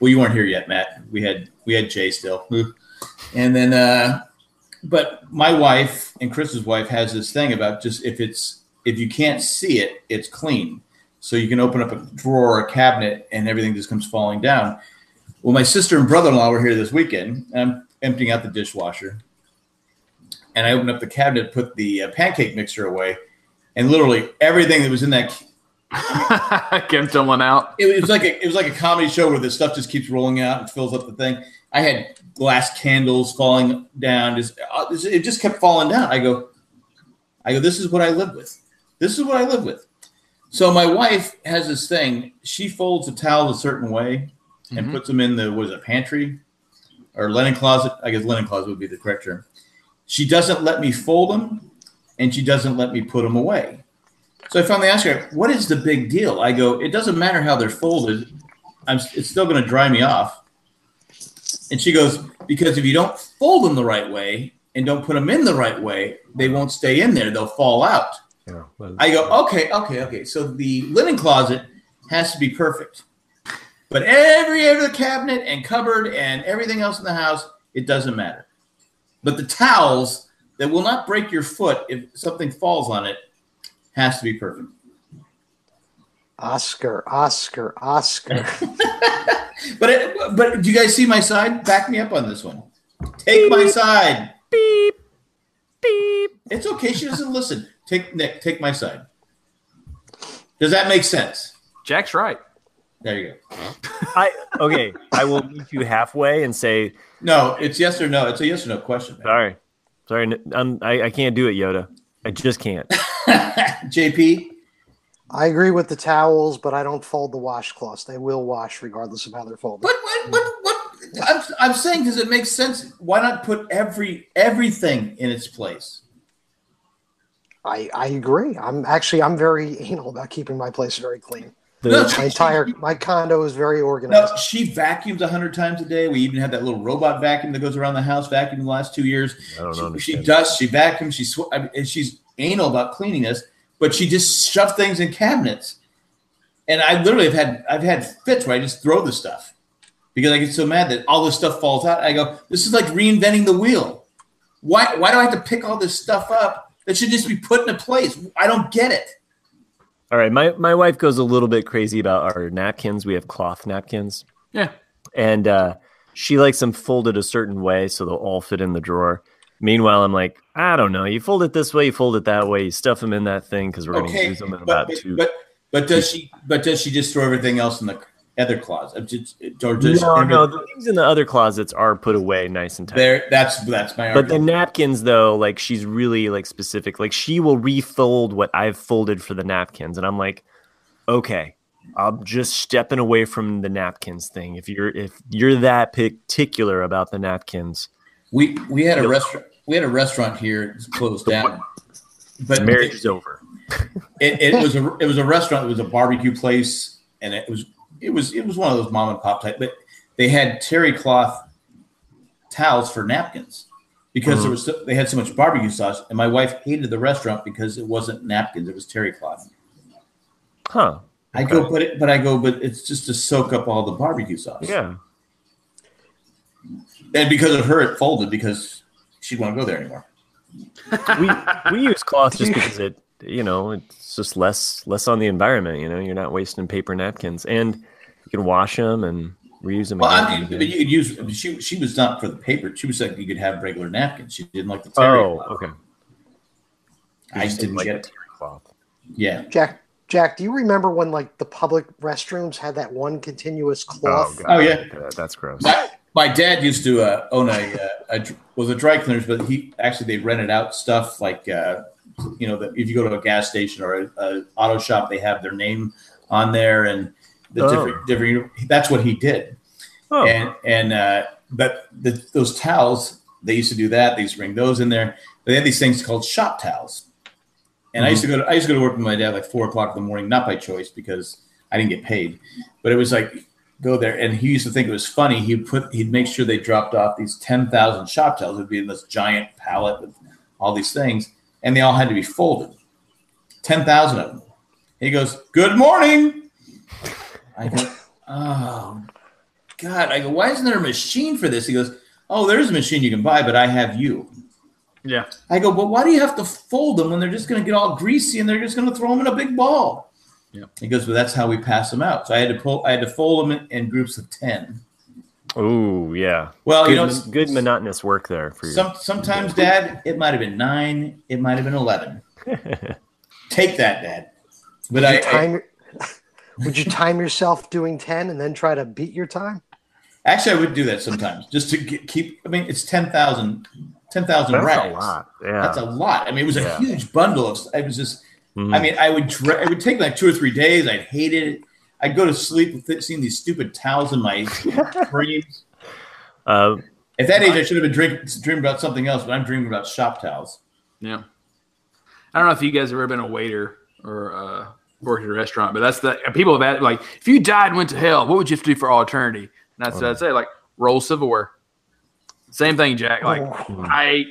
Speaker 3: Well, you weren't here yet, Matt. We had we had Jay still, and then uh, but my wife and Chris's wife has this thing about just if it's if you can't see it, it's clean. So you can open up a drawer or a cabinet and everything just comes falling down. Well, my sister and brother in law were here this weekend. And I'm emptying out the dishwasher. And I opened up the cabinet, put the uh, pancake mixer away, and literally everything that was in that
Speaker 1: Kept tumbling out.
Speaker 3: it was like a, it was like a comedy show where the stuff just keeps rolling out and fills up the thing. I had glass candles falling down. Just uh, this- it just kept falling down. I go, I go. This is what I live with. This is what I live with. So my wife has this thing. She folds the towels a certain way and
Speaker 1: Mhm.
Speaker 3: puts them in the was it pantry or linen closet? I guess linen closet would be the correct term. She doesn't let me fold them, and she doesn't let me put them away. So I finally asked her, "What is the big deal?" I go, "It doesn't matter how they're folded. I'm, it's still going to dry me off." And she goes, "Because if you don't fold them the right way and don't put them in the right way, they won't stay in there. They'll fall out."
Speaker 5: Yeah, well,
Speaker 3: I go, okay, okay, okay. So the linen closet has to be perfect, but every other cabinet and cupboard and everything else in the house, it doesn't matter. But the towels that will not break your foot if something falls on it has to be perfect.
Speaker 2: Oscar, Oscar, Oscar.
Speaker 3: But it, but do you guys see my side? Back me up on this one. Take my side.
Speaker 4: Beep beep.
Speaker 3: It's okay. She doesn't listen. Take Nick. Take my side. Does that make sense?
Speaker 1: Jack's right.
Speaker 3: There you go.
Speaker 4: I okay. I will meet you halfway and say
Speaker 3: No, it's yes or no. It's a yes or no question. man.
Speaker 4: sorry, sorry. n- I'm, I I can't do it, Yoda. I just can't.
Speaker 3: JP,
Speaker 2: I agree with the towels, but I don't fold the washcloths. They will wash regardless of how they're folded.
Speaker 3: What? What? What? what? I'm, I'm saying because it makes sense. Why not put every everything in its place?
Speaker 2: I, I agree. I'm actually I'm very anal about keeping my place very clean.
Speaker 4: The-
Speaker 2: My entire my condo is very
Speaker 3: No,
Speaker 2: organized.
Speaker 3: she vacuums a hundred times a day. We even had that little robot vacuum that goes around the house vacuuming the last two years.
Speaker 4: I don't
Speaker 3: She,
Speaker 4: understand.
Speaker 3: she dusts, she vacuums, she sw- I mean, and she's anal about cleaning this, but she just shoves things in cabinets. And I literally have had I've had fits where I just throw the stuff because I get so mad that all this stuff falls out. I go, this is like reinventing the wheel. Why why do I have to pick all this stuff up that should just be put in a place? I don't get it.
Speaker 4: All right, my my wife goes a little bit crazy about our napkins. We have cloth napkins,
Speaker 1: Yeah.
Speaker 4: and uh, she likes them folded a certain way so they'll all fit in the drawer. Meanwhile, I'm like, I don't know. You fold it this way, you fold it that way, you stuff them in that thing because we're going to
Speaker 3: Okay,
Speaker 4: use them in
Speaker 3: but,
Speaker 4: about
Speaker 3: but,
Speaker 4: two.
Speaker 3: but but does she but does she just throw everything else in the other closet? Just- Or does
Speaker 4: no, no, the things in the other closets are put away nice and tight.
Speaker 3: there that's that's my
Speaker 4: But
Speaker 3: argument.
Speaker 4: the napkins, though, like she's really like specific. Like she will refold what I've folded for the napkins, and I'm like, okay, I'm just stepping away from the napkins thing. If you're if you're that particular about the napkins,
Speaker 3: We we had a
Speaker 4: Yep.
Speaker 3: restaurant. We had a restaurant here. It's closed down. But
Speaker 4: marriage
Speaker 3: it,
Speaker 4: is over.
Speaker 3: it, it was a it was a restaurant. It was a barbecue place, and it was it was it was one of those mom and pop type. But they had terry cloth towels for napkins because
Speaker 4: Mm.
Speaker 3: there was so, they had so much barbecue sauce. And my wife hated the restaurant because it wasn't napkins; it was terry cloth.
Speaker 4: Huh?
Speaker 3: I go, but it, but I go, but it's just to soak up all the barbecue sauce.
Speaker 4: Yeah.
Speaker 3: and because of her, it folded because she won't go there anymore.
Speaker 4: We we use cloth just because it you know it's just less less on the environment. You know, you're not wasting paper napkins, and you can wash them and reuse them.
Speaker 3: Well, I
Speaker 4: again.
Speaker 3: mean, but you could use. I mean, she she was not for the paper. She was like you could have regular napkins. She didn't like the terry.
Speaker 4: oh,
Speaker 3: cloth.
Speaker 4: okay.
Speaker 3: I just didn't
Speaker 4: like
Speaker 3: get
Speaker 4: the
Speaker 3: it.
Speaker 4: terry cloth.
Speaker 3: Yeah,
Speaker 2: Jack Jack, do you remember when like the public restrooms had that one continuous cloth?
Speaker 3: Oh, yeah.
Speaker 4: That- that's gross.
Speaker 3: my, my dad used to uh, own a, uh, a dr- was a dry cleaners, but he actually they rented out stuff like uh, you know the, if you go to a gas station or a, a auto shop, they have their name on there and the
Speaker 4: Oh.
Speaker 3: different different. That's what he did.
Speaker 4: Oh,
Speaker 3: and and uh, but the, those towels They used to do that. They used to bring those in there. They had these things called shop towels. And I used to go to I used to go to work with my dad like four o'clock in the morning, not by choice because I didn't get paid. But it was like go there and he used to think it was funny. He'd put he'd make sure they dropped off these ten thousand shop towels. It'd be in this giant pallet with all these things, and they all had to be folded. Ten thousand of them. He goes, Good morning. I go, Oh God. I go, why isn't there a machine for this? He goes, Oh, there's a machine you can buy, but I have you.
Speaker 1: Yeah.
Speaker 3: I go, but why do you have to fold them when they're just going to get all greasy and they're just going to throw them in a big ball?
Speaker 1: Yeah.
Speaker 3: He goes, well, that's how we pass them out. So I had to pull, I had to fold them in, in groups of ten.
Speaker 4: Oh yeah,
Speaker 3: Well,
Speaker 4: good,
Speaker 3: you know,
Speaker 4: good monotonous work there for you.
Speaker 3: some, sometimes, Dad, it might have been nine, it might have been eleven. Take that, Dad. But I,
Speaker 2: you
Speaker 3: I
Speaker 2: time your- would you time yourself doing 10 and then try to beat your time?
Speaker 3: actually I would do that sometimes just to get, keep. I mean, it's 10,000 10,000
Speaker 4: That's
Speaker 3: rags.
Speaker 4: a lot. Yeah,
Speaker 3: That's a lot. I mean, it was a
Speaker 4: Yeah.
Speaker 3: huge bundle of. It was just.
Speaker 4: Mhm.
Speaker 3: I mean, I would dra- it would take like two or three days. I'd hate it. I'd go to sleep with it, seeing these stupid towels in my dreams.
Speaker 4: Uh,
Speaker 3: At that age, I should have been drink, dreaming about something else, but I'm dreaming about shop towels.
Speaker 1: Yeah. I don't know if you guys have ever been a waiter or uh, worked at a restaurant, but that's the people have asked, like, if you died and went to hell, what would you have to do for all eternity? And that's what I'd say, like, roll silverware. Same thing, Jack. Like, I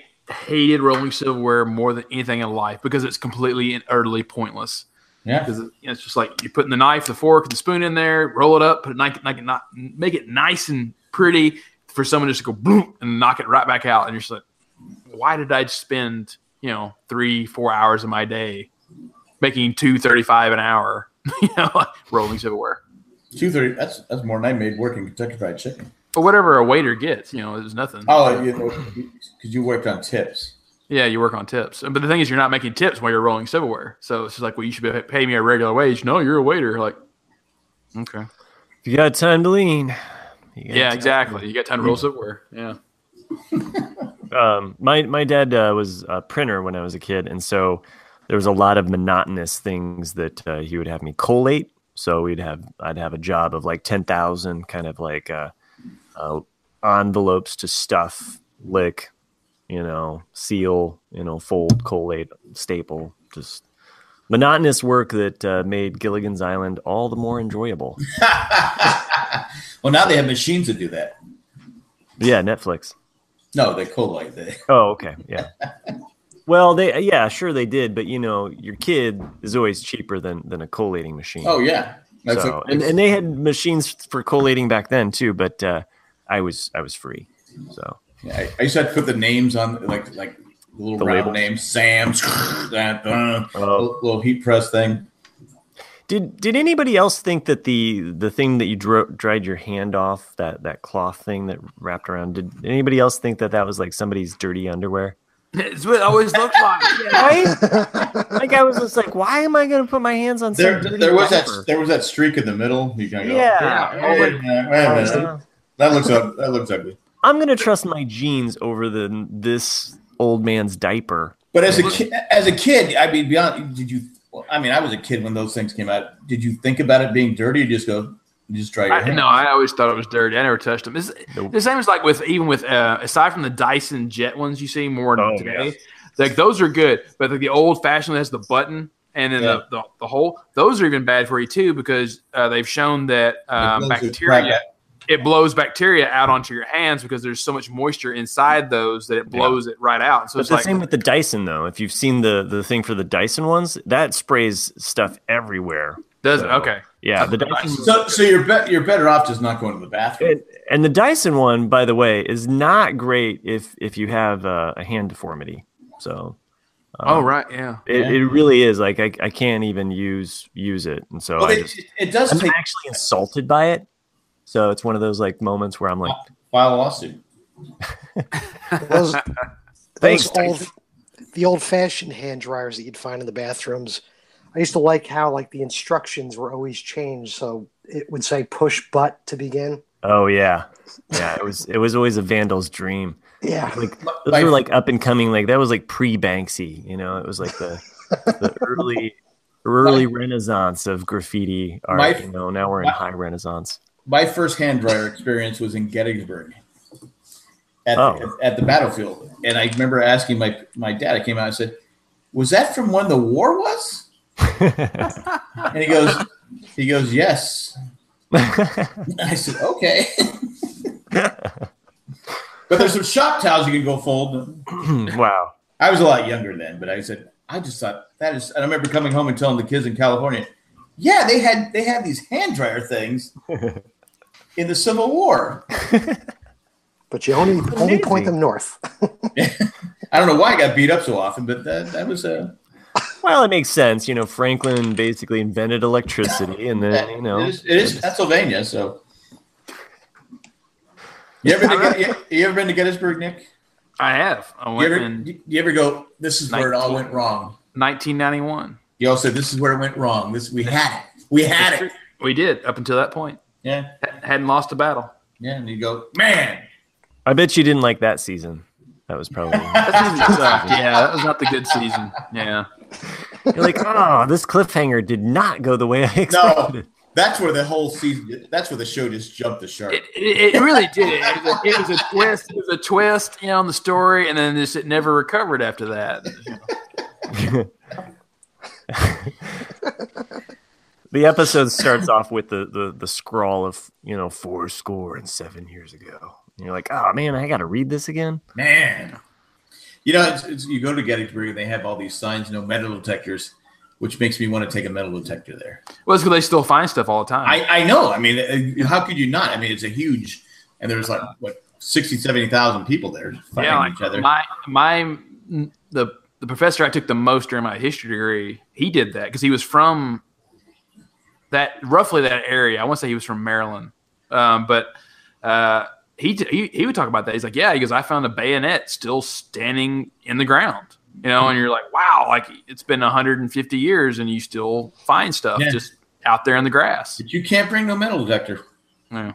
Speaker 1: hated rolling silverware more than anything in life because it's completely and utterly pointless.
Speaker 3: Yeah,
Speaker 1: Because it's just like you're putting the knife, the fork, and the spoon in there, roll it up, put it like, like not make it nice and pretty for someone just to go boom and knock it right back out. And you're just like, why did I spend you know three, four hours of my day making two thirty-five an hour, you know, rolling silverware
Speaker 3: two thirty. That's that's more than I made working Kentucky Fried Chicken.
Speaker 1: or whatever a waiter gets? You know, there's nothing.
Speaker 3: Oh, because you, 'cause you worked on tips.
Speaker 1: Yeah, you work on tips. But the thing is, you're not making tips while you're rolling silverware. So it's just like, well, you should be pay me a regular wage. No, you're a waiter. Like, okay.
Speaker 4: if you got time to lean. you got
Speaker 1: Yeah, exactly. You got time to roll silverware. Yeah.
Speaker 4: um, my my dad uh, was a printer when I was a kid, and so there was a lot of monotonous things that uh, he would have me collate. So we'd have I'd have a job of like ten thousand kind of like uh, uh, envelopes to stuff, lick, you know, seal, you know, fold, collate, staple, just monotonous work that uh, made Gilligan's Island all the more enjoyable.
Speaker 3: well, now they have machines that do that.
Speaker 4: yeah, Netflix.
Speaker 3: No, they collate. They,
Speaker 4: Oh, okay. Yeah. well, they yeah, sure they did, but you know, your kid is always cheaper than than a collating machine.
Speaker 3: oh yeah, that's
Speaker 4: so,
Speaker 3: a-
Speaker 4: and, and they had machines for collating back then too, but uh, I was I was free. So
Speaker 3: Yeah, I, I used to have to put the names on like like the little
Speaker 4: The
Speaker 3: round
Speaker 4: labels.
Speaker 3: names, Sam's, that uh,
Speaker 4: Oh.
Speaker 3: little heat press thing.
Speaker 4: did did anybody else think that the the thing that you dro- dried your hand off that that cloth thing that wrapped around did anybody else think that that was like somebody's dirty underwear?
Speaker 1: It's what it always looks like.
Speaker 4: Right?
Speaker 2: Oh.
Speaker 4: like I was just like, why am I going to put my hands on
Speaker 3: There,
Speaker 4: some dirty
Speaker 3: there was that
Speaker 4: diaper?
Speaker 3: there was that streak in the middle. You kind of
Speaker 4: Yeah.
Speaker 3: go, "Hey,
Speaker 1: Oh,
Speaker 3: man, wait a minute.
Speaker 4: Uh,
Speaker 3: that looks ug- that looks ugly.
Speaker 4: I'm gonna trust my jeans over the this old man's diaper.
Speaker 3: But as a kid, as a kid, I mean, beyond did you? well, I mean, I was a kid when those things came out. Did you think about it being dirty? Or just go, you just dry your
Speaker 1: I,
Speaker 3: hands.
Speaker 1: no, I always thought it was dirty. I never touched them. It's,
Speaker 4: Nope.
Speaker 1: The same as like with even with uh, aside from the Dyson Jet ones you see more
Speaker 4: Oh,
Speaker 1: today, like those are good. But like the old fashioned that has the button and then
Speaker 3: Yeah.
Speaker 1: the, the the hole, those are even bad for you too because uh, they've shown that um,
Speaker 3: Those are-
Speaker 1: bacteria it blows bacteria out onto your hands because there's so much moisture inside those that it blows it right out. So
Speaker 4: But
Speaker 1: it's
Speaker 4: the
Speaker 1: like
Speaker 4: same with the Dyson though. If you've seen the the thing for the Dyson ones, that sprays stuff everywhere.
Speaker 1: does it?
Speaker 4: so-
Speaker 1: okay.
Speaker 4: Yeah, the
Speaker 1: Right.
Speaker 4: Dyson
Speaker 3: So, so you're be- you're better off just not going to the bathroom.
Speaker 4: and, and the Dyson one, by the way, is not great if if you have a, a hand deformity. So
Speaker 3: Uh-huh.
Speaker 1: Oh right, yeah.
Speaker 4: it,
Speaker 3: Yeah.
Speaker 4: it really is like I, I can't even use use it, and so
Speaker 3: Well,
Speaker 4: I
Speaker 3: it,
Speaker 4: just,
Speaker 3: it, it does
Speaker 4: I'm
Speaker 3: take
Speaker 4: actually insulted by it. So it's one of those like moments where I'm like,
Speaker 3: file a lawsuit.
Speaker 2: Those, those
Speaker 4: Thanks,
Speaker 2: old, the old fashioned hand dryers that you'd find in the bathrooms. I used to like how like the instructions were always changed. So it would say push butt to begin.
Speaker 4: oh yeah, yeah. It was it was always a vandal's dream.
Speaker 2: Yeah.
Speaker 4: like
Speaker 3: My-
Speaker 4: those
Speaker 3: my-
Speaker 4: were like up and coming like that was like pre banksy you know it was like the the early early renaissance of graffiti art
Speaker 3: My-
Speaker 4: you know now we're in
Speaker 3: my-
Speaker 4: high renaissance
Speaker 3: My first hand dryer experience was in Gettysburg. at,
Speaker 4: Oh.
Speaker 3: at the battlefield. And I remember asking my my dad. I came out and said, "Was that from when the war was?" and he goes, he goes, "Yes." I said, "Okay." but there's some shop towels you can go fold.
Speaker 4: wow.
Speaker 3: I was a lot younger then, but I said I just thought that is. And I remember coming home and telling the kids in California, "Yeah, they had they had these hand dryer things in the Civil War."
Speaker 2: But you only only point
Speaker 4: Amazing.
Speaker 2: them north.
Speaker 3: I don't know why I got beat up so often, but that that was uh,
Speaker 4: Well, it makes sense. You know, Franklin basically invented electricity, and then
Speaker 3: that,
Speaker 4: you know,
Speaker 3: it is, it is Pennsylvania. So you ever been to, you, you ever been to Gettysburg, Nick?
Speaker 1: I have. I
Speaker 3: You
Speaker 1: went
Speaker 3: ever
Speaker 1: in
Speaker 3: you, you ever go? This is where it all went wrong.
Speaker 1: 1991.
Speaker 3: You all said this is where it went wrong. This we had it. We had it.
Speaker 1: We did up until that point.
Speaker 3: Yeah,
Speaker 1: H- hadn't lost a battle.
Speaker 3: yeah. And you go, man.
Speaker 4: I bet you didn't like that season. That was probably
Speaker 1: That season sucked. yeah, that was not the good season. Yeah.
Speaker 4: you're like, oh, this cliffhanger did not go the way I expected.
Speaker 3: No,
Speaker 4: it.
Speaker 3: that's where the whole season. That's where the show just jumped the shark.
Speaker 1: It, it, it really did. It was, a, it was a twist. It was a twist, you know, on the story, and then just it never recovered after that.
Speaker 4: The episode starts off with the, the the scrawl of you know four score and seven years ago. And you're like, oh man, I got to read this again.
Speaker 3: Man, you know, it's, it's, you go to Gettysburg and they have all these signs, no metal detectors, which makes me want to take a metal detector there.
Speaker 1: Well, it's because they still find stuff all the time.
Speaker 3: I, I know. I mean, uh, how could you not? I mean, it's a huge, and there's like what 60, 70,000 people there fighting
Speaker 1: yeah, like
Speaker 3: each other.
Speaker 1: my my the the professor I took the most during my history degree, he did that because he was from that roughly that area. I want to say he was from Maryland, um, but uh, he, t- he he would talk about that. He's like, yeah, he goes, I found a bayonet still standing in the ground, you know, and you're like, wow, like it's been 150 years and you still find stuff
Speaker 3: Yeah.
Speaker 1: just out there in the grass.
Speaker 3: but you can't bring no metal detector.
Speaker 1: Yeah.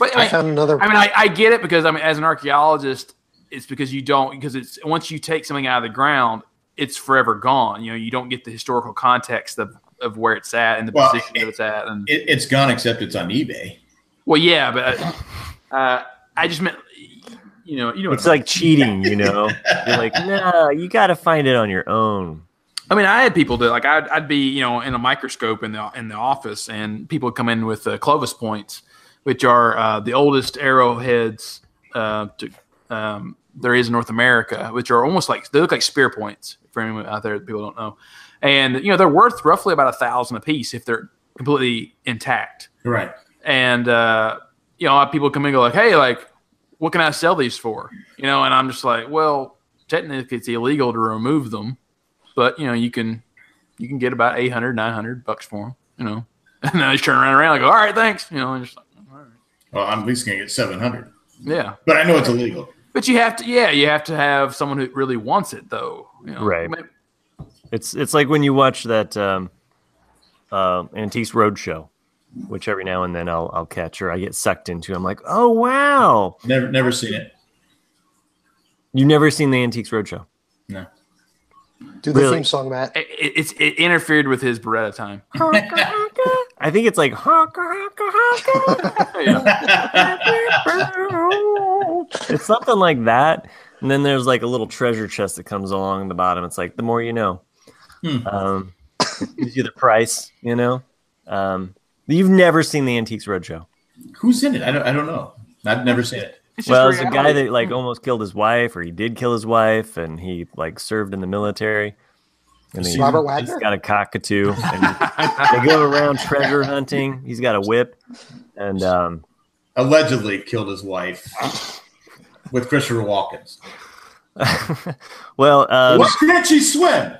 Speaker 1: But I
Speaker 2: I
Speaker 1: mean-
Speaker 2: found another.
Speaker 1: I mean, I, I get it because I mean, as an archaeologist, it's because you don't because it's once you take something out of the ground, it's forever gone. You know, you don't get the historical context of, of where it's at and the
Speaker 3: Well,
Speaker 1: position that it's at. And
Speaker 3: It, it's gone, except it's on eBay.
Speaker 1: well, yeah, but uh, I just meant you know you know what
Speaker 4: It's
Speaker 1: I mean.
Speaker 4: like cheating, you know. You're like, no, you got to find it on your own.
Speaker 1: I mean, I had people that like I'd, I'd be you know in a microscope in the in the office, and people would come in with uh, Clovis points, which are uh, the oldest arrowheads uh, to, um, there is in North America, which are almost like they look like spear points for anyone out there that people don't know, and you know they're worth roughly about a thousand apiece if they're completely intact
Speaker 3: Right.
Speaker 1: and uh, you know, people come in and go like, "Hey, like, what can I sell these for?" You know, and I'm just like, "Well, technically, it's illegal to remove them, but you know, you can you can get about 800, 900 bucks for them." You know, and then they turn around and around like, "All right, thanks." You know, and just like, "All right."
Speaker 3: Well, I'm at least gonna get seven hundred,
Speaker 1: yeah,
Speaker 3: but I know it's illegal.
Speaker 1: but you have to, yeah, you have to have someone who really wants it though. You know?
Speaker 4: Right.
Speaker 1: I mean,
Speaker 4: It's it's like when you watch that um, uh, Antiques Roadshow, which every now and then I'll I'll catch or I get sucked into. I'm like, oh wow,
Speaker 3: Never, never seen it.
Speaker 4: you've never seen the Antiques Roadshow?
Speaker 3: No.
Speaker 2: do the
Speaker 4: really-
Speaker 2: theme song, Matt.
Speaker 1: it, it, it's it interfered with his Beretta time.
Speaker 4: I think it's like honka honka
Speaker 1: Yeah.
Speaker 4: honka. it's something like that. And then there's like a little treasure chest that comes along the bottom. It's like the more you know.
Speaker 3: Hmm.
Speaker 4: Um, it gives you the price, you know. Um, you've never seen the Antiques Roadshow.
Speaker 3: Who's in it? I don't. I don't know. I've never seen it.
Speaker 1: It's just
Speaker 4: well, it's a guy
Speaker 1: reality. Hmm.
Speaker 4: that like almost killed his wife, or he did kill his wife, and he like served in the military. And he-
Speaker 2: Robert
Speaker 4: he's
Speaker 2: Wagner.
Speaker 4: got a cockatoo. And they go around treasure hunting. He's got a whip, and um,
Speaker 3: Allegedly killed his wife with Christopher Walken.
Speaker 4: well, um,
Speaker 3: Why can't she swim?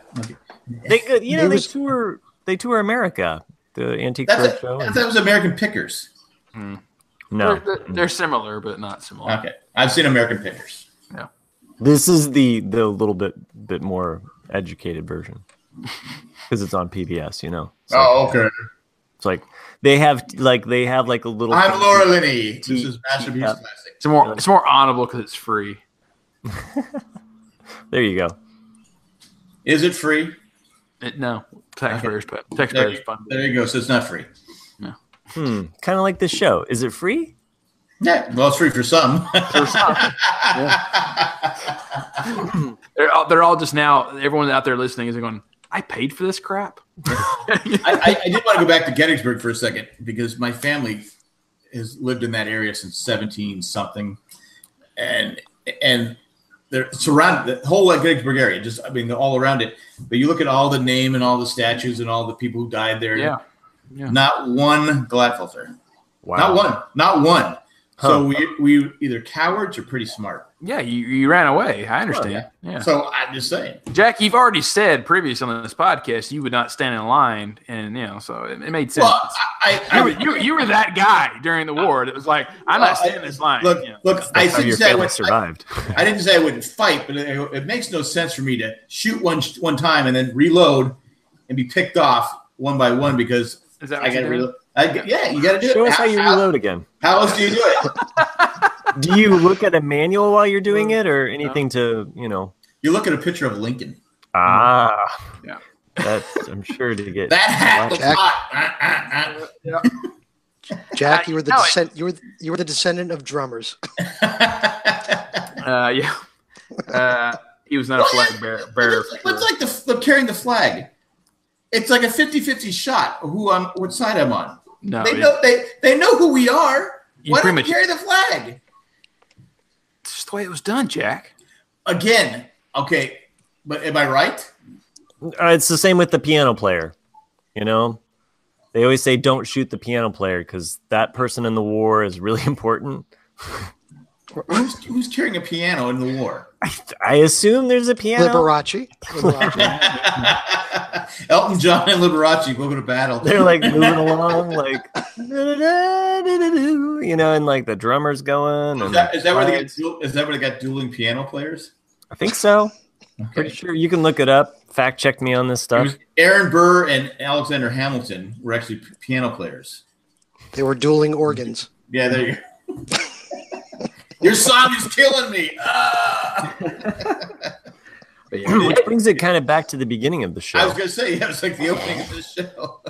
Speaker 4: they go, you know
Speaker 2: There
Speaker 4: they
Speaker 2: was-
Speaker 4: tour they tour America, the Antiques
Speaker 3: That's a,
Speaker 4: Roadshow.
Speaker 3: I thought
Speaker 4: and-
Speaker 3: that was American Pickers.
Speaker 4: No,
Speaker 1: They're, they're- they're similar, but not similar.
Speaker 3: Okay, I've seen American Pickers.
Speaker 4: this is the the little bit bit more educated version because it's on PBS. You know, it's like,
Speaker 3: Oh, okay.
Speaker 4: it's like they have like they have like a little.
Speaker 3: I'm Laura Linney. This
Speaker 4: Tea-
Speaker 3: is Masterpiece
Speaker 4: teacup.
Speaker 3: Classic.
Speaker 1: It's more it's more honorable because it's free.
Speaker 4: There you go.
Speaker 3: Is it free?
Speaker 1: It, no, taxpayers, okay. taxpayers
Speaker 3: There,
Speaker 1: fund.
Speaker 3: there you go. So it's not free.
Speaker 4: Hmm. Kind of like this show. Is it free?
Speaker 3: Yeah, well, it's free for some.
Speaker 1: For some. They're all, they're all just now. Everyone out there listening is going. I paid for this crap.
Speaker 3: I, I, I did want to go back to Gettysburg for a second because my family has lived in that area since 17 something, and and they're surrounded the whole like, Gettysburg area. Just I mean, all around it. But you look at all the name and all the statues and all the people who died there.
Speaker 1: Yeah, yeah.
Speaker 3: Not one Gladfelter.
Speaker 4: Wow.
Speaker 3: Not one. Not one. So we we either cowards or pretty smart.
Speaker 1: yeah. You, you ran away. I understand.
Speaker 3: Oh, yeah.
Speaker 1: yeah.
Speaker 3: So I'm just saying.
Speaker 1: Jack, you've already said previously on this podcast you would not stand in line, and you know, so it, it made sense.
Speaker 3: Well, I, I,
Speaker 1: you,
Speaker 3: I
Speaker 1: were, you, you were that guy during the war that was like, I'm
Speaker 3: Well,
Speaker 1: not standing in this line.
Speaker 3: Look,
Speaker 1: you know.
Speaker 3: look. I
Speaker 4: That's how
Speaker 3: didn't
Speaker 4: your
Speaker 3: say I
Speaker 4: family
Speaker 3: would. I,
Speaker 4: survived.
Speaker 3: I didn't say I wouldn't fight, but it, it makes no sense for me to shoot one one time and then reload and be picked off one by one because
Speaker 1: Is that
Speaker 3: I
Speaker 1: what
Speaker 3: got to
Speaker 1: you did?
Speaker 3: reload. I, yeah, you got to do it.
Speaker 4: Show us how you
Speaker 3: how,
Speaker 4: reload again.
Speaker 3: how else do you do it?
Speaker 4: Do you look at a manual while you're doing it, or anything to you know?
Speaker 3: You look at a picture of Lincoln.
Speaker 4: Ah,
Speaker 1: Yeah.
Speaker 4: That's I'm sure to get
Speaker 3: That hat was
Speaker 2: Jack-
Speaker 3: hot. Ah, ah, ah.
Speaker 2: Jack, you were the
Speaker 1: No, it-
Speaker 2: descend- you were you were the descendant of drummers.
Speaker 1: Uh, yeah. Uh, he was not a flag bearer. bearer for
Speaker 3: It's
Speaker 1: sure.
Speaker 3: like the, the carrying the flag. It's like a 50-50 shot who I'm what side I'm on.
Speaker 1: no,
Speaker 3: they
Speaker 1: it-
Speaker 3: know they they know who we
Speaker 1: Oh,
Speaker 3: are.
Speaker 1: You
Speaker 3: Why
Speaker 1: pretty
Speaker 3: don't
Speaker 1: much-
Speaker 3: we carry the flag?
Speaker 1: it's just the way it was done, Jack.
Speaker 3: Again, okay, but am I right?
Speaker 4: Uh, it's the same with the piano player. You know, they always say don't shoot the piano player because that person in the war is really important.
Speaker 3: Who's, who's carrying a piano in the war?
Speaker 4: I, I assume there's a piano.
Speaker 2: Liberace. Liberace.
Speaker 3: Elton John and Liberace go to battle.
Speaker 4: They're like moving along, like "Da-da-da-da-da-do," you know, and like the drummer's going.
Speaker 3: is
Speaker 4: And
Speaker 3: that, is that where they got
Speaker 4: flags.
Speaker 3: duel, is that where they got dueling piano players?
Speaker 4: I think so. Pretty
Speaker 3: Okay.
Speaker 4: sure you can look it up. Fact check me on this
Speaker 3: It
Speaker 4: stuff.
Speaker 3: was Aaron Burr and Alexander Hamilton were actually p- piano players.
Speaker 2: they were dueling organs.
Speaker 3: Yeah, there you go. Your song is killing me. Ah!
Speaker 1: But yeah.
Speaker 4: Which brings it kind of back to the beginning of the
Speaker 3: I was
Speaker 4: show.
Speaker 3: gonna say yeah, it was like the opening of the show.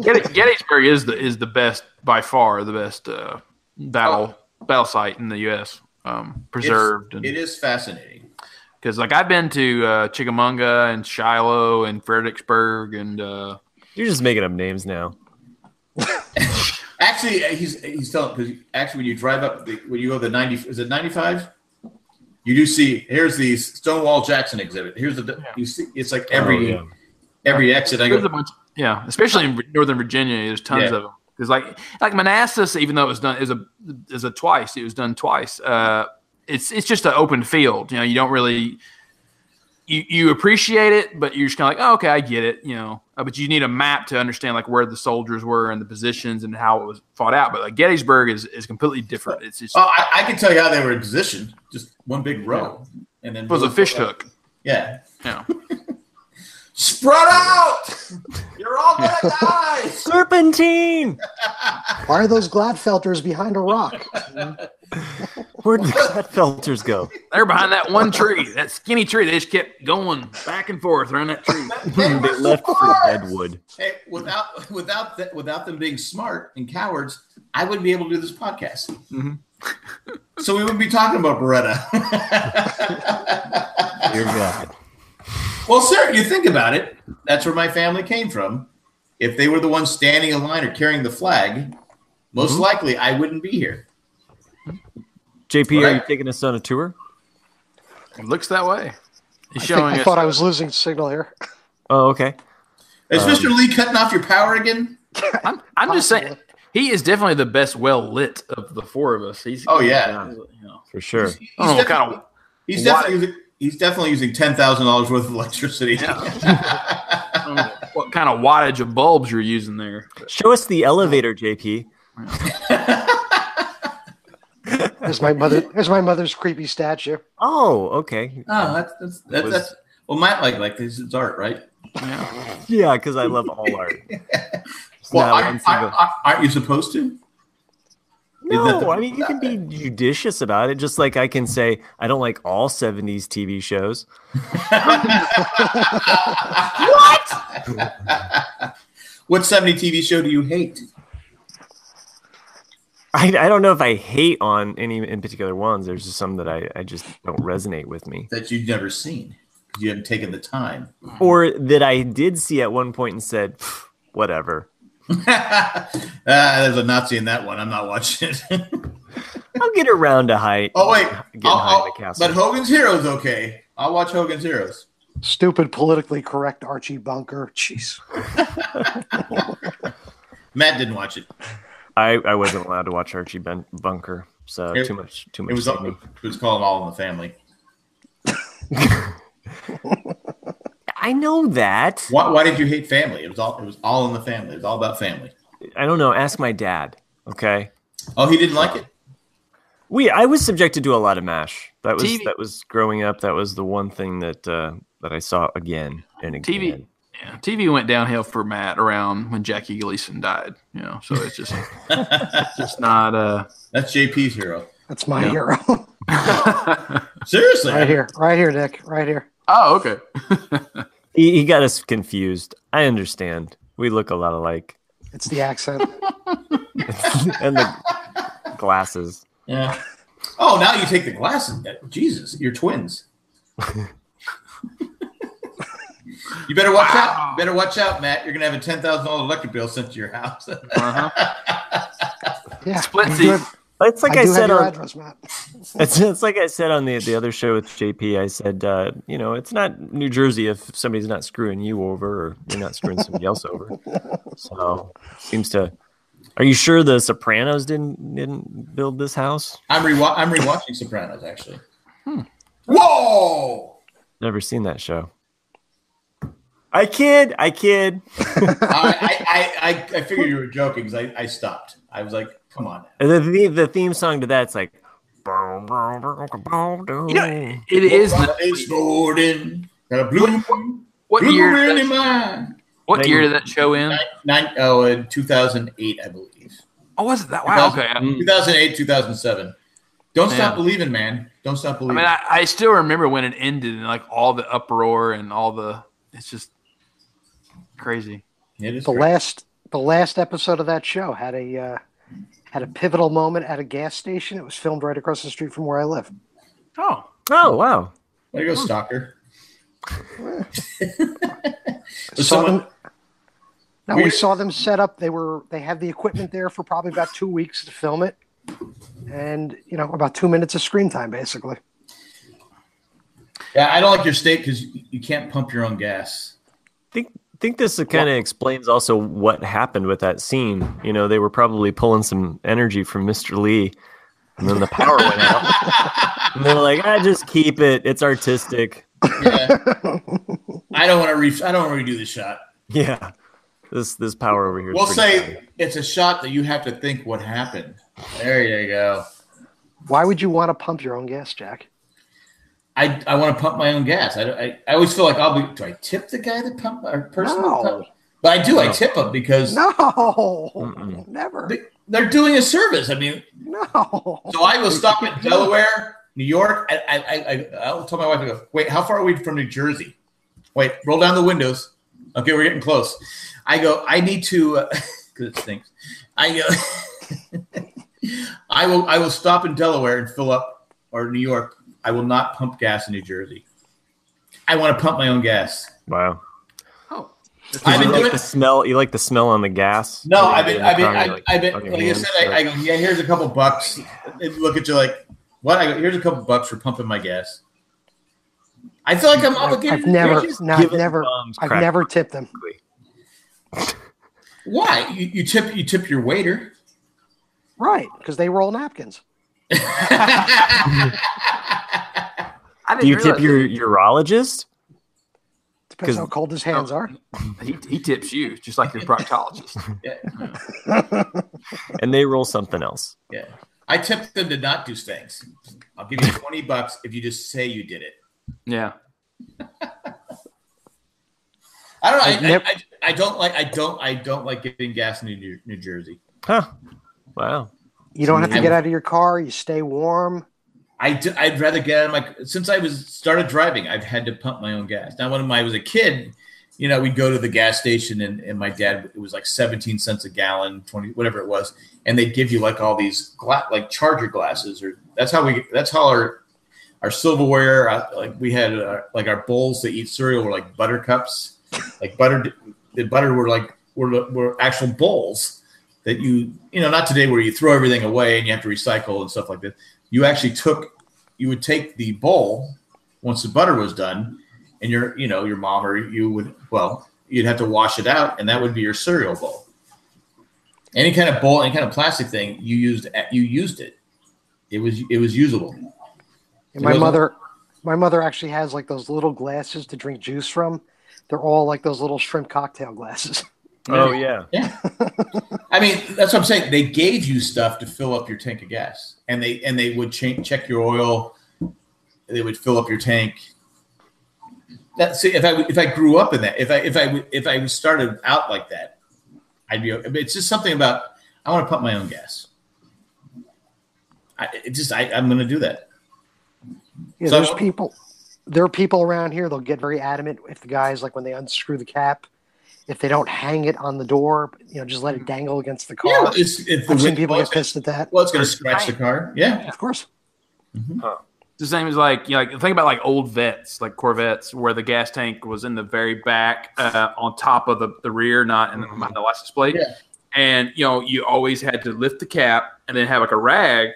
Speaker 1: Getty- Gettysburg is the is the best by far the best uh, battle battle site in the U.S. Um,
Speaker 3: Oh. It's-
Speaker 1: preserved and
Speaker 3: It is fascinating.
Speaker 1: Because like I've been to uh, Chickamauga and Shiloh and Fredericksburg and uh,
Speaker 4: You're just making up names now.
Speaker 3: Actually, uh, he's he's telling because actually when you drive up the, when you go to the ninety is it ninety five, you do see here's the Stonewall Jackson exhibit. Here's the you see it's like every
Speaker 4: Oh, yeah.
Speaker 3: every exit. I
Speaker 1: there's a
Speaker 3: go
Speaker 1: bunch, yeah, especially in Northern Virginia, there's tons
Speaker 3: Yeah.
Speaker 1: of them. Because like like Manassas, even though it was done is a is a twice, it was done twice. Uh, it's it's just an open field. You know, you don't really you you appreciate it, but you're just kind of like, oh, okay, I get it. You know, uh, but you need a map to understand like where the soldiers were and the positions and how it was fought out. But like Gettysburg is is completely different. It's just
Speaker 3: oh I, I can tell you how they were positioned. Just one big row, and then
Speaker 1: it was a fish
Speaker 3: oh.
Speaker 1: hook.
Speaker 3: Yeah,
Speaker 1: Yeah.
Speaker 3: spread out. You're all gonna die.
Speaker 4: Serpentine!
Speaker 2: Why are those Gladfelters behind a rock?
Speaker 4: Where did the filters go?
Speaker 1: They're behind that one tree, that skinny tree. They just kept going back and forth around that tree.
Speaker 3: They
Speaker 4: they
Speaker 3: were
Speaker 4: left for
Speaker 3: smart.
Speaker 4: Deadwood.
Speaker 3: Hey, without without that without them being smart and cowards, I wouldn't be able to do this podcast.
Speaker 1: Mm-hmm.
Speaker 3: so we wouldn't be talking about Beretta.
Speaker 4: Dear God.
Speaker 3: well, sir, you think about it. That's where my family came from. If they were the ones standing in line or carrying the flag, most
Speaker 1: Mm-hmm.
Speaker 3: likely I wouldn't be here.
Speaker 4: JP, are you
Speaker 3: Right.
Speaker 4: taking us on a tour?
Speaker 1: It looks that way. He's
Speaker 2: I, think
Speaker 1: showing
Speaker 2: I
Speaker 1: us.
Speaker 2: thought I was losing signal here.
Speaker 4: Oh, okay.
Speaker 3: Is
Speaker 4: Um,
Speaker 3: Mr. Lee cutting off your power again?
Speaker 1: I'm, I'm just saying, he is definitely the best well lit of the four of us. He's
Speaker 3: Oh yeah,
Speaker 1: you know,
Speaker 4: For sure.
Speaker 3: He's
Speaker 1: I don't know what
Speaker 3: defi-
Speaker 1: kind of
Speaker 3: he's
Speaker 1: why-
Speaker 3: definitely using, he's definitely using ten thousand dollars worth of electricity.
Speaker 1: I don't know what kind of wattage of bulbs you're using there. But
Speaker 4: Show us the elevator, JP.
Speaker 2: There's my mother. There's my mother's creepy statue.
Speaker 4: Oh, okay.
Speaker 3: Oh, that's that's that's, that's well, Matt like like this is art, right?
Speaker 1: yeah.
Speaker 4: Yeah, because I love all art. It's
Speaker 3: Well,
Speaker 4: not one
Speaker 3: aren't, aren't-
Speaker 4: single-
Speaker 3: aren't- aren't you supposed to? that the-
Speaker 4: no, I mean, you can be judicious about it, just like I can say, I don't like all 70s TV shows.
Speaker 3: What seventy TV show do you hate?
Speaker 4: I, I don't know if I hate on any in particular ones. There's just some that I, I just don't resonate with me.
Speaker 3: that you've never seen because you haven't taken the time.
Speaker 4: Or that I did see at one point and said, "Pff, whatever.
Speaker 3: ah, there's a Nazi in that one. I'm not watching it.
Speaker 4: I'll get around to height.
Speaker 3: oh wait,
Speaker 4: Getting
Speaker 3: I'll-
Speaker 4: high in
Speaker 3: I'll-
Speaker 4: the castle.
Speaker 3: but Hogan's Heroes okay. I'll watch Hogan's Heroes.
Speaker 2: Stupid politically correct Archie Bunker. Jeez.
Speaker 3: Matt didn't watch it.
Speaker 4: I, I wasn't allowed to watch Archie Bun- Bunker, so
Speaker 3: It-
Speaker 4: too much too
Speaker 3: It
Speaker 4: much.
Speaker 3: was
Speaker 4: for me.
Speaker 3: it was called All in the Family.
Speaker 4: I know that.
Speaker 3: Why, why did you hate Family? It was all it was all in the Family. It was all about family.
Speaker 4: I don't know. Ask my dad. Okay.
Speaker 3: Oh, he didn't like it.
Speaker 4: We I was subjected to a lot of mash. That was
Speaker 1: TV.
Speaker 4: that was growing up. That was the one thing that uh, that I saw again and again.
Speaker 1: TV. Yeah, TV went downhill for Matt around when Jackie Gleason died. You know, so it's just it's just not. Uh,
Speaker 3: That's JP's hero.
Speaker 2: That's my
Speaker 1: Yeah.
Speaker 2: hero.
Speaker 3: Seriously,
Speaker 2: right here. Right here, Nick. Right here.
Speaker 1: oh, okay.
Speaker 4: He, he got us confused. I understand. We look a lot alike,
Speaker 2: It's the accent.
Speaker 4: and the glasses.
Speaker 3: Yeah. Oh, now you take the glasses. That- Jesus, you're twins. you better watch out. You better watch out, Matt. You're gonna have a ten thousand dollar electric bill sent to your house.
Speaker 1: Uh-huh.
Speaker 2: Yeah.
Speaker 1: Split
Speaker 2: I do have-
Speaker 1: seat.
Speaker 4: It's like I,
Speaker 2: do have
Speaker 4: said uh,
Speaker 2: your
Speaker 4: on
Speaker 2: address, Matt.
Speaker 4: It's, it's like I said on the the other show with JP. I said, uh, you know, it's not New Jersey if somebody's not screwing you over or you're not screwing somebody else over. So seems to. Are you sure the Sopranos didn't didn't build this house?
Speaker 3: I'm rewa- I'm rewatching Sopranos actually.
Speaker 1: Hmm.
Speaker 3: Whoa!
Speaker 4: Never seen that show. I kid, I kid.
Speaker 3: I, I, I, I figured you were joking because I, I stopped. I was like, come on.
Speaker 4: The, the the theme song to that's like.
Speaker 1: You know, it is the,
Speaker 3: It's Gordon. Got a blue, blue
Speaker 1: what year?
Speaker 3: wind
Speaker 1: did
Speaker 3: in
Speaker 1: that-
Speaker 3: my
Speaker 1: What year did that show in?
Speaker 3: nine, oh, in 2008, I believe.
Speaker 1: Oh, was it that? Wow. Okay. I, I mean,
Speaker 3: 2008, 2007. Don't
Speaker 1: Hmm. Man.
Speaker 3: stop believing, man. Don't stop believing.
Speaker 1: I, I still remember when it ended and like all the uproar and all the. It's just crazy.
Speaker 3: It is
Speaker 2: The
Speaker 3: great.
Speaker 2: last the last episode of that show had a uh, had a pivotal moment at a gas station. It was filmed right across the street from where I live.
Speaker 1: Oh,
Speaker 4: Oh wow!
Speaker 3: Way to go,
Speaker 2: Hmm.
Speaker 3: stalker.
Speaker 2: Saw
Speaker 3: someone-
Speaker 2: them- no, we
Speaker 3: Weird.
Speaker 2: saw them set up. They were they had the equipment there for probably about two weeks to film it, and you know about two minutes of screen time basically.
Speaker 3: Yeah, I don't like your state because you, you can't pump your own gas.
Speaker 4: think think this kind of explains also what happened with that scene. You know, they were probably pulling some energy from Mr. Lee, and then the power went out. And they're like, "I just keep it. It's artistic."
Speaker 3: Yeah. I don't want to reach. I don't want to redo the shot.
Speaker 4: Yeah, this this power over here. is
Speaker 3: We'll
Speaker 4: pretty
Speaker 3: say
Speaker 4: bad.
Speaker 3: it's a shot that you have to think what happened. There you go.
Speaker 2: Why would you want to pump your own gas, Jack?
Speaker 3: I, I want to pump my own gas. I, I, I always feel like I'll be. Do I tip the guy that pump or person? that
Speaker 2: No.
Speaker 3: pump? But I do. I tip them because
Speaker 2: No,
Speaker 4: Mm-mm.
Speaker 2: never.
Speaker 3: they, they're doing a service. I mean,
Speaker 2: No.
Speaker 3: So I will stop in Delaware, New York. I, I, I, I'll tell my wife, I go, wait, how far are we from New Jersey? Wait, roll down the windows. Okay, we're getting close. I go, I need to, because it stinks. I go, I will, I will stop in Delaware and fill up, or New York. I will not pump gas in New Jersey. I want to pump my own gas.
Speaker 4: wow.
Speaker 1: oh,
Speaker 3: I've
Speaker 4: you
Speaker 3: been
Speaker 4: like
Speaker 3: doing-
Speaker 4: the smell. You like the smell on the gas.
Speaker 3: No,
Speaker 4: You
Speaker 3: I've been,
Speaker 4: get in the
Speaker 3: I've been,
Speaker 4: car,
Speaker 3: I've,
Speaker 4: you're like,
Speaker 3: I've been,
Speaker 4: "Fucking
Speaker 3: like I
Speaker 4: hands
Speaker 3: said, I, I
Speaker 4: up."
Speaker 3: go, yeah, here's a couple bucks. They look at you like, what? I go, here's a couple bucks for pumping my gas. I feel like I'm obligated.
Speaker 2: I've
Speaker 3: to
Speaker 2: never,
Speaker 3: do this.
Speaker 2: no,
Speaker 4: Give
Speaker 2: I've
Speaker 4: it
Speaker 2: never,
Speaker 4: thumbs,
Speaker 2: I've
Speaker 4: crack.
Speaker 2: never tipped them.
Speaker 3: Why? You, you tip, you tip your waiter.
Speaker 2: Right, because they roll napkins.
Speaker 1: I didn't
Speaker 4: Do you tip
Speaker 1: realize
Speaker 4: your urologist?
Speaker 2: Depends
Speaker 4: 'Cause-
Speaker 2: how cold his hands are.
Speaker 1: He, he tips you just like your proctologist.
Speaker 4: And they roll something else.
Speaker 3: yeah, I tip them to not do things. I'll give you twenty bucks if you just say you did it.
Speaker 1: yeah.
Speaker 3: I don't.
Speaker 2: I've
Speaker 3: know. I,
Speaker 2: never-
Speaker 3: I, I, I don't like. I don't. I don't like getting gas in New, New Jersey.
Speaker 4: Huh. Wow.
Speaker 2: You don't have to
Speaker 3: I-
Speaker 2: get out of your car. You stay warm.
Speaker 3: I do, I'd rather get on my since I was started driving. I've had to pump my own gas. Now, when I was a kid, you know, we'd go to the gas station and, and my dad, it was like 17 cents a gallon, 20, whatever it was. And they'd give you like all these gla- like charger glasses or that's how we, that's how our, our silverware, uh, like we had uh, like our bowls to eat cereal were like butter cups, like butter, the butter were like, were, were actual bowls that you, you know, not today where you throw everything away and you have to recycle and stuff like that. You actually took, you would take the bowl once the butter was done and your you know your mom or you would well you'd have to wash it out and that would be your cereal bowl any kind of bowl any kind of plastic thing you used you used it it was it was usable
Speaker 2: And my mother, my mother actually has like those little glasses to drink juice from. They're all like those little shrimp cocktail glasses.
Speaker 4: Oh yeah.
Speaker 3: yeah i mean that's what i'm saying they gave you stuff to fill up your tank of gas and they and they would cha- check your oil they would fill up your tank that see if I if I grew up in that if I if I if I started out like that, I'd be. It's just something about I want to pump my own gas. I it just I I'm going to do that.
Speaker 2: Yeah,
Speaker 3: So-
Speaker 2: there's people. There are people around here. They'll get very adamant if the guys like when they unscrew the cap, if they don't hang it on the door, you know, just let it dangle against the car.
Speaker 3: Yeah, it's, it's the
Speaker 2: I've seen
Speaker 3: wind,
Speaker 2: people
Speaker 3: well,
Speaker 2: get
Speaker 3: it's,
Speaker 2: pissed at that.
Speaker 3: going to scratch the car. Yeah,
Speaker 2: Of course,
Speaker 1: It's the same as like you know, like think about like old vets, like Corvettes, where the gas tank was in the very back, uh, on top of the, the rear, not in the, behind the license plate.
Speaker 3: Yeah.
Speaker 1: And you know, you always had to lift the cap and then have like a rag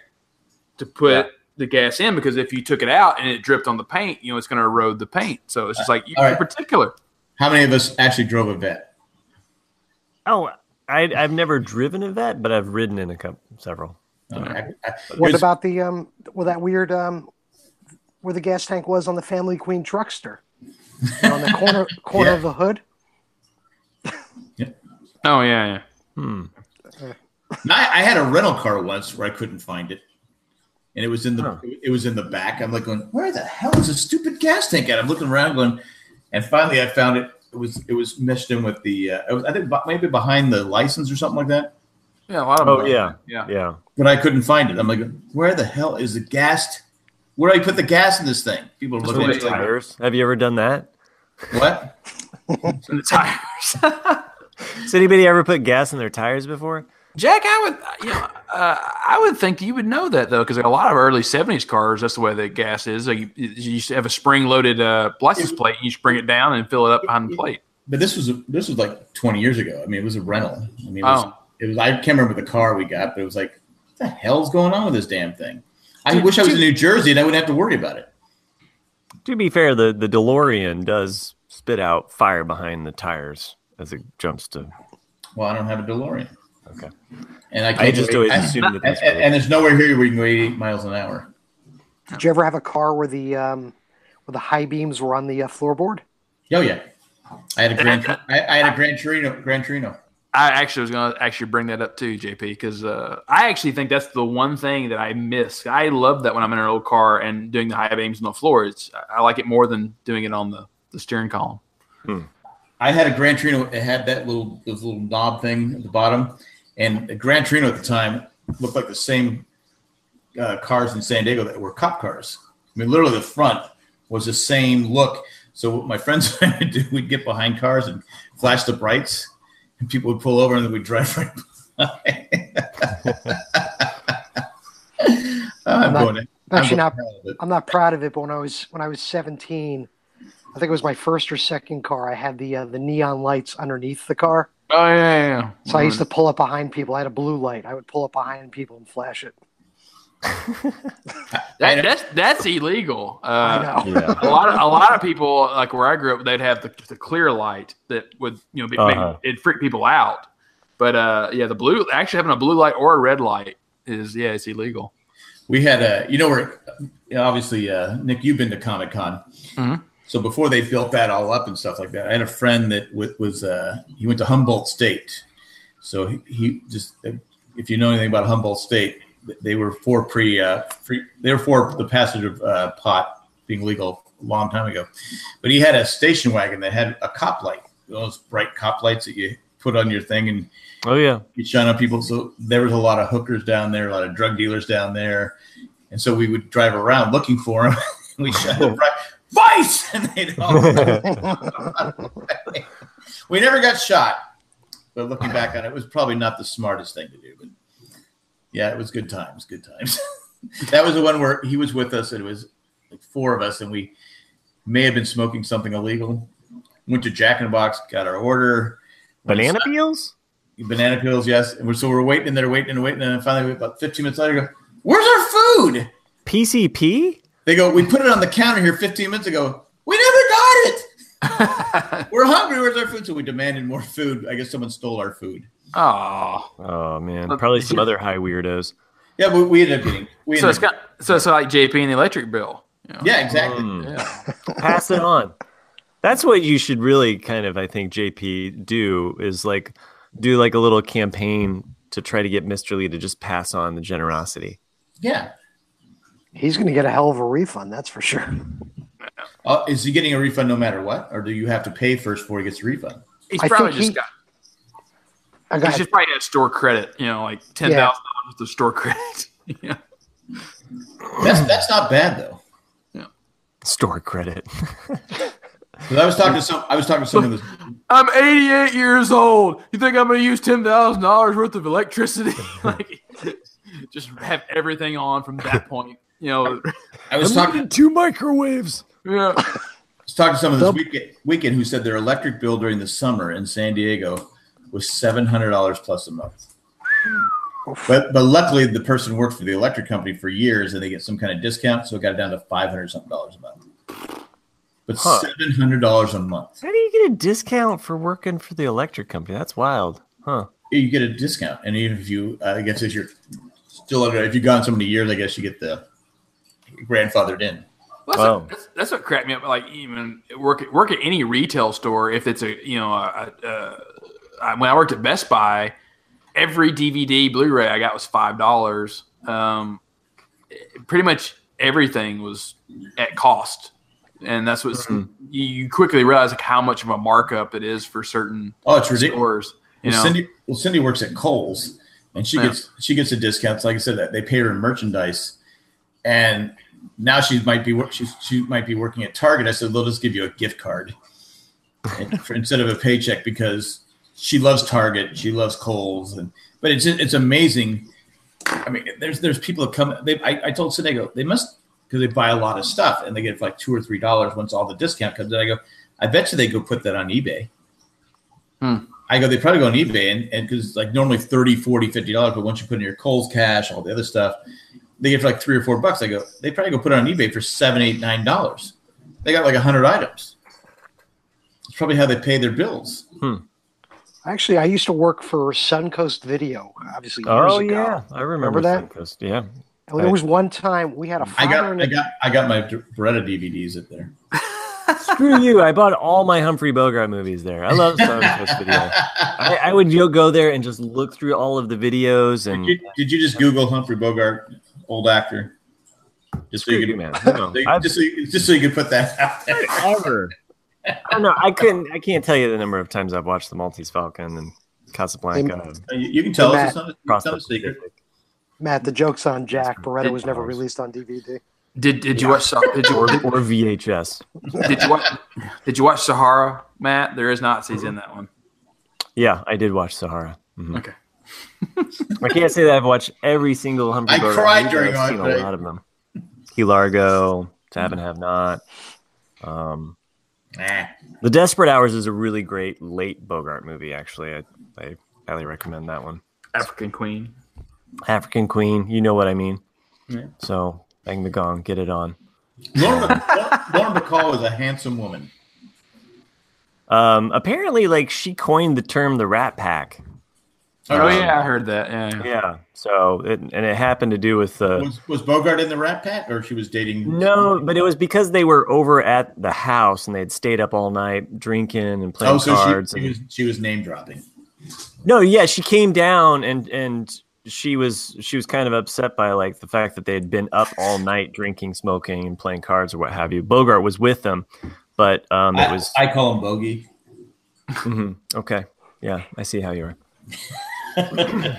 Speaker 1: to put the gas in because if you took it out and it dripped on the paint, you know, it's going to erode the paint. So it's just like you
Speaker 3: All right.
Speaker 1: particular.
Speaker 3: how many of us actually drove a vet?
Speaker 4: Oh, I, I've never driven a vet, but I've ridden in a couple several.
Speaker 3: Uh, I- I-
Speaker 2: What
Speaker 3: it's-
Speaker 2: about the um? Well, that weird um, where the gas tank was on the Family Queen truckster, on the corner corner of the hood.
Speaker 1: Oh yeah, yeah.
Speaker 4: Hmm.
Speaker 3: I, I had a rental car once where I couldn't find it, and it was in the
Speaker 4: Huh.
Speaker 3: it was in the back. I'm like going, where the hell is this stupid gas tank at? I'm looking around, going, and finally I found it. It was it was meshed in with the uh, it was, I think bu- maybe behind the license or something like that.
Speaker 1: Yeah, a lot of
Speaker 4: Oh
Speaker 1: them.
Speaker 4: yeah.
Speaker 1: yeah.
Speaker 4: Yeah.
Speaker 3: But I couldn't find it. I'm like, where the hell is the gas? Where do I put the gas in this thing? People are looking at
Speaker 1: the
Speaker 3: me like,
Speaker 4: Tires. Have you ever done that?
Speaker 3: what?
Speaker 1: And the tires.
Speaker 4: Has anybody ever put gas in their tires before?
Speaker 1: Jack, I would, you know, uh, I would think you would know that though, because a lot of early '70s cars, that's the way the gas is. Like you, you used to have a spring-loaded uh, license plate, and you just bring it down and fill it up behind the plate.
Speaker 3: But this was a, this was like 20 years ago. I mean, it was a rental. I mean, it was,
Speaker 1: Oh.
Speaker 3: it was I can't remember the car we got, but it was like, what the hell's going on with this damn thing? I wish I was in New Jersey and I wouldn't have to worry about it.
Speaker 4: To be fair, the, the DeLorean does spit out fire behind the tires as it jumps to.
Speaker 3: Well, I don't have a DeLorean.
Speaker 4: Okay.
Speaker 3: And I, can't
Speaker 4: I just
Speaker 3: go-
Speaker 4: always
Speaker 3: and-
Speaker 4: assumed that
Speaker 3: and,
Speaker 4: that's what
Speaker 3: and,
Speaker 4: it
Speaker 3: and there's nowhere here where you can go 88 miles an hour.
Speaker 2: Did you ever have a car where the um, where the high beams were on the uh, floorboard?
Speaker 3: Oh yeah, I had a Grand I, I had a Grand Torino Grand Torino.
Speaker 1: I actually was going to actually bring that up too, JP, because uh, I actually think that's the one thing that I miss. I love that when I'm in an old car and doing the high beams on the floor. It's I like it more than doing it on the, the steering column.
Speaker 3: I had a Gran Torino. It had that little those little knob thing at the bottom, and the Gran Torino at the time looked like the same uh, cars in San Diego that were cop cars. I mean, literally the front was the same look. So what my friends and I would do, we'd get behind cars and flash the brights, and people would pull over and then we'd drive right by. I'm
Speaker 2: not- I'm
Speaker 3: going. I'm
Speaker 2: actually
Speaker 3: going
Speaker 2: not.
Speaker 3: proud of it.
Speaker 2: I'm not proud of it, but when I was when I was 17, I think it was my first or second car. I had the uh, the neon lights underneath the car,
Speaker 1: Oh yeah, yeah.
Speaker 2: so I used to pull up behind people. I had a blue light. I would pull up behind people and flash it.
Speaker 1: That, that's that's illegal. Uh,
Speaker 2: I know.
Speaker 4: Yeah.
Speaker 1: a lot of a lot of people like where I grew up, they'd have the, the clear light that would you know be,
Speaker 4: Uh-huh.
Speaker 1: make, it'd freak people out. But uh, yeah, the blue actually having a blue light or a red light is yeah, it's illegal.
Speaker 3: we had a you know where obviously uh, nick you've been to comic-con
Speaker 1: Mhm.
Speaker 3: so before they built that all up and stuff like that i had a friend that wa- was uh, he went to humboldt state so he, he just if you know anything about humboldt state they were for pre uh, free, they were for the passage of uh, pot being legal a long time ago but he had a station wagon that had a cop light those bright cop lights that you put on your thing and
Speaker 4: Oh yeah.
Speaker 3: you shine on people. So there was a lot of hookers down there, a lot of drug dealers down there, and so we would drive around looking for them. we shine the bright, Vice, and they'd all we never got shot, but looking back on it, it was probably not the smartest thing to do. But yeah, it was good times, good times. that was the one where he was with us, and it was like four of us, and we may have been smoking something illegal. Went to Jack in the Box, got our order.
Speaker 4: Banana peels?
Speaker 3: Banana peels, yes. And we're, so we're waiting and they're waiting and waiting. And then finally, about 15 minutes later, go, Where's our food?
Speaker 4: PCP?
Speaker 3: They go, We put it on the counter here 15 minutes ago. We never got it. we're hungry. Where's our food? So we demanded more food. I guess someone stole our food.
Speaker 1: Oh,
Speaker 4: Oh man, probably some other high weirdos.
Speaker 3: Yeah, but we ended up getting. We
Speaker 1: so
Speaker 3: ended
Speaker 1: it's
Speaker 3: up,
Speaker 1: got so it's like JP and the electric bill. you know?
Speaker 3: yeah, exactly.
Speaker 1: Hmm.
Speaker 4: Pass it on. That's what you should really kind of, I think, JP do is like do like a little campaign to try to get Mr. Lee to just pass on the generosity.
Speaker 3: Yeah.
Speaker 2: He's going to get a hell of a refund, that's for sure.
Speaker 3: Uh, is he getting a refund no matter what, or do you have to pay first before he gets a refund?
Speaker 1: He's
Speaker 2: I
Speaker 1: probably
Speaker 2: think
Speaker 1: just
Speaker 2: he-
Speaker 1: got.
Speaker 2: I got
Speaker 1: He's just probably had store credit. You know, like ten thousand dollars worth of store credit. yeah.
Speaker 3: That's that's not bad though.
Speaker 4: Store credit.
Speaker 3: 'Cause I was talking to some. I was talking to someone. This,
Speaker 1: I'm 88 years old. You think I'm going to use ten thousand dollars worth of electricity? like, just have everything on from that point. You know,
Speaker 3: I was talking.
Speaker 4: two microwaves.
Speaker 1: yeah.
Speaker 3: I was talking to someone this weekend, weekend who said their electric bill during the summer in San Diego was seven hundred dollars plus a month. But but luckily the person worked for the electric company for years and they get some kind of discount, so it got down to five hundred something dollars a month. But
Speaker 4: Huh.
Speaker 3: seven hundred dollars a month,
Speaker 4: How do you get a discount for working for the electric company? That's wild. Huh.
Speaker 3: you get a discount, and even if you, I guess, if you're still under, if you've gone so many years, I guess you get the grandfathered in.
Speaker 1: Well, that's,
Speaker 4: Wow.
Speaker 1: what, that's, that's what cracked me up. Like even work at, work at any retail store. If it's a you know a, a, a, I- when I worked at Best Buy, every DVD Blu-ray I got was five dollars. Um, it- pretty much everything was at cost, and that's what
Speaker 3: Hmm.
Speaker 1: you, you quickly realize like how much of a markup it is for certain
Speaker 3: Oh, it's ridiculous.
Speaker 1: stores. You
Speaker 3: well,
Speaker 1: know,
Speaker 3: Cindy, well, Cindy works at Kohl's, and she
Speaker 1: Yeah.
Speaker 3: gets she gets a discount. So like I said, that they pay her in merchandise, and now she might be wor- she's, she might be working at Target. I said they'll just give you a gift card and- for, instead of a paycheck because she loves Target, she loves Kohl's, and but it's it's amazing. I mean, there's there's people that come. They I, I told Cindy I go they must because they buy a lot of stuff and they get like two or three dollars once all the discount comes. in. I go, I bet you they go put that on eBay. I go, they probably go on eBay and and because like normally 30, 40, 50 dollars, but once you put in your Kohl's cash, all the other stuff, they get for like three or four bucks. I go, they probably go put it on eBay for seven, eight, nine dollars. They got like a hundred items. It's probably how they pay their bills.
Speaker 2: Actually, I used to work for Suncoast Video, obviously years
Speaker 4: Oh
Speaker 2: ago.
Speaker 4: yeah, I remember,
Speaker 2: Remember that?
Speaker 4: Suncoast. Yeah.
Speaker 2: And there was one time we had a
Speaker 3: I
Speaker 2: father
Speaker 3: got
Speaker 2: and
Speaker 3: I
Speaker 2: a,
Speaker 3: got I got my Beretta DVDs at there.
Speaker 4: Screw you! I bought all my Humphrey Bogart movies there. I love Suncoast Video. I, I would go- go there and just look through all of the videos and
Speaker 3: Did you, did you just Google Humphrey Bogart, old actor? Just so
Speaker 4: Screw
Speaker 3: you
Speaker 4: you,
Speaker 3: could,
Speaker 4: man. No,
Speaker 3: so you-
Speaker 4: I've
Speaker 3: just, so you, just so you could put that out there.
Speaker 4: ever. I don't know. I couldn't. I can't tell you the number of times I've watched the Maltese Falcon and Casablanca. and
Speaker 3: You, you can tell us
Speaker 2: Matt.
Speaker 3: it's not, a- it's
Speaker 4: Across
Speaker 3: not
Speaker 4: the
Speaker 3: a secret.
Speaker 4: Pacific.
Speaker 2: Matt. The joke's on Jack. Beretta was never
Speaker 4: Dollars.
Speaker 2: released on DVD.
Speaker 1: did did you watch Sa- did you
Speaker 4: or, or VHS.
Speaker 1: did you watch, did you watch Sahara, Matt? There is
Speaker 3: Mm-hmm.
Speaker 1: Nazis in that one.
Speaker 4: Yeah, I did watch Sahara. Mhm.
Speaker 1: Okay.
Speaker 4: I can't say that I've watched every single Humphrey
Speaker 3: I
Speaker 4: Bogart.
Speaker 3: cried
Speaker 4: movie,
Speaker 3: during
Speaker 4: but I've seen
Speaker 3: Hot Day.
Speaker 4: a lot of them. Key Largo, To Have and Have Not. Um,
Speaker 3: Nah.
Speaker 4: The Desperate Hours is a really great late Bogart movie. Actually, I, I highly recommend that one.
Speaker 1: African Queen.
Speaker 4: African Queen, you know what I mean.
Speaker 1: Yeah.
Speaker 4: So bang the gong, get it on.
Speaker 3: Lauren, Bacall- Lauren Bacall is a handsome woman.
Speaker 4: Um, apparently, like she coined the term the Rat Pack.
Speaker 1: Oh
Speaker 3: Um,
Speaker 1: yeah, I heard that. Yeah. yeah.
Speaker 4: Yeah. So it, and it happened to do with the.
Speaker 3: Was, was Bogart in the Rat Pack, or she was dating?
Speaker 4: No, but it was because they were over at the house and they had stayed up all night drinking and playing
Speaker 3: Oh, so
Speaker 4: cards.
Speaker 3: she,
Speaker 4: and-
Speaker 3: she was she was name dropping.
Speaker 4: no, yeah, she came down and and she was she was kind of upset by like the fact that they had been up all night drinking, smoking, and playing cards or what have you. Bogart was with them, but um, it was mm-hmm,
Speaker 3: I, I call him Bogey.
Speaker 4: okay. Yeah, I see how you are.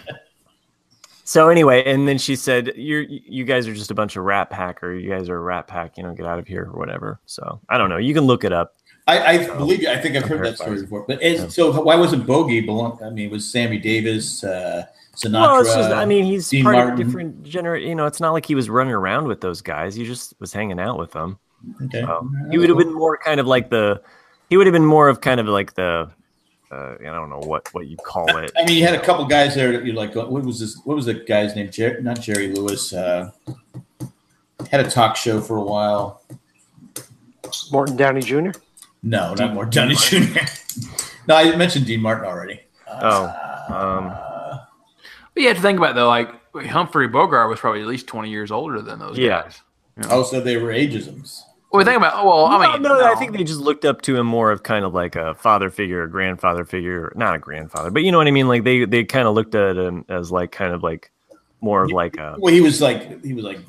Speaker 4: So anyway, and then she said, "You you guys are just a bunch of rat pack, or you guys are a rat pack. You know, get out of here or whatever." So I don't know. You can look it up.
Speaker 3: I,
Speaker 4: Oh,
Speaker 3: I believe you. I think I've heard that story before. But it's, so why wasn't Bogey belong? I mean, it was Sammy Davis, uh, Sinatra?
Speaker 4: Well, it's just, I mean, he's
Speaker 3: uh, Dean
Speaker 4: part of
Speaker 3: Martin.
Speaker 4: a different gener. You know, it's not like he was running around with those guys. He just was hanging out with them.
Speaker 3: Okay.
Speaker 4: So he would have been more kind of like the. He would have been more of kind of like the. Uh, I don't know what what you call it.
Speaker 3: I mean, you had a couple guys there that you like. uh, What was this? What was the guy's name? Jer- not Jerry Lewis. Uh, had a talk show for a while.
Speaker 2: Morton Downey Jr.
Speaker 3: No, not more Johnny Jr. no, I mentioned Dean Martin already.
Speaker 4: Oh, um,
Speaker 1: But you have to think about it, though, like Humphrey Bogart was probably at least twenty years older than those
Speaker 4: Yeah.
Speaker 1: guys.
Speaker 3: Oh, so they were ageisms.
Speaker 1: Well, think about. Well, I mean,
Speaker 4: no, no, I think they just looked up to him more of kind of like a father figure, a grandfather figure, not a grandfather, but you know what I mean. Like they they kind of looked at him as like kind of like more of like a
Speaker 3: Well, he was like he was like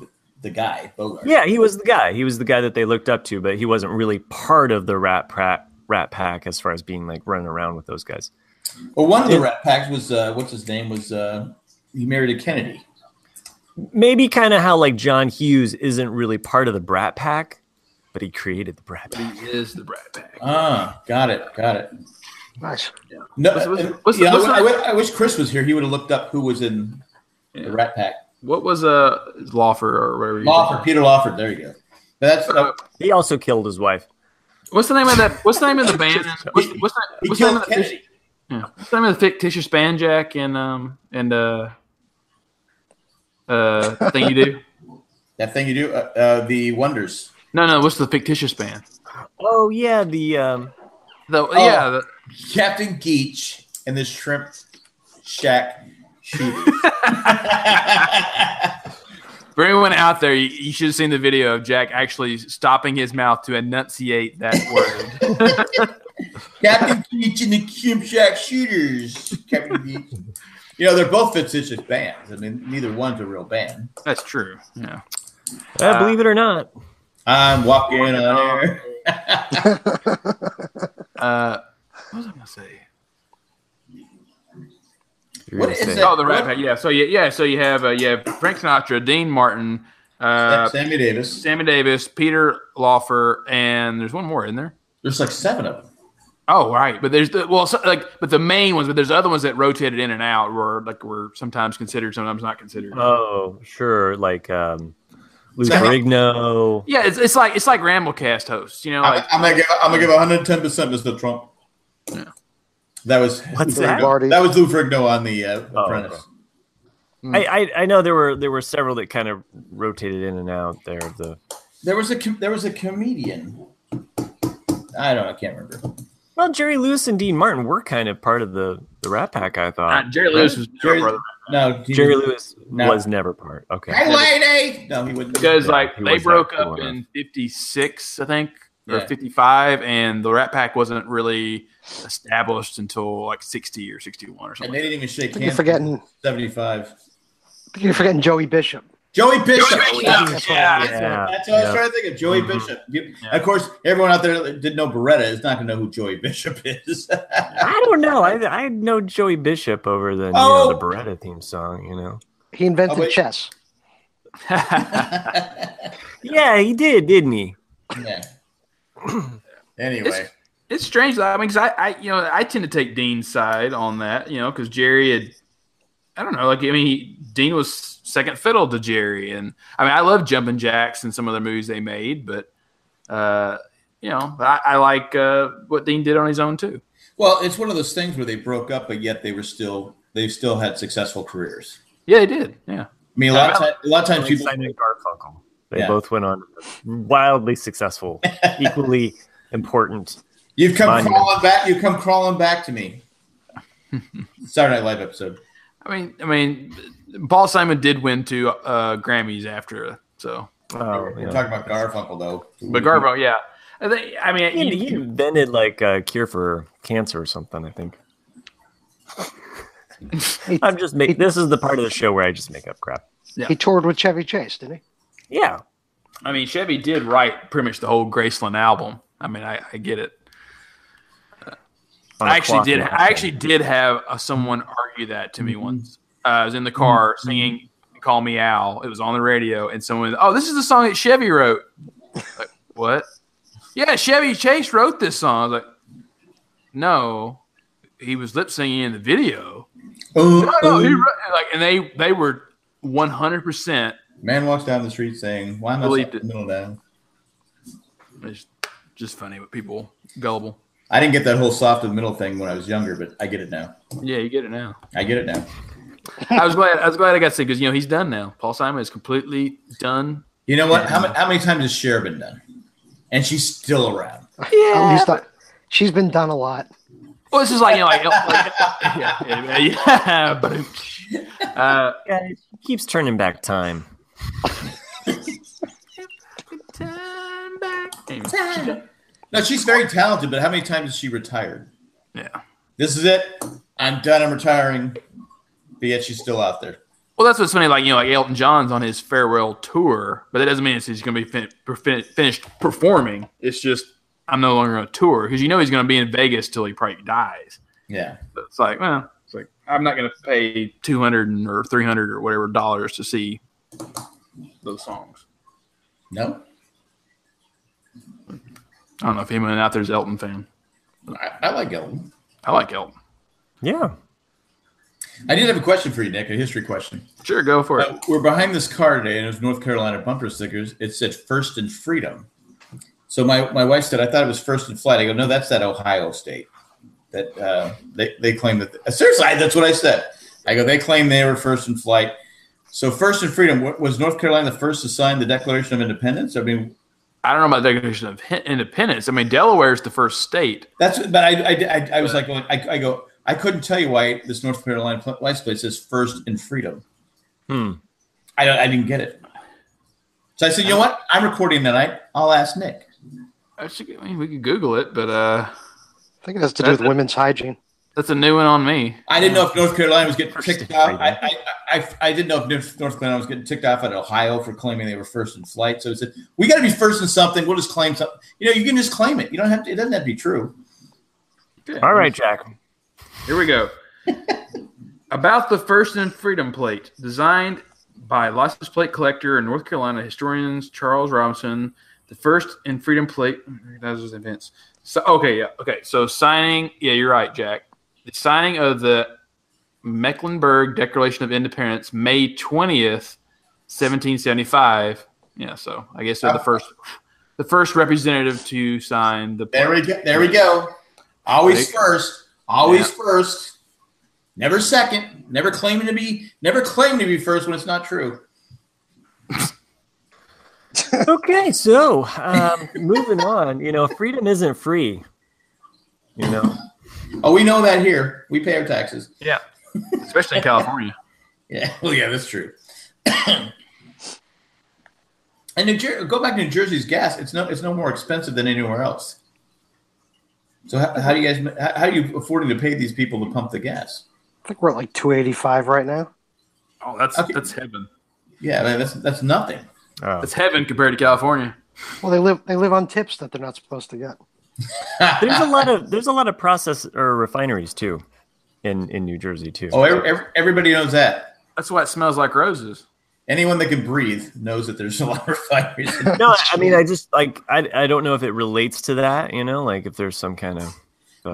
Speaker 3: the guy Bogart.
Speaker 4: yeah. He was the guy. He was the guy that they looked up to, but he wasn't really part of the rat pack. Rat pack as far as being like running around with those guys.
Speaker 3: Well, one of the Rat Packs was uh, what's his name was uh, he married a Kennedy.
Speaker 4: Maybe kind of how like John Hughes isn't really part of the brat pack, but he created the brat pack.
Speaker 1: he is the Brat Pack.
Speaker 3: Ah, got it, got it.
Speaker 2: Nice.
Speaker 3: No,
Speaker 1: What's- what's-
Speaker 3: uh,
Speaker 1: what's the-
Speaker 3: yeah, I
Speaker 1: what's
Speaker 3: wi-
Speaker 1: the-
Speaker 3: I, wi- I wish Chris was here. He would have looked up who was in the Rat Pack.
Speaker 1: What was uh Lawfer or whatever? you-
Speaker 3: Lawford, Peter Lawford. There you go. That's
Speaker 1: Uh,
Speaker 4: He also killed his wife.
Speaker 1: What's the name of that? What's the name of the band? What's, what's, the,
Speaker 3: he
Speaker 1: what's, the name
Speaker 3: killed
Speaker 1: of the,
Speaker 3: Kennedy.
Speaker 1: yeah. what's the name of the fictitious band, Jack? And um and uh uh thing you do?
Speaker 3: That thing you do, uh, uh, the Wonders.
Speaker 1: No, no. What's the fictitious band?
Speaker 4: Oh yeah, the um,
Speaker 1: The,
Speaker 3: Oh,
Speaker 1: Yeah, the,
Speaker 3: Captain Geach and the Shrimp Shack Shooters.
Speaker 1: For anyone out there, you, you should have seen the video of Jack actually stopping his mouth to enunciate that word.
Speaker 3: Captain Geach and the Shrimp Shack Shooters. Captain Geach. You know, they're both fictitious bands. I mean, neither one's a real band.
Speaker 1: That's true. Yeah.
Speaker 4: uh, believe it or not,
Speaker 3: I'm walking on air.
Speaker 1: Uh, what was I gonna say?
Speaker 4: You're
Speaker 3: What
Speaker 4: gonna
Speaker 3: is
Speaker 4: say-
Speaker 3: that?
Speaker 1: Oh, the Rat Pack. Yeah. So yeah, yeah. So you have uh, you have Frank Sinatra, Dean Martin, uh,
Speaker 3: Sammy Davis.
Speaker 1: Sammy Davis, Peter Lawfer, and there's one more in there.
Speaker 3: There's like seven of them.
Speaker 1: Oh, right. But there's the well, so, like, but the main ones. But there's other ones that rotated in and out. Were like were sometimes considered, sometimes not considered.
Speaker 4: Oh, sure. Like um Lou
Speaker 3: So-
Speaker 4: Ferrigno.
Speaker 1: yeah, it's, it's like it's like Ramblecast hosts.
Speaker 4: Oh,
Speaker 1: You know, like
Speaker 3: I, am gonna give I'm gonna give 110 percent, Mr. Trump. That was
Speaker 4: What's
Speaker 3: Lou
Speaker 4: that?
Speaker 3: Ferrigno- That was Lou Ferrigno on the uh,
Speaker 4: Oh,
Speaker 3: Apprentice.
Speaker 4: okay. I, I I know there were there were several that kind of rotated in and out there of the
Speaker 3: There was a com- there was a comedian. I don't. I can't remember.
Speaker 4: well Jerry Lewis and Dean Martin were kind of part of the the Rat Pack I thought
Speaker 1: uh, Jerry Lewis was
Speaker 3: Jerry-
Speaker 1: brother.
Speaker 3: No, he-
Speaker 4: Jerry Lewis
Speaker 3: No.
Speaker 4: was never part okay
Speaker 3: Hey, lady. No, he wouldn't.
Speaker 1: because
Speaker 4: Yeah,
Speaker 1: like
Speaker 4: he
Speaker 1: they
Speaker 4: was
Speaker 1: broke
Speaker 4: that
Speaker 1: up
Speaker 4: cool
Speaker 1: in 56 i think or
Speaker 3: Yeah.
Speaker 1: 55 and the rat pack wasn't really established until like 60 or 61 or
Speaker 3: and
Speaker 1: something
Speaker 3: they didn't even shake hands.
Speaker 2: You're forgetting.
Speaker 3: seventy-five.
Speaker 2: You're forgetting Joey Bishop.
Speaker 3: Joey Bishop.
Speaker 1: Bishop.
Speaker 3: Yeah,
Speaker 1: That's
Speaker 3: yeah,
Speaker 1: what-
Speaker 3: that's what,
Speaker 4: yeah,
Speaker 3: that's what I was
Speaker 4: yeah.
Speaker 3: trying to think of. Joey
Speaker 1: Mm-hmm.
Speaker 3: Bishop. You- Of course, everyone out there that didn't know Beretta is not going to know who Joey Bishop is.
Speaker 4: I don't know I I know Joey Bishop over the
Speaker 3: Oh.
Speaker 4: you know, the Beretta theme song you know
Speaker 2: He invented
Speaker 3: Oh, wait.
Speaker 2: chess.
Speaker 4: yeah he did didn't he
Speaker 3: yeah. Anyway,
Speaker 1: it's strange though i mean 'cause I, I you know i tend to take dean's side on that you know because jerry had i don't know like i mean he, dean was second fiddle to jerry and i mean i love jumping jacks and some of the movies they made but uh you know i, I like uh what dean did on his own too
Speaker 3: well, it's one of those things where they broke up, but yet they were still they still had successful careers.
Speaker 1: yeah he did yeah
Speaker 3: I mean, a lot of
Speaker 1: How
Speaker 3: time, a lot of times
Speaker 4: Like
Speaker 3: people.
Speaker 4: Simon and Garfunkel. They
Speaker 3: Yeah.
Speaker 4: both went on wildly successful equally important
Speaker 3: You've come
Speaker 4: Monument.
Speaker 3: crawling back. You've come crawling back to me. Saturday Night Live episode.
Speaker 1: I mean, I mean, Paul Simon did win two uh, Grammys after, so
Speaker 4: Oh,
Speaker 3: We're
Speaker 4: yeah.
Speaker 3: talking about Garfunkel though.
Speaker 1: but Garbo, yeah, I, think, I mean,
Speaker 4: He,
Speaker 1: you-
Speaker 4: he invented like a cure for cancer or something, I think. I'm just making this is the part of the show where I just make up crap.
Speaker 2: He toured with Chevy Chase, didn't he?
Speaker 4: Yeah.
Speaker 1: I mean, Chevy did write pretty much the whole Graceland album. I mean, I, I get it.
Speaker 4: on a
Speaker 1: I actually
Speaker 4: clock
Speaker 1: did.
Speaker 4: and Mm-hmm.
Speaker 1: I actually did have uh someone argue that to me once. Uh, I was in the car singing "Call Me Al." It was on the radio, and someone, oh, this is the song that Chevy wrote. Like, what? Yeah, Chevy Chase wrote this song. I was like, no, he was lip singing in the video.
Speaker 3: Ooh,
Speaker 1: No, no, he
Speaker 3: ooh.
Speaker 1: wrote, like, and they they were one hundred percent.
Speaker 3: Man walks down the street saying, "Why am I
Speaker 1: Believed
Speaker 3: sat in the
Speaker 1: it.
Speaker 3: middle down?"
Speaker 1: It's just funny, but people gullible.
Speaker 3: I didn't get that whole soft in the middle thing when I was younger, but I get it now.
Speaker 1: Yeah, you get it now.
Speaker 3: I get it now.
Speaker 1: I was glad. I was glad I got sick because you know he's done now. Paul Simon is completely done.
Speaker 3: You know what? How, many, how many times has Cher been done? And she's still around.
Speaker 2: At least I, she's been done a lot.
Speaker 1: Well, this is like you know, like, like yeah, yeah, yeah. Boom. Uh,
Speaker 4: Guys, he keeps turning back time.
Speaker 1: turn back.
Speaker 3: No, she's very talented, but how many times has she retired?
Speaker 1: Yeah.
Speaker 3: This is it. I'm done. I'm retiring. But yet she's still out there.
Speaker 1: Well, that's what's funny. Like you know, like Elton John's on his farewell tour, but that doesn't mean it's he's going to be fin- per- fin- finished performing. It's just I'm no longer on tour because you know he's going to be in Vegas till he probably dies.
Speaker 3: Yeah.
Speaker 1: But it's like, well, it's like I'm not going to pay 200 and- or 300 or whatever dollars to see those songs.
Speaker 3: No.
Speaker 1: I don't know if anyone out there's Elton fan.
Speaker 3: I, I like Elton.
Speaker 1: I like Elton.
Speaker 4: Yeah.
Speaker 3: I did have a question for you, Nick, a history question.
Speaker 1: Sure, go for it.
Speaker 3: Uh, we're behind this car today, and it was North Carolina bumper stickers. It said "First in Freedom." So my, my wife said, "I thought it was First in Flight." I go, "No, that's that Ohio state that uh, they they claim that." uh, seriously, I- that's what I said. I go, "They claim they were First in Flight." So First in Freedom wa- was North Carolina the first to sign the Declaration of Independence. I mean,
Speaker 1: I don't know about the Declaration of Hin- Independence. I mean, Delaware is the first state.
Speaker 3: that's but I I, I, I was like, going- I, I go, I couldn't tell you why this North Carolina pl- license plate says "First in Freedom."
Speaker 4: Hmm.
Speaker 3: I don't, I didn't get it. So I said, you know what? I'm recording tonight. I'll ask Nick.
Speaker 1: I should- I mean, we could Google it, but uh,
Speaker 2: I think it has to do with women's hygiene.
Speaker 1: that's a new one on me.
Speaker 3: I didn't know if North Carolina was getting
Speaker 4: First
Speaker 3: ticked
Speaker 4: in
Speaker 3: off.
Speaker 4: freedom.
Speaker 3: I, I, I, I didn't know if North- North Carolina was getting ticked off at Ohio for claiming they were first in flight. So I said, we got to be first in something. We'll just claim something. You know, you can just claim it. You don't have to. It doesn't have to be true.
Speaker 4: All right, Jack.
Speaker 1: Here we go. About the First and Freedom Plate, designed by license plate collector and North Carolina historians Charles Robinson, the First and Freedom Plate recognizes events. So, okay, yeah, okay. So signing, yeah, you're right, Jack. The signing of the Mecklenburg Declaration of Independence, May twentieth, seventeen seventy-five. Yeah, so I guess
Speaker 3: Uh,
Speaker 1: they're the first, the first representative to sign the.
Speaker 3: There we go. There we go. Always
Speaker 1: Nick.
Speaker 3: first. Always first. Never second. Never claiming to be. Never claim to be first when it's not true.
Speaker 4: Okay, so um, moving on. You know, freedom isn't free. You know,
Speaker 3: Oh, we know that here. We pay our taxes.
Speaker 1: Yeah, especially in California.
Speaker 3: Yeah. Well, yeah, that's true. and New Jer- go back to New Jersey's gas. It's no, it's no more expensive than anywhere else. So how, how do you guys? How, how are you affording to pay these people to pump the gas?
Speaker 2: I think we're at like 285 right now.
Speaker 1: Oh, that's
Speaker 3: Okay.
Speaker 1: that's heaven.
Speaker 3: Yeah, man, that's that's nothing.
Speaker 4: oh,
Speaker 1: That's heaven compared to California.
Speaker 2: Well, they live they live on tips that they're not supposed to get.
Speaker 4: there's a lot of there's a lot of process or refineries too, in in New Jersey too.
Speaker 3: Oh, every, every, everybody knows that.
Speaker 1: That's why it smells like roses.
Speaker 3: Anyone that can breathe knows that there's a lot of fires.
Speaker 4: no, I mean, I just like I I don't know if it relates to that. You know, like if there's some kind of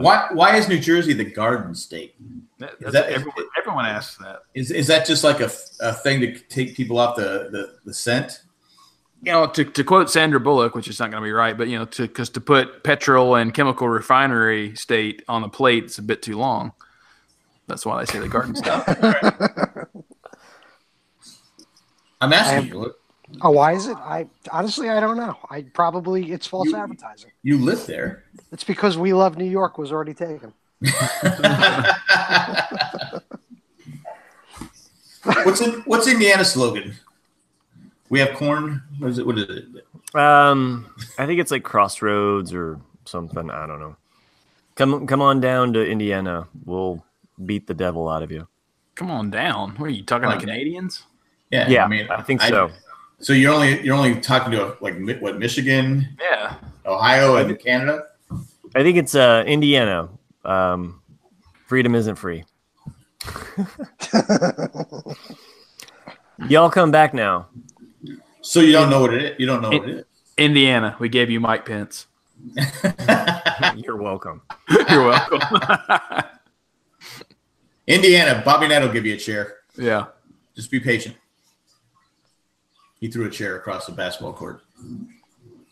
Speaker 3: why why is New Jersey the Garden State?
Speaker 1: That,
Speaker 3: Is
Speaker 1: that's
Speaker 3: that-
Speaker 1: everyone, everyone asks that.
Speaker 3: Is is that just like a, a thing to take people off the the, the scent?
Speaker 1: You know, to, to quote Sandra Bullock, which is not going to be right, but you know, to because to put petrol and chemical refinery state on the plate is a bit too long. That's why they say the garden stuff.
Speaker 3: I'm
Speaker 2: I am-
Speaker 3: asking you.
Speaker 2: Oh, why is it? I honestly I don't know. I probably it's false
Speaker 3: You-
Speaker 2: advertising.
Speaker 3: You live there.
Speaker 2: It's because we love New York was already taken.
Speaker 3: what's in what's Indiana's slogan? We have corn. What is it? What is it?
Speaker 4: um, I think it's like crossroads or something. I don't know. Come come on down to Indiana. We'll beat the devil out of you.
Speaker 1: Come on down. What are you talking
Speaker 3: Come
Speaker 1: like
Speaker 3: on.
Speaker 1: Canadians?
Speaker 3: Yeah,
Speaker 4: Yeah, I, think so.
Speaker 3: So you're only you're only talking to like Mi- what Michigan,
Speaker 1: Yeah.
Speaker 3: Ohio, and Canada.
Speaker 4: I think it's uh Indiana. Um, freedom isn't free. Y'all come back now.
Speaker 3: So you don't know what it is. You don't know what it is.
Speaker 1: Indiana, we gave you Mike Pence.
Speaker 4: You're welcome.
Speaker 1: You're welcome.
Speaker 3: Indiana, Bobby Knight will give you a chair.
Speaker 1: yeah.
Speaker 3: Just be patient. He threw a chair across the basketball court.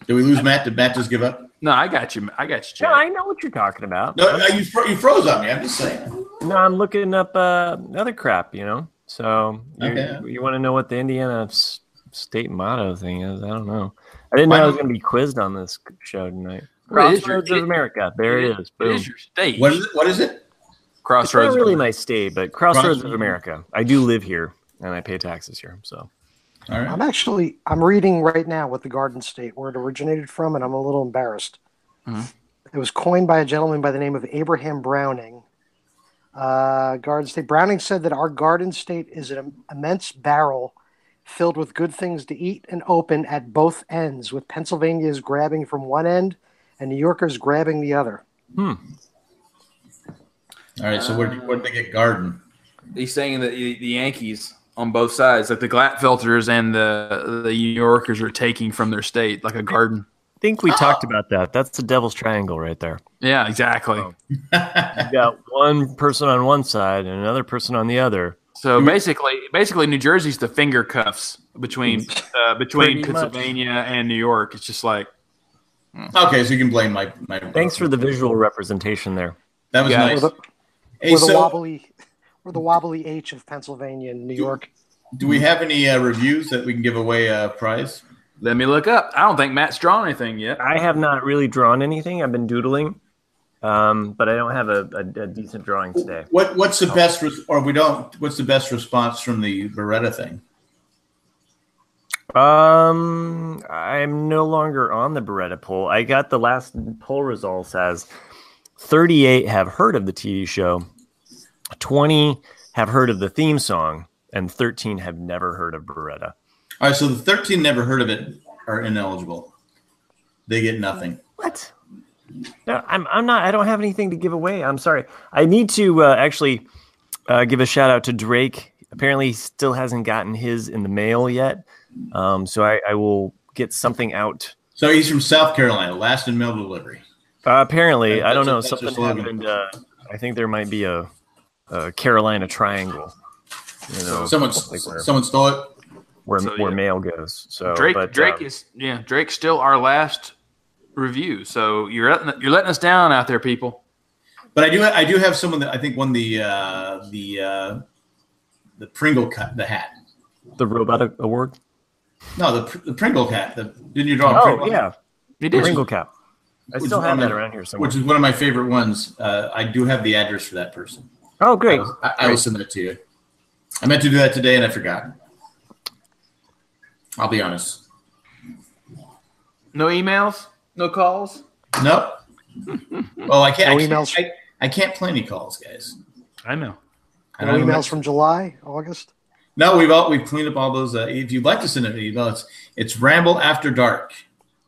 Speaker 3: Did we lose Matt? Did Matt just give up?
Speaker 1: No, I got you. I got you.
Speaker 4: No,
Speaker 1: Jack.
Speaker 4: I know what you're talking about.
Speaker 3: No, no, you, fro- you froze on me. I'm just saying.
Speaker 4: No, I'm looking up uh, other crap, you know. So you,
Speaker 3: Okay.
Speaker 4: you want to know what the Indiana s- state motto thing is? I don't know. I didn't know I was going to be quizzed on this show tonight.
Speaker 1: Well, it is
Speaker 4: Crossroads
Speaker 1: your-
Speaker 4: of
Speaker 1: it-
Speaker 4: America. There it is. Boom.
Speaker 1: It is your state.
Speaker 3: What is it? What is it?
Speaker 4: It's not
Speaker 1: Crossroads.
Speaker 4: really my state, but Crossroads of
Speaker 3: Crossroads.
Speaker 4: America. I do live here and I pay taxes here. So
Speaker 3: All right.
Speaker 2: I'm actually I'm reading right now what the Garden State where it originated from, and I'm a little embarrassed.
Speaker 1: Mhm.
Speaker 2: It was coined by a gentleman by the name of Abraham Browning. Uh, Garden State. Browning said that our Garden State is an immense barrel filled with good things to eat and open at both ends, with Pennsylvania's grabbing from one end and New Yorkers grabbing the other.
Speaker 3: All right. So where did, where did they get garden?
Speaker 1: He's saying that the, the Yankees on both sides, like the Glatfelters and the the New Yorkers, are taking from their state, like a garden.
Speaker 4: I think we talked about that. That's the devil's triangle right there.
Speaker 1: Yeah, exactly.
Speaker 4: Oh. You got one person on one side and another person on the other.
Speaker 1: So basically, basically, New Jersey's the finger cuffs between uh, between
Speaker 4: Pretty much.
Speaker 1: Pennsylvania and New York. It's just like
Speaker 3: Okay, so you can blame my my.
Speaker 4: Thanks for the visual representation there.
Speaker 3: That was
Speaker 1: Yeah.
Speaker 2: Or
Speaker 3: nice.
Speaker 2: the,
Speaker 3: Hey,
Speaker 2: or the
Speaker 3: so
Speaker 2: wobbly, or the wobbly H of Pennsylvania and New York.
Speaker 3: do we have any uh, reviews that we can give away a prize?
Speaker 1: let me look up. I don't think Matt's drawn anything yet.
Speaker 4: I have not really drawn anything. I've been doodling, um, but I don't have a, a, a decent drawing today.
Speaker 3: What What's the best, res- or we don't? What's the best response from the Beretta thing?
Speaker 4: Um, I'm no longer on the Beretta poll. I got the last poll results as 38 have heard of the TV show, 20 have heard of the theme song, and 13 have never heard of Beretta.
Speaker 3: All right, so the thirteen never heard of it are ineligible. They get nothing.
Speaker 4: What? No, I'm I'm not. I don't have anything to give away. I'm sorry. I need to uh, actually uh, give a shout out to Drake. Apparently, he still hasn't gotten his in the mail yet. Um, so I, I will get something out.
Speaker 3: So he's from South Carolina, last in mail delivery.
Speaker 4: Uh, apparently,
Speaker 3: That-
Speaker 4: I don't know.
Speaker 3: that's a- that's a
Speaker 4: Something
Speaker 3: slogan.
Speaker 4: happened. Uh, I think there might be a, a Carolina Triangle. You know,
Speaker 3: Someone
Speaker 4: like where-
Speaker 3: someone stole it.
Speaker 4: where,
Speaker 1: So,
Speaker 4: where
Speaker 1: yeah.
Speaker 4: mail goes. So
Speaker 1: Drake
Speaker 4: but,
Speaker 1: Drake
Speaker 4: um,
Speaker 1: is yeah Drake's still our last review. So you're letting, you're letting us down out there, people.
Speaker 3: But I do I do have someone that I think won the uh, the uh, the Pringle cut the hat.
Speaker 4: the robot award.
Speaker 3: No, the, Pr- the Pringle hat. The, didn't you draw? a
Speaker 4: Oh
Speaker 3: Pringle hat?
Speaker 4: yeah,
Speaker 1: He did.
Speaker 4: Pringle cap. I
Speaker 3: Which
Speaker 4: still
Speaker 3: is
Speaker 4: have
Speaker 3: one of-
Speaker 4: that around here somewhere.
Speaker 3: which is one of my favorite ones. Uh, I do have the address for that person.
Speaker 4: oh great.
Speaker 3: I, I will send that to you. I meant to do that today and I forgot. I'll be honest.
Speaker 1: No emails, no calls.
Speaker 3: Nope. well, I can't.
Speaker 2: No
Speaker 3: I can't,
Speaker 2: emails?
Speaker 3: I, I can't play any calls, guys.
Speaker 1: I know.
Speaker 3: I
Speaker 2: No
Speaker 3: don't know.
Speaker 2: emails from July, August.
Speaker 3: No, we've all we've cleaned up all those. Uh, if you'd like to send an email, it's it's rambleafterdark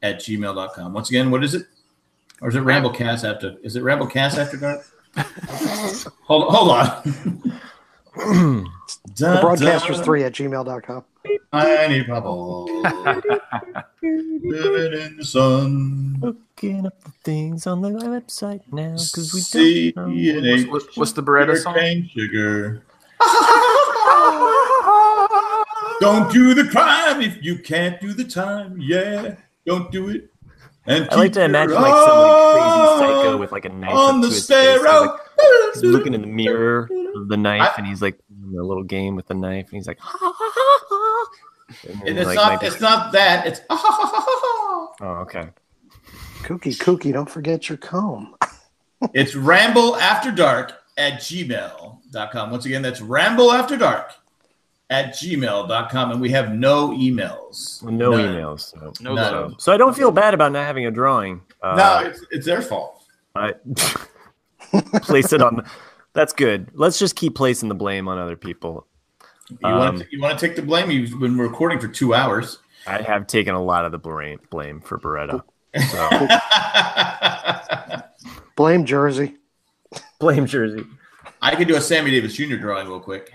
Speaker 3: at gmail.com. Once again, what is it? Or is it Ramblecast after? Is it Ramblecast after dark? hold hold on.
Speaker 2: The broadcasters three at gmail.com.
Speaker 3: Tiny bubble. Living in the sun.
Speaker 4: Looking up the things on the website now because we
Speaker 3: See
Speaker 4: don't know.
Speaker 3: it ain't
Speaker 1: What's, what's the Beretta song?
Speaker 3: cane sugar. Don't do the crime if you can't do the time. Yeah, don't do it. And
Speaker 4: I like
Speaker 3: keep
Speaker 4: to
Speaker 3: your
Speaker 4: imagine like some like crazy psycho
Speaker 3: eye
Speaker 4: with like a knife
Speaker 3: on
Speaker 4: up
Speaker 3: the
Speaker 4: to his face, and he's, like,
Speaker 3: sparrow.
Speaker 4: He's looking in the mirror of the knife,
Speaker 3: I-
Speaker 4: and he's like playing a little game with the knife, and he's like, and then,
Speaker 3: And it's
Speaker 4: like,
Speaker 3: not.
Speaker 4: might be-
Speaker 3: It's not that. It's.
Speaker 4: oh, okay.
Speaker 2: Kooky, kooky, don't forget your comb.
Speaker 3: It's rambleafterdark at gmail.com. Once again, that's rambleafterdark at gmail.com. And we have no emails.
Speaker 4: Well, no
Speaker 3: None.
Speaker 4: emails. So.
Speaker 1: No,
Speaker 3: No.
Speaker 1: love.
Speaker 4: so I don't feel bad about not having a drawing.
Speaker 3: No,
Speaker 4: Uh,
Speaker 3: it's, it's their fault.
Speaker 4: I- place it on. That's good. Let's just keep placing the blame on other people.
Speaker 3: You
Speaker 4: Um,
Speaker 3: want to you want to take the blame? You've been recording for two hours.
Speaker 4: I have taken a lot of the blame blame for Beretta. So
Speaker 3: I
Speaker 2: Blame Jersey.
Speaker 4: blame Jersey.
Speaker 3: I could do a Sammy Davis Jr. drawing real quick.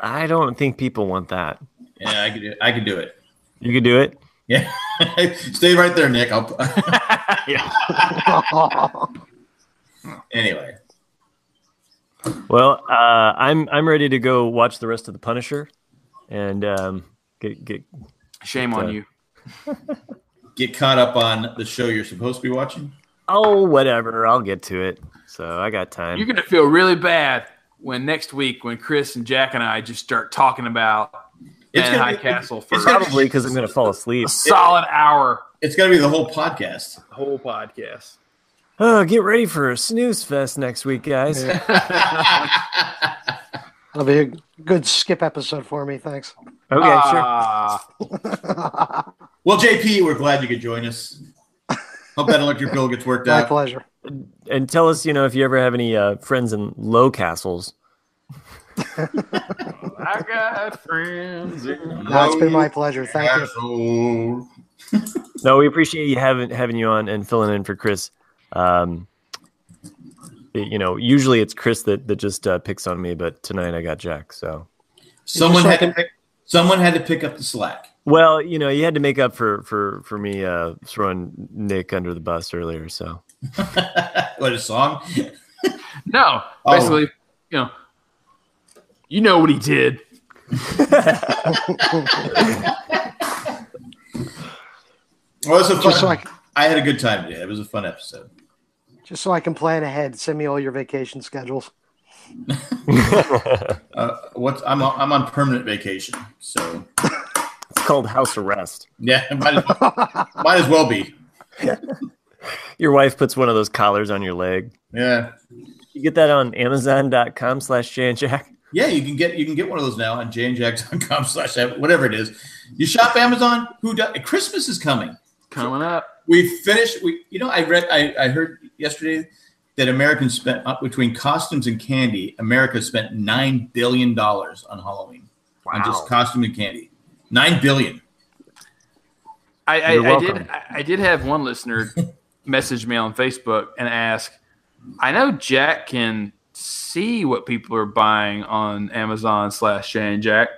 Speaker 4: I don't think people want that.
Speaker 3: Yeah, I could. Do, I could do it.
Speaker 4: You could do it.
Speaker 3: Yeah, stay right there, Nick. I'll. anyway,
Speaker 4: Well, uh, I'm I'm ready to go watch the rest of the Punisher, and um, get get
Speaker 1: Shame on
Speaker 4: Uh,
Speaker 1: you.
Speaker 3: get caught up on the show you're supposed to be watching.
Speaker 4: oh whatever. I'll get to it. So I got time.
Speaker 1: You're gonna feel really bad when next week when Chris and Jack and I just start talking about
Speaker 3: It's
Speaker 1: Man
Speaker 3: gonna
Speaker 1: High
Speaker 3: be-
Speaker 1: Castle for
Speaker 3: it's gonna
Speaker 4: Probably because I'm gonna fall asleep.
Speaker 1: a solid hour.
Speaker 3: It's going to be the whole podcast.
Speaker 1: Whole podcast.
Speaker 4: Oh, get ready for a snooze fest next week, guys.
Speaker 2: That'll be a good skip episode for me. Thanks.
Speaker 4: Okay, sure.
Speaker 1: Ah,
Speaker 3: Well, JP, we're glad you could join us. Hope that electric bill gets worked
Speaker 2: My
Speaker 3: out.
Speaker 2: pleasure.
Speaker 4: And tell us, you know, if you ever have any uh, friends in low castles.
Speaker 1: I got friends. in-
Speaker 2: That's been my pleasure. Thank you.
Speaker 3: you.
Speaker 4: No, we appreciate you having having you on and filling in for Chris. Um, you know, usually it's Chris that that just uh, picks on me, but tonight I got Jack. So
Speaker 3: Someone
Speaker 2: Just so I
Speaker 3: had to
Speaker 2: can-
Speaker 3: pick. Someone had to pick up the slack.
Speaker 4: Well, you know, you had to make up for for for me uh, throwing Nick under the bus earlier. So
Speaker 3: What a song!
Speaker 1: No,
Speaker 3: Oh.
Speaker 1: basically, you know, you know what he did.
Speaker 3: Well, it was a fun.
Speaker 2: Just so I can-
Speaker 3: I had a good time today. It was a fun episode.
Speaker 2: Just so I can plan ahead. Send me all your vacation schedules.
Speaker 4: it's
Speaker 3: Uh, what's I'm on, I'm on permanent vacation, so
Speaker 4: called house arrest.
Speaker 3: yeah, might as well, might as well be.
Speaker 4: Your wife puts one of those collars on your leg.
Speaker 3: Yeah,
Speaker 4: You get that on Amazon.com slash Jay and Jack.
Speaker 3: yeah. You can get you can get one of those now on janejack.com slash whatever it is. You shop Amazon. Who does? Christmas is coming.
Speaker 1: Coming up.
Speaker 3: we finished we you know i read i, I heard yesterday that americans spent uh, between costumes and candy america spent nine billion dollars on halloween on just costume and candy nine billion
Speaker 1: I,
Speaker 4: You're
Speaker 1: I, I did.
Speaker 4: welcome.
Speaker 1: I, I did have one listener message me on Facebook and ask, "I know Jack can see what people are buying on Amazon slash Shane Jack,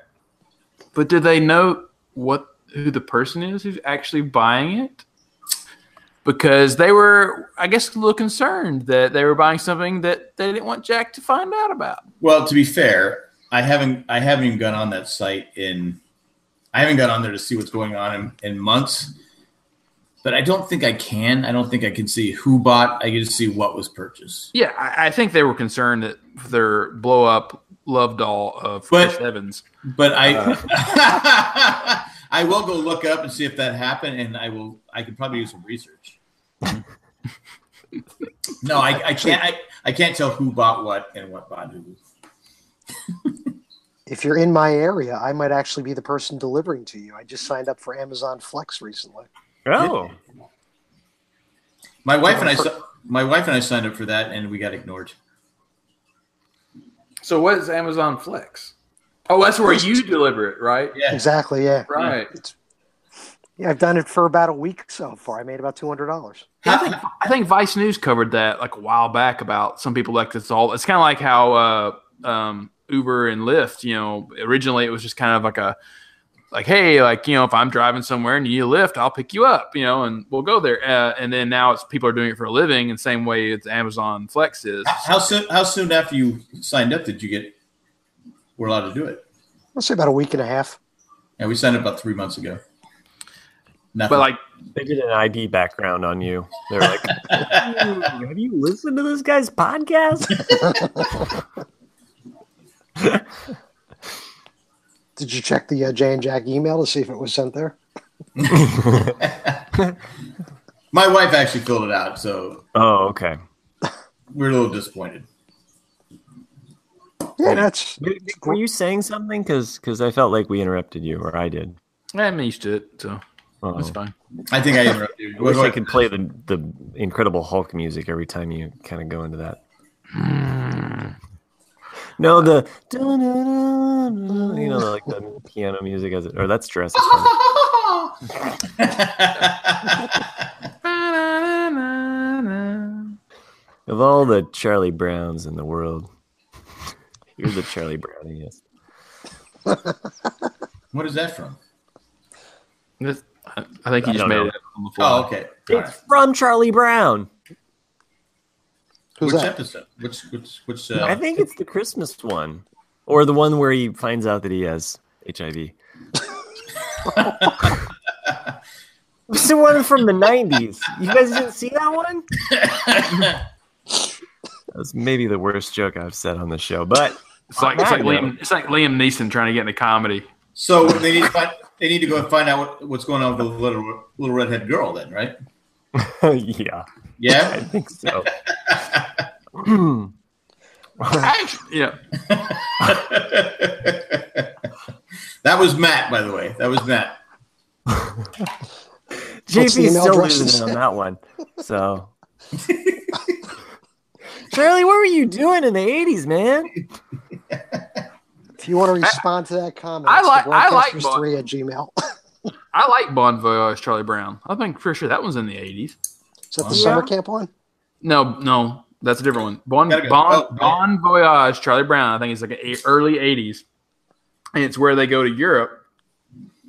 Speaker 1: but do they know what who the person is who's actually buying it?" Because they were, I guess, a little concerned that they were buying something that they didn't want Jack to find out about.
Speaker 3: well to be fair i haven't i haven't even gone on that site in i haven't gone on there to see what's going on in, in months but i don't think i can i don't think i can see who bought i can just see what was purchased
Speaker 1: Yeah, I, I think they were concerned that their blow up love doll of
Speaker 3: But-
Speaker 1: Chris Evans.
Speaker 3: But I, I will go look up and see if that happened, and I will. I could probably do some research. no, I, I can't. I, I can't tell who bought what and what bought who.
Speaker 2: If you're in my area, I might actually be the person delivering to you. I just signed up for Amazon Flex recently.
Speaker 4: Oh,
Speaker 3: My wife and I. si- My wife and I signed up for that, and we got ignored.
Speaker 1: So what is Amazon Flex? Oh, that's where you deliver it, right?
Speaker 3: Yeah,
Speaker 2: Exactly. Yeah.
Speaker 1: Right.
Speaker 2: It's, yeah, I've done it for about a week so far. I made about two hundred dollars.
Speaker 1: I think, I think Vice News covered that like a while back about some people like this all. It's kind of like how uh, um, Uber and Lyft. You know, originally it was just kind of like a like, hey, like you know, if I'm driving somewhere and you need a lift, I'll pick you up. You know, and we'll go there. Uh, and then now it's people are doing it for a living, and same way it's Amazon Flex is.
Speaker 3: How soon? How soon after you signed up did you get? We're allowed to do it.
Speaker 2: Let's say about a week and a half.
Speaker 3: Yeah, we signed up about three months ago. Nothing.
Speaker 1: But like,
Speaker 4: they did an ID background on you. They're like, "Ooh, have you listened to this guy's podcast?
Speaker 2: Did you check the uh, Jay and Jack email to see if it was sent there?
Speaker 3: my wife actually filled it out, so
Speaker 4: oh, okay.
Speaker 3: we're a little disappointed.
Speaker 2: Yeah, that's
Speaker 4: Were you saying something? Because I felt like we interrupted you, or I did.
Speaker 1: I'm used to it, so
Speaker 4: Oh.
Speaker 1: it's fine.
Speaker 3: I think I interrupted. you.
Speaker 4: I wish
Speaker 3: What do
Speaker 4: I could play the the Incredible Hulk music every time you kind of go into that. No, the you know, like the piano music as it, or that's Jurassic Park.
Speaker 3: I
Speaker 4: Of all the Charlie Browns in the world, you're the Charlie Browniest.
Speaker 3: What is that from?
Speaker 1: This- I I think he
Speaker 4: I
Speaker 1: just
Speaker 4: don't
Speaker 1: made
Speaker 4: know.
Speaker 1: it up on the fly.
Speaker 3: Oh, okay. All
Speaker 4: It's
Speaker 3: right.
Speaker 4: from Charlie Brown.
Speaker 2: Who's
Speaker 3: which
Speaker 2: that?
Speaker 3: episode? Which which which? Uh,
Speaker 4: I think it's the Christmas one, or the one where he finds out that he has HIV. it's the one from the '90s. You guys didn't see that one? That's maybe the worst joke I've said on the show, but
Speaker 1: It's like it's like
Speaker 4: Yeah.
Speaker 1: Liam it's like Liam Neeson trying to get into comedy.
Speaker 3: so they need to find, they need to go and find out what, what's going on with the little little redhead girl, then, right?
Speaker 4: yeah, I
Speaker 3: Yeah.
Speaker 4: think so.
Speaker 1: Yeah,
Speaker 3: that was Matt, by the way. That was Matt.
Speaker 2: What's the
Speaker 4: JP's
Speaker 2: email
Speaker 4: still
Speaker 2: address?
Speaker 4: losing on that one. So, Charlie, what were you doing in the '80s, man?
Speaker 2: If you want to respond to that comment,
Speaker 1: I
Speaker 2: it's
Speaker 1: like- I like Bon-
Speaker 2: three at Gmail.
Speaker 1: I like Bon Voyage Charlie Brown. I think for sure that one's in the eighties.
Speaker 2: Is that the
Speaker 3: Yeah.
Speaker 2: summer camp one?
Speaker 1: No, no, that's a different one. Bon
Speaker 3: Gotta go.
Speaker 1: Bon,
Speaker 3: Oh, right.
Speaker 1: bon Voyage Charlie Brown. I think it's like an early eighties, and it's where they go to Europe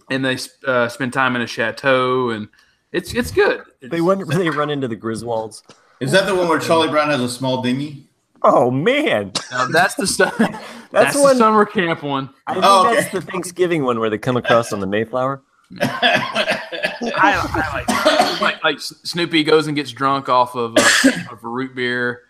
Speaker 1: and they uh, spend time in a chateau, and it's it's good. It's,
Speaker 4: They went, they run into the Griswolds.
Speaker 3: Is that the one where Charlie Brown has a small dinghy?
Speaker 4: Oh man,
Speaker 1: now, that's the stuff. That's,
Speaker 4: that's,
Speaker 1: the
Speaker 4: one.
Speaker 1: summer camp one.
Speaker 4: I think
Speaker 3: Oh,
Speaker 4: that's the Thanksgiving one where they come across on the Mayflower.
Speaker 1: I, I like, like like Snoopy goes and gets drunk off of, uh, of a root beer,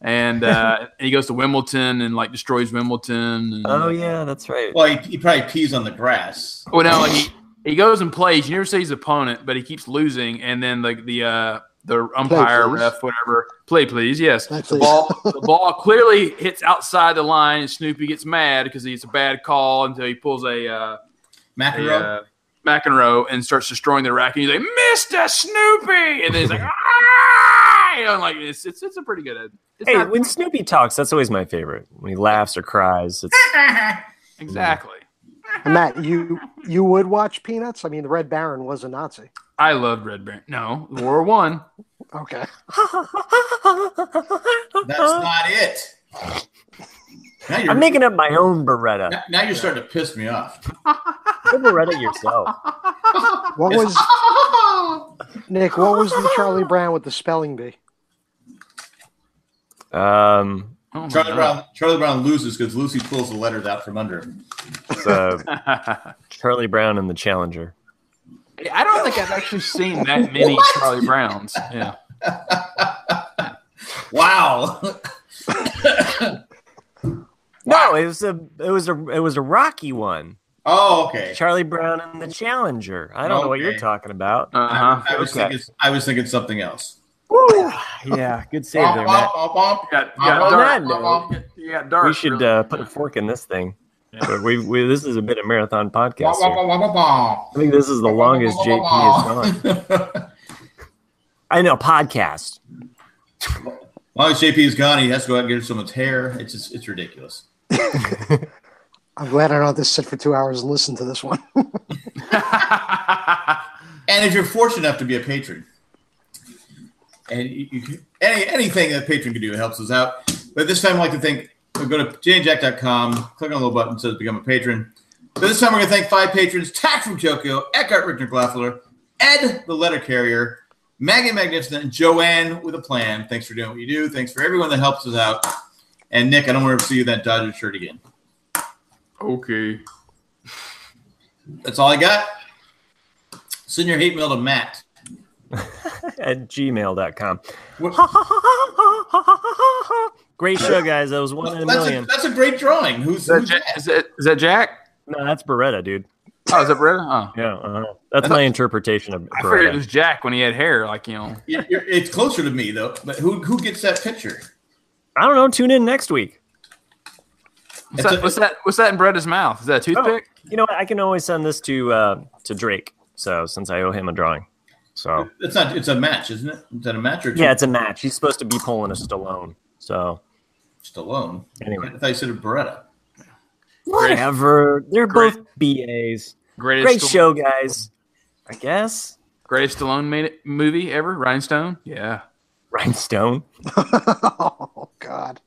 Speaker 1: and uh, and he goes to Wimbledon and like destroys Wimbledon. And,
Speaker 4: Oh yeah, that's right.
Speaker 3: well, he, he probably pees on the grass.
Speaker 1: Well, no, he he goes and plays. You never see his opponent, but he keeps losing. And then the the uh, the umpire,
Speaker 2: please.
Speaker 1: ref, whatever, play please. Yes,
Speaker 2: Play,
Speaker 1: the
Speaker 2: please.
Speaker 1: ball the ball clearly hits outside the line, and Snoopy gets mad because it's a bad call until he pulls a. Uh,
Speaker 3: Macaro.
Speaker 1: uh, McEnroe and starts destroying the rack, and he's like, "Mr. Snoopy," and then he's like, "Ah!" You know, like it's, it's it's a pretty good. It's
Speaker 4: Hey,
Speaker 1: not
Speaker 4: when Snoopy talks, that's always my favorite. When he laughs or cries, it's
Speaker 1: exactly.
Speaker 2: And Matt, you you would watch Peanuts? I mean, the Red Baron was a Nazi.
Speaker 1: I loved Red Baron. No, War One.
Speaker 2: Okay.
Speaker 3: That's not it. Now you're,
Speaker 4: Uh-huh. I'm making up my own Beretta.
Speaker 3: now, now you're starting to piss me off.
Speaker 4: Oh Go Beretta yourself.
Speaker 2: What was Nick? What was the Charlie Brown with the spelling bee?
Speaker 4: Um,
Speaker 1: Oh my
Speaker 3: Charlie
Speaker 1: God.
Speaker 3: Brown. Charlie Brown loses because Lucy pulls the letters out from under him.
Speaker 4: it's, uh, Charlie Brown and the Challenger.
Speaker 1: I don't think I've actually seen that many Charlie Browns. Yeah.
Speaker 3: Wow.
Speaker 4: No, it was a it was a it was a Rocky one.
Speaker 3: oh, okay.
Speaker 4: Charlie Brown and the Challenger. I don't know what
Speaker 3: Okay.
Speaker 4: you're talking about.
Speaker 1: Uh
Speaker 3: I
Speaker 1: huh.
Speaker 3: was thinking. I was thinking something else.
Speaker 4: yeah, good save there, Matt.
Speaker 1: Got,
Speaker 3: On
Speaker 1: got
Speaker 4: that
Speaker 1: dark.
Speaker 4: note,
Speaker 1: You got dark.
Speaker 4: We should
Speaker 1: really.
Speaker 4: uh, put a fork in this thing. But we, we this is a bit of marathon podcast. here. I think this is the longest JP has gone. I know podcast.
Speaker 3: Long as JP is gone, he has to go out and get someone's hair. It's just, it's ridiculous.
Speaker 2: I'm glad I don't have to sit for two hours and listen to this one.
Speaker 3: And if you're fortunate enough to be a patron, and you, you can, any anything that patron can do helps us out. But this time, I'd like to thank. So go to jjack.com, click on the little button that says become a patron. So this time, we're going to thank five patrons: Tack from Tokyo, Eckhart Richter Glaffler, Ed the Letter Carrier, Maggie Magnificent, and Joanne with a Plan. Thanks for doing what you do. Thanks for everyone that helps us out. And Nick, I don't want to see you in that Dodger shirt again.
Speaker 1: okay.
Speaker 3: That's all I got. Send your hate mail to Matt.
Speaker 4: at gmail.com.
Speaker 3: What-
Speaker 4: Great show, guys. That was one in a
Speaker 3: That's a,
Speaker 4: million.
Speaker 3: that's a great drawing. Who's,
Speaker 1: Is that,
Speaker 3: who's
Speaker 1: Jack,
Speaker 3: that?
Speaker 1: is, that, is that Jack?
Speaker 4: No, that's Beretta, dude.
Speaker 1: Oh, is that Brett? Oh.
Speaker 4: Yeah, uh-huh. that's my interpretation of
Speaker 1: I figured it
Speaker 4: Beretta.
Speaker 1: was Jack when he had hair, like you know.
Speaker 3: You're- you're- it's closer to me though. But who who gets that picture?
Speaker 4: I don't know. Tune in next week.
Speaker 1: What's that? What's that? What's that in Bretta's mouth? Is that a toothpick?
Speaker 4: Oh, You know, what? I can always send this to uh, to Drake. So since I owe him a drawing, so
Speaker 3: It's not. It's a match, isn't it? Is that a match or
Speaker 4: yeah, it's a match. He's supposed to be pulling a Stallone. So
Speaker 3: just alone?
Speaker 4: Anyway.
Speaker 3: I thought you said a Beretta.
Speaker 4: whatever. They're
Speaker 1: Great.
Speaker 4: both BAs.
Speaker 1: Greatest
Speaker 4: Great
Speaker 1: Stall-
Speaker 4: show, guys. I guess.
Speaker 1: Greatest Stallone made it, movie ever. Rhinestone. Yeah.
Speaker 4: Rhinestone.
Speaker 2: oh God!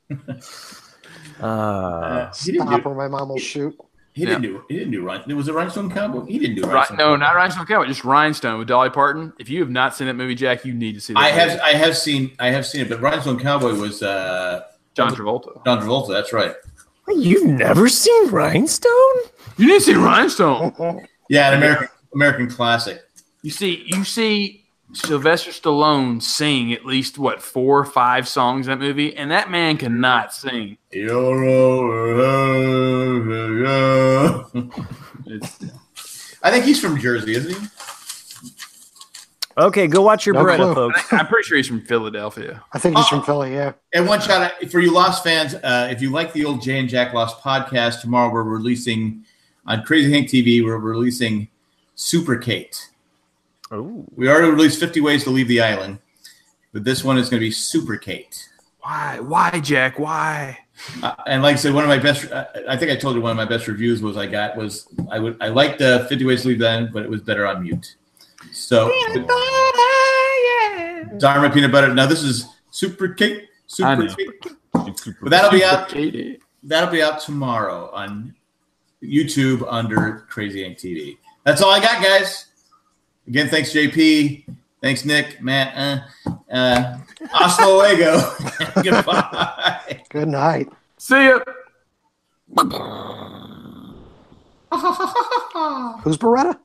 Speaker 4: Uh,
Speaker 3: he didn't
Speaker 2: Stop
Speaker 3: do.
Speaker 2: or my mom will shoot.
Speaker 3: He didn't do. He didn't do. Rhinestone. Was it Rhinestone Cowboy? He didn't do.
Speaker 1: Right,
Speaker 3: Rhinestone
Speaker 1: no,
Speaker 3: Cowboy.
Speaker 1: not Rhinestone Cowboy, just Rhinestone with Dolly Parton. If you have not seen that movie, Jack, you need to see that.
Speaker 3: I
Speaker 1: movie.
Speaker 3: have. I have seen. I have seen it. But Rhinestone Cowboy was uh,
Speaker 1: John Travolta.
Speaker 3: John Travolta. That's right.
Speaker 4: you've never seen Rhinestone?
Speaker 1: You need to see Rhinestone.
Speaker 3: Yeah, an American American classic.
Speaker 1: You see, you see Sylvester Stallone sing at least what four or five songs in that movie, and that man cannot sing.
Speaker 3: You're over.
Speaker 1: It's,
Speaker 3: I think he's from Jersey, isn't he?
Speaker 4: Okay, go watch your
Speaker 2: No
Speaker 4: Beretta,
Speaker 2: clue.
Speaker 4: folks.
Speaker 1: I'm pretty sure he's from Philadelphia.
Speaker 2: I think he's
Speaker 3: Oh.
Speaker 2: from Philly. Yeah.
Speaker 3: And one shout out for you Lost fans. Uh, if you like the old Jay and Jack Lost podcast, tomorrow we're releasing on Crazy Hank TV. We're releasing Super Kate.
Speaker 4: Ooh.
Speaker 3: We already released 50 Ways to Leave the Island, but this one is going to be Super Kate.
Speaker 1: Why? Why, Jack? Why?
Speaker 3: Uh, and like I said, one of my best, I I think I told you one of my best reviews was I got was I would I liked the 50 Ways to Leave the Island, but it was better on mute. So Dharma peanut butter. Now this is Super Kate.
Speaker 1: I
Speaker 3: Super
Speaker 1: know.
Speaker 3: Kate. But that'll be out.
Speaker 1: Katie.
Speaker 3: that'll be out tomorrow on YouTube under Crazy Ink TV. That's all I got, guys. Again, thanks JP. Thanks Nick, Matt. Uh, uh, hasta luego. Goodbye.
Speaker 2: Good night.
Speaker 1: See ya.
Speaker 2: Who's Beretta?